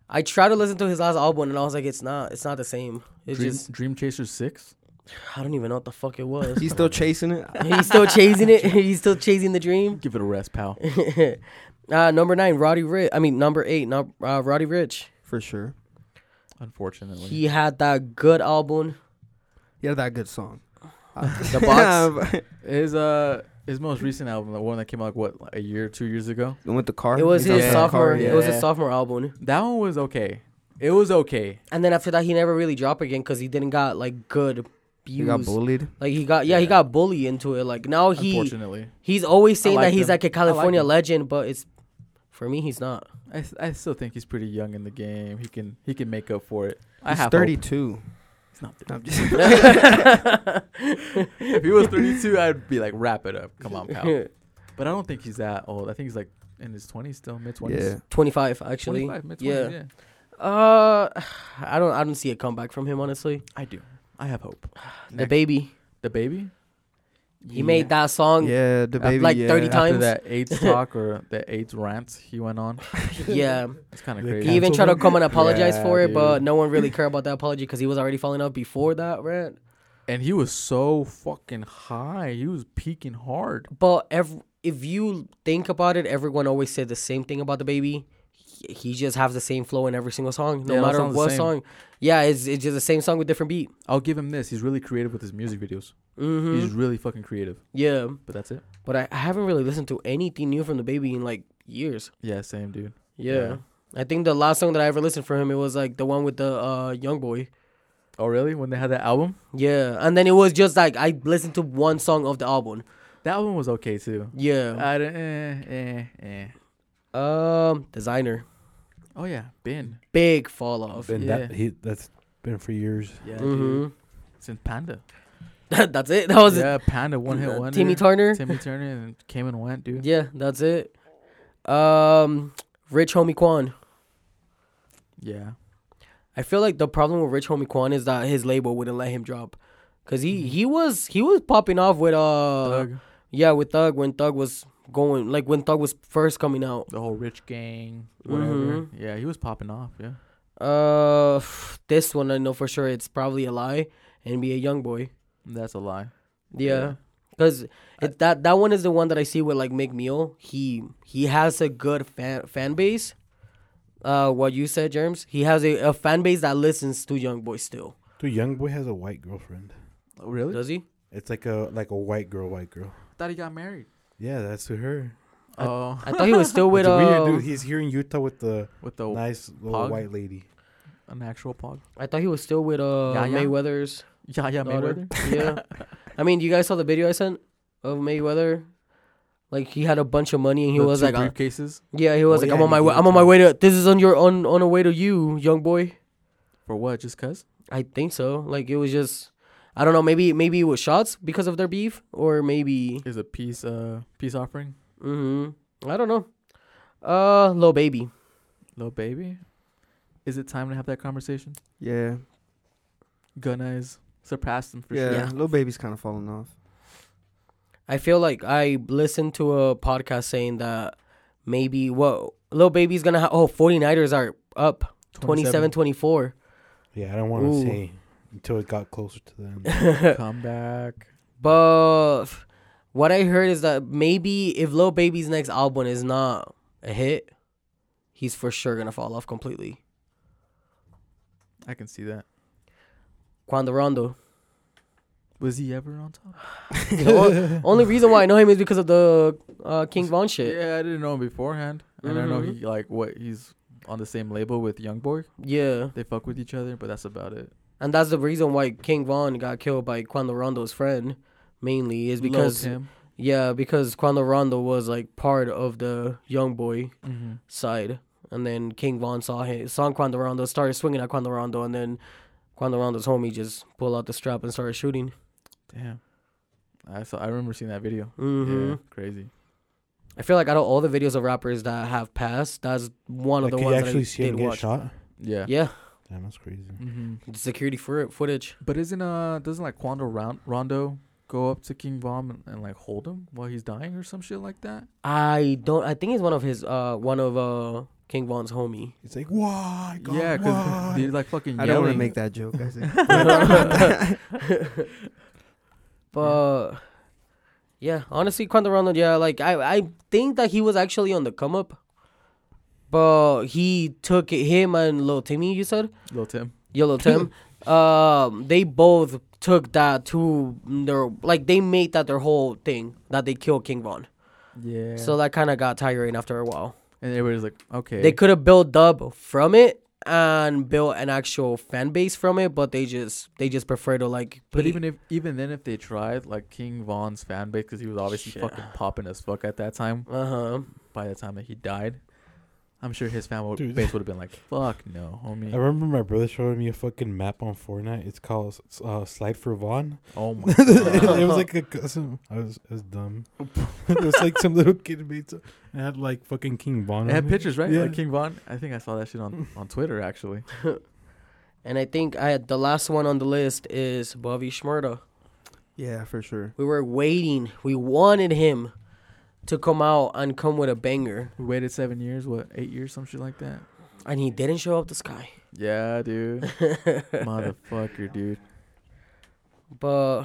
Speaker 1: I tried to listen to his last album and I was like, it's not. It's not the same. It's
Speaker 2: Dream,
Speaker 1: just.
Speaker 2: Dream Chaser 6.
Speaker 1: I don't even know what the fuck it was.
Speaker 3: He's still chasing it.
Speaker 1: He's still chasing it. He's still chasing the dream.
Speaker 2: Give it a rest, pal.
Speaker 1: uh, number nine, Roddy Rich. I mean, number eight, not, uh, Roddy Rich.
Speaker 3: for sure.
Speaker 2: Unfortunately.
Speaker 1: He had that good album.
Speaker 3: Yeah, that good song.
Speaker 2: the box.
Speaker 3: the
Speaker 2: his uh his most recent album, the one that came out like what like, a year, two years ago.
Speaker 3: one with the car.
Speaker 1: It was
Speaker 3: He's
Speaker 1: his
Speaker 3: outside the
Speaker 1: sophomore.
Speaker 3: car,
Speaker 1: It was
Speaker 2: yeah.
Speaker 1: his sophomore album.
Speaker 2: That one was okay. It was okay.
Speaker 1: And then after that, he never really dropped again because he didn't got like good
Speaker 3: He
Speaker 1: views.
Speaker 3: got bullied.
Speaker 1: Like he got yeah, he
Speaker 2: Yeah.
Speaker 1: got bullied into it. Like now he
Speaker 2: unfortunately,
Speaker 1: he's always saying
Speaker 2: like
Speaker 1: that he's
Speaker 2: him.
Speaker 1: like a California
Speaker 2: him.
Speaker 1: legend, but it's for me he's not.
Speaker 2: I, s- I still think he's pretty young in the game. He can he can make up for it. I
Speaker 3: He's
Speaker 2: have hope.
Speaker 3: 32.
Speaker 2: He's not 30.
Speaker 3: No, I'm just-
Speaker 2: if he was 32, I'd be like, wrap it up. Come on, pal. But I don't think he's that old. I think he's like in his 20s still, mid 20s.
Speaker 3: yeah.
Speaker 1: Twenty five actually.
Speaker 2: 25, mid 20s.
Speaker 1: yeah.
Speaker 2: Yeah.
Speaker 1: Uh, I don't I don't see a comeback from him honestly.
Speaker 2: I do. I have hope.
Speaker 1: The
Speaker 2: Next-
Speaker 1: baby.
Speaker 2: the baby.
Speaker 1: He made that song. Yeah.
Speaker 3: Yeah, the baby.
Speaker 1: uh, like
Speaker 3: yeah.
Speaker 1: 30 times.
Speaker 2: After that AIDS talk or the AIDS rant he went on, it's kind of
Speaker 4: They
Speaker 2: crazy.
Speaker 1: He even
Speaker 4: Cancel
Speaker 1: tried to
Speaker 4: him?
Speaker 1: come and apologize
Speaker 2: Yeah,
Speaker 1: for it, but
Speaker 2: dude.
Speaker 1: no one really cared about that apology because he was already falling off before that rant.
Speaker 2: and he was so fucking high. He was peaking hard.
Speaker 1: But ev- if you think about it, everyone always said the same thing about the baby. He he just has the same flow in every single song, no
Speaker 2: Yeah, it all
Speaker 1: matter
Speaker 2: sounds the
Speaker 1: what
Speaker 2: same.
Speaker 1: song. Yeah, it's, it's just the same song with different beat.
Speaker 2: I'll give him this. He's really creative with his music videos.
Speaker 1: hmm
Speaker 2: He's really fucking creative.
Speaker 1: Yeah,
Speaker 2: But that's it.
Speaker 1: but I, I haven't really listened to anything new from the baby in like years.
Speaker 2: Yeah, same dude.
Speaker 1: Yeah.
Speaker 2: Yeah.
Speaker 1: I think the last song that I ever listened from him it was like the one with the uh, young boy.
Speaker 2: Oh really? When they had that album,
Speaker 1: Yeah, and then it was just like I listened to one song of the album.
Speaker 2: that album was okay too.
Speaker 1: Yeah.
Speaker 2: I don't, eh, eh, eh.
Speaker 1: Um, designer,
Speaker 2: Oh yeah, Ben.
Speaker 1: big fall off.
Speaker 4: And
Speaker 2: Yeah.
Speaker 4: that he that's been for years.
Speaker 2: Yeah,
Speaker 1: hmm
Speaker 2: Since Panda.
Speaker 1: Mm-hmm. that's it. That was it.
Speaker 2: yeah, Panda one hit one.
Speaker 1: Timmy Turner.
Speaker 2: Timmy Turner and came and went, dude.
Speaker 1: Yeah, that's it. Um, Rich Homie Quan.
Speaker 2: Yeah.
Speaker 1: I feel like the problem with Rich Homie Quan is that his label wouldn't let him drop, cause he he was he was popping off with uh
Speaker 2: Mm. Thug,
Speaker 1: yeah with Thug when Thug was going like when Thug was first coming out.
Speaker 2: the whole rich gang, whatever.
Speaker 1: Mhm.
Speaker 2: Yeah, he was popping off. Yeah.
Speaker 1: Uh, this one I know for sure it's probably a lie. NBA YoungBoy.
Speaker 2: That's a lie.
Speaker 1: Yeah. Cause it, that that one is the one that I see with like Mick Mill. He he has a good fan fan base. Uh, what you said, Jerms. He has a, a fan base that listens to YoungBoy still.
Speaker 4: Dude, young boy has a white girlfriend.
Speaker 2: Oh, really?
Speaker 1: Does he?
Speaker 4: It's like a like a white girl, white girl.
Speaker 2: thought he got married.
Speaker 4: Yeah, that's to her.
Speaker 2: Oh,
Speaker 1: I thought he was still with
Speaker 4: It's weird,
Speaker 1: uh.
Speaker 4: dude. He's here in Utah with the
Speaker 2: with the
Speaker 4: nice little
Speaker 2: pug?
Speaker 4: white lady.
Speaker 2: an actual pod.
Speaker 1: I thought he was still with uh
Speaker 2: Yaya?
Speaker 1: Mayweather's
Speaker 2: Yeah, yeah,
Speaker 1: daughter.
Speaker 2: Mayweather.
Speaker 1: yeah. I mean, you guys saw the video I sent of Mayweather. Like he had a bunch of money and he
Speaker 2: The
Speaker 1: was
Speaker 2: two
Speaker 1: like, uh,
Speaker 2: briefcases
Speaker 1: yeah, he was
Speaker 4: Oh,
Speaker 1: like,
Speaker 4: yeah,
Speaker 1: I'm on
Speaker 4: he
Speaker 1: my way.
Speaker 4: did
Speaker 1: I'm on my
Speaker 4: too.
Speaker 1: way to. This is on your on on a way to you, young boy.
Speaker 2: for what? Just cause?
Speaker 1: I think so. Like it was just I don't know, maybe maybe it was shots because of their beef or maybe
Speaker 2: Is a peace uh peace offering?
Speaker 1: mhm. I don't know. Uh Lil Baby.
Speaker 2: Little baby. Is it time to have that conversation?
Speaker 3: Yeah,
Speaker 2: Gunna is surpassed him for
Speaker 3: yeah.
Speaker 2: sure.
Speaker 1: Yeah.
Speaker 3: Little baby's kind of falling off.
Speaker 1: I feel like I listened to a podcast saying that maybe whoa, Lil Baby's gonna ha- oh 49ers are up 27-24.
Speaker 4: Yeah, I don't want
Speaker 1: Ooh.
Speaker 4: to say until it got closer to them.
Speaker 2: Come back.
Speaker 1: But what I heard is that maybe if Lil Baby's next album is not a hit, he's for sure gonna fall off completely.
Speaker 2: I can see that.
Speaker 1: Quando Rondo.
Speaker 2: Was he ever on top?
Speaker 1: You know what? Only reason why I know him is because of the uh, King Von shit.
Speaker 2: Yeah, I didn't know him beforehand. And I don't know
Speaker 1: Mhm.
Speaker 2: he like what he's on the same label with YoungBoy.
Speaker 1: Yeah.
Speaker 2: They fuck with each other, but that's about it.
Speaker 1: And that's the reason why King Von got killed by Quando Rondo's friend, mainly, is because,
Speaker 2: him.
Speaker 1: yeah, because Quando Rondo was like part of the young boy
Speaker 2: Mm-hmm.
Speaker 1: side. And then King Von saw him, saw Quando Rondo, started swinging at Quando Rondo, and then Quando Rondo's homie just pulled out the strap and started shooting.
Speaker 2: Damn. I saw. I remember seeing that video.
Speaker 1: hmm
Speaker 2: Yeah, crazy.
Speaker 1: I feel like out of all the videos of rappers that have passed, that's one of
Speaker 4: Like,
Speaker 1: the
Speaker 4: could you
Speaker 1: ones that
Speaker 4: actually
Speaker 1: I
Speaker 4: see him
Speaker 1: did
Speaker 4: get
Speaker 1: watch.
Speaker 4: shot?
Speaker 2: Yeah.
Speaker 1: Yeah,
Speaker 4: Damn, that's crazy.
Speaker 2: Mm-hmm.
Speaker 1: security for footage.
Speaker 2: But isn't uh doesn't like Quando Ron- Rondo go up to King Bomb and, and like hold him while he's dying or some shit like that?
Speaker 1: I don't. I think it's one of his. Uh, one of uh King Von's homie.
Speaker 4: It's like why? God,
Speaker 2: yeah,
Speaker 4: why?
Speaker 2: because they like fucking
Speaker 3: I
Speaker 2: yelling.
Speaker 3: don't want to make that joke. I said.
Speaker 1: But yeah, honestly, Quando Rondo. Yeah, like I, I think that he was actually on the come up, but he took it, him and Lil Timmy. You said
Speaker 2: Little Tim.
Speaker 1: Yellow Tim. um, they both took that to their like they made that their whole thing that they killed King Von.
Speaker 2: Yeah.
Speaker 1: So that kind of got tiring after a while.
Speaker 2: and everybody's like, okay.
Speaker 1: They could have built up from it and built an actual fan base from it, but they just they just prefer to like.
Speaker 2: but
Speaker 1: be-
Speaker 2: even if even then, if they tried, like King Von's fan base, because he was obviously
Speaker 1: Shit.
Speaker 2: fucking popping as fuck at that time.
Speaker 1: uh huh.
Speaker 2: By the time that he died, I'm sure his fan wo-
Speaker 4: Dude.
Speaker 2: base would have been like, fuck no,
Speaker 4: I
Speaker 2: homie.
Speaker 4: remember my brother showed me a fucking map on Fortnite. It's called uh, Slide for Vaughn.
Speaker 2: Oh my
Speaker 4: it
Speaker 2: god.
Speaker 4: was like a custom. I was, I was dumb. it was like some little kid made some. It had like fucking King Von.
Speaker 2: They
Speaker 4: on
Speaker 2: had
Speaker 4: it.
Speaker 2: pictures, right?
Speaker 4: Yeah.
Speaker 2: Like King Von. I think I saw that shit on on Twitter actually.
Speaker 1: And I think I had the last one on the list is Bobby Shmurda.
Speaker 3: yeah, for sure.
Speaker 1: We were waiting. We wanted him to come out and come with a banger,
Speaker 2: We waited seven years, what eight years, some shit like that.
Speaker 1: and he didn't show up. This guy.
Speaker 2: Yeah, dude. Motherfucker, dude.
Speaker 1: But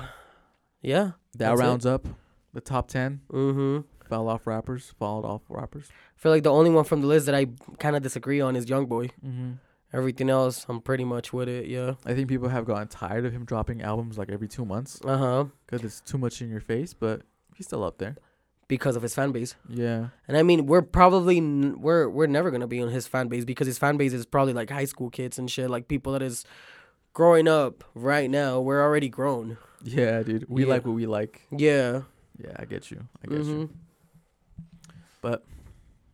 Speaker 1: yeah,
Speaker 2: That
Speaker 1: That's it.
Speaker 2: rounds up the top 10.
Speaker 1: Mm-hmm.
Speaker 2: Fell off rappers, followed off rappers.
Speaker 1: I feel like the only one from the list that I kind of disagree on is YoungBoy.
Speaker 2: Mm-hmm.
Speaker 1: Everything else, I'm pretty much with it. Yeah.
Speaker 2: I think people have gotten tired of him dropping albums like every two months
Speaker 1: Uh huh.
Speaker 2: because it's too much in your face, but he's still up there.
Speaker 1: Because of his fan base,
Speaker 2: Yeah.
Speaker 1: and I mean, we're probably n- we're we're never gonna be on his fan base because his fan base is probably like high school kids and shit, like people that is growing up right now. We're already grown.
Speaker 2: Yeah, dude. We
Speaker 1: Yeah.
Speaker 2: like what we like.
Speaker 1: Yeah.
Speaker 2: Yeah, I get you. I get
Speaker 1: hmm
Speaker 2: you. Mm-hmm.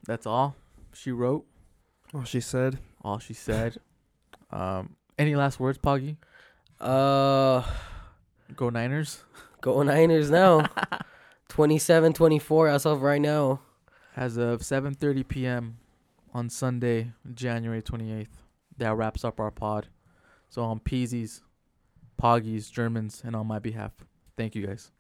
Speaker 2: That's all she wrote,
Speaker 3: Oh, she said.
Speaker 2: all she said. um, any last words, Poggy?
Speaker 1: Uh,
Speaker 2: Go Niners.
Speaker 1: Go Niners now. 27 24 as of right now.
Speaker 2: As of 7:30 p.m. on Sunday, January 28th. That wraps up our pod. So on Peasies, Poggies, Germans, and on my behalf, thank you guys.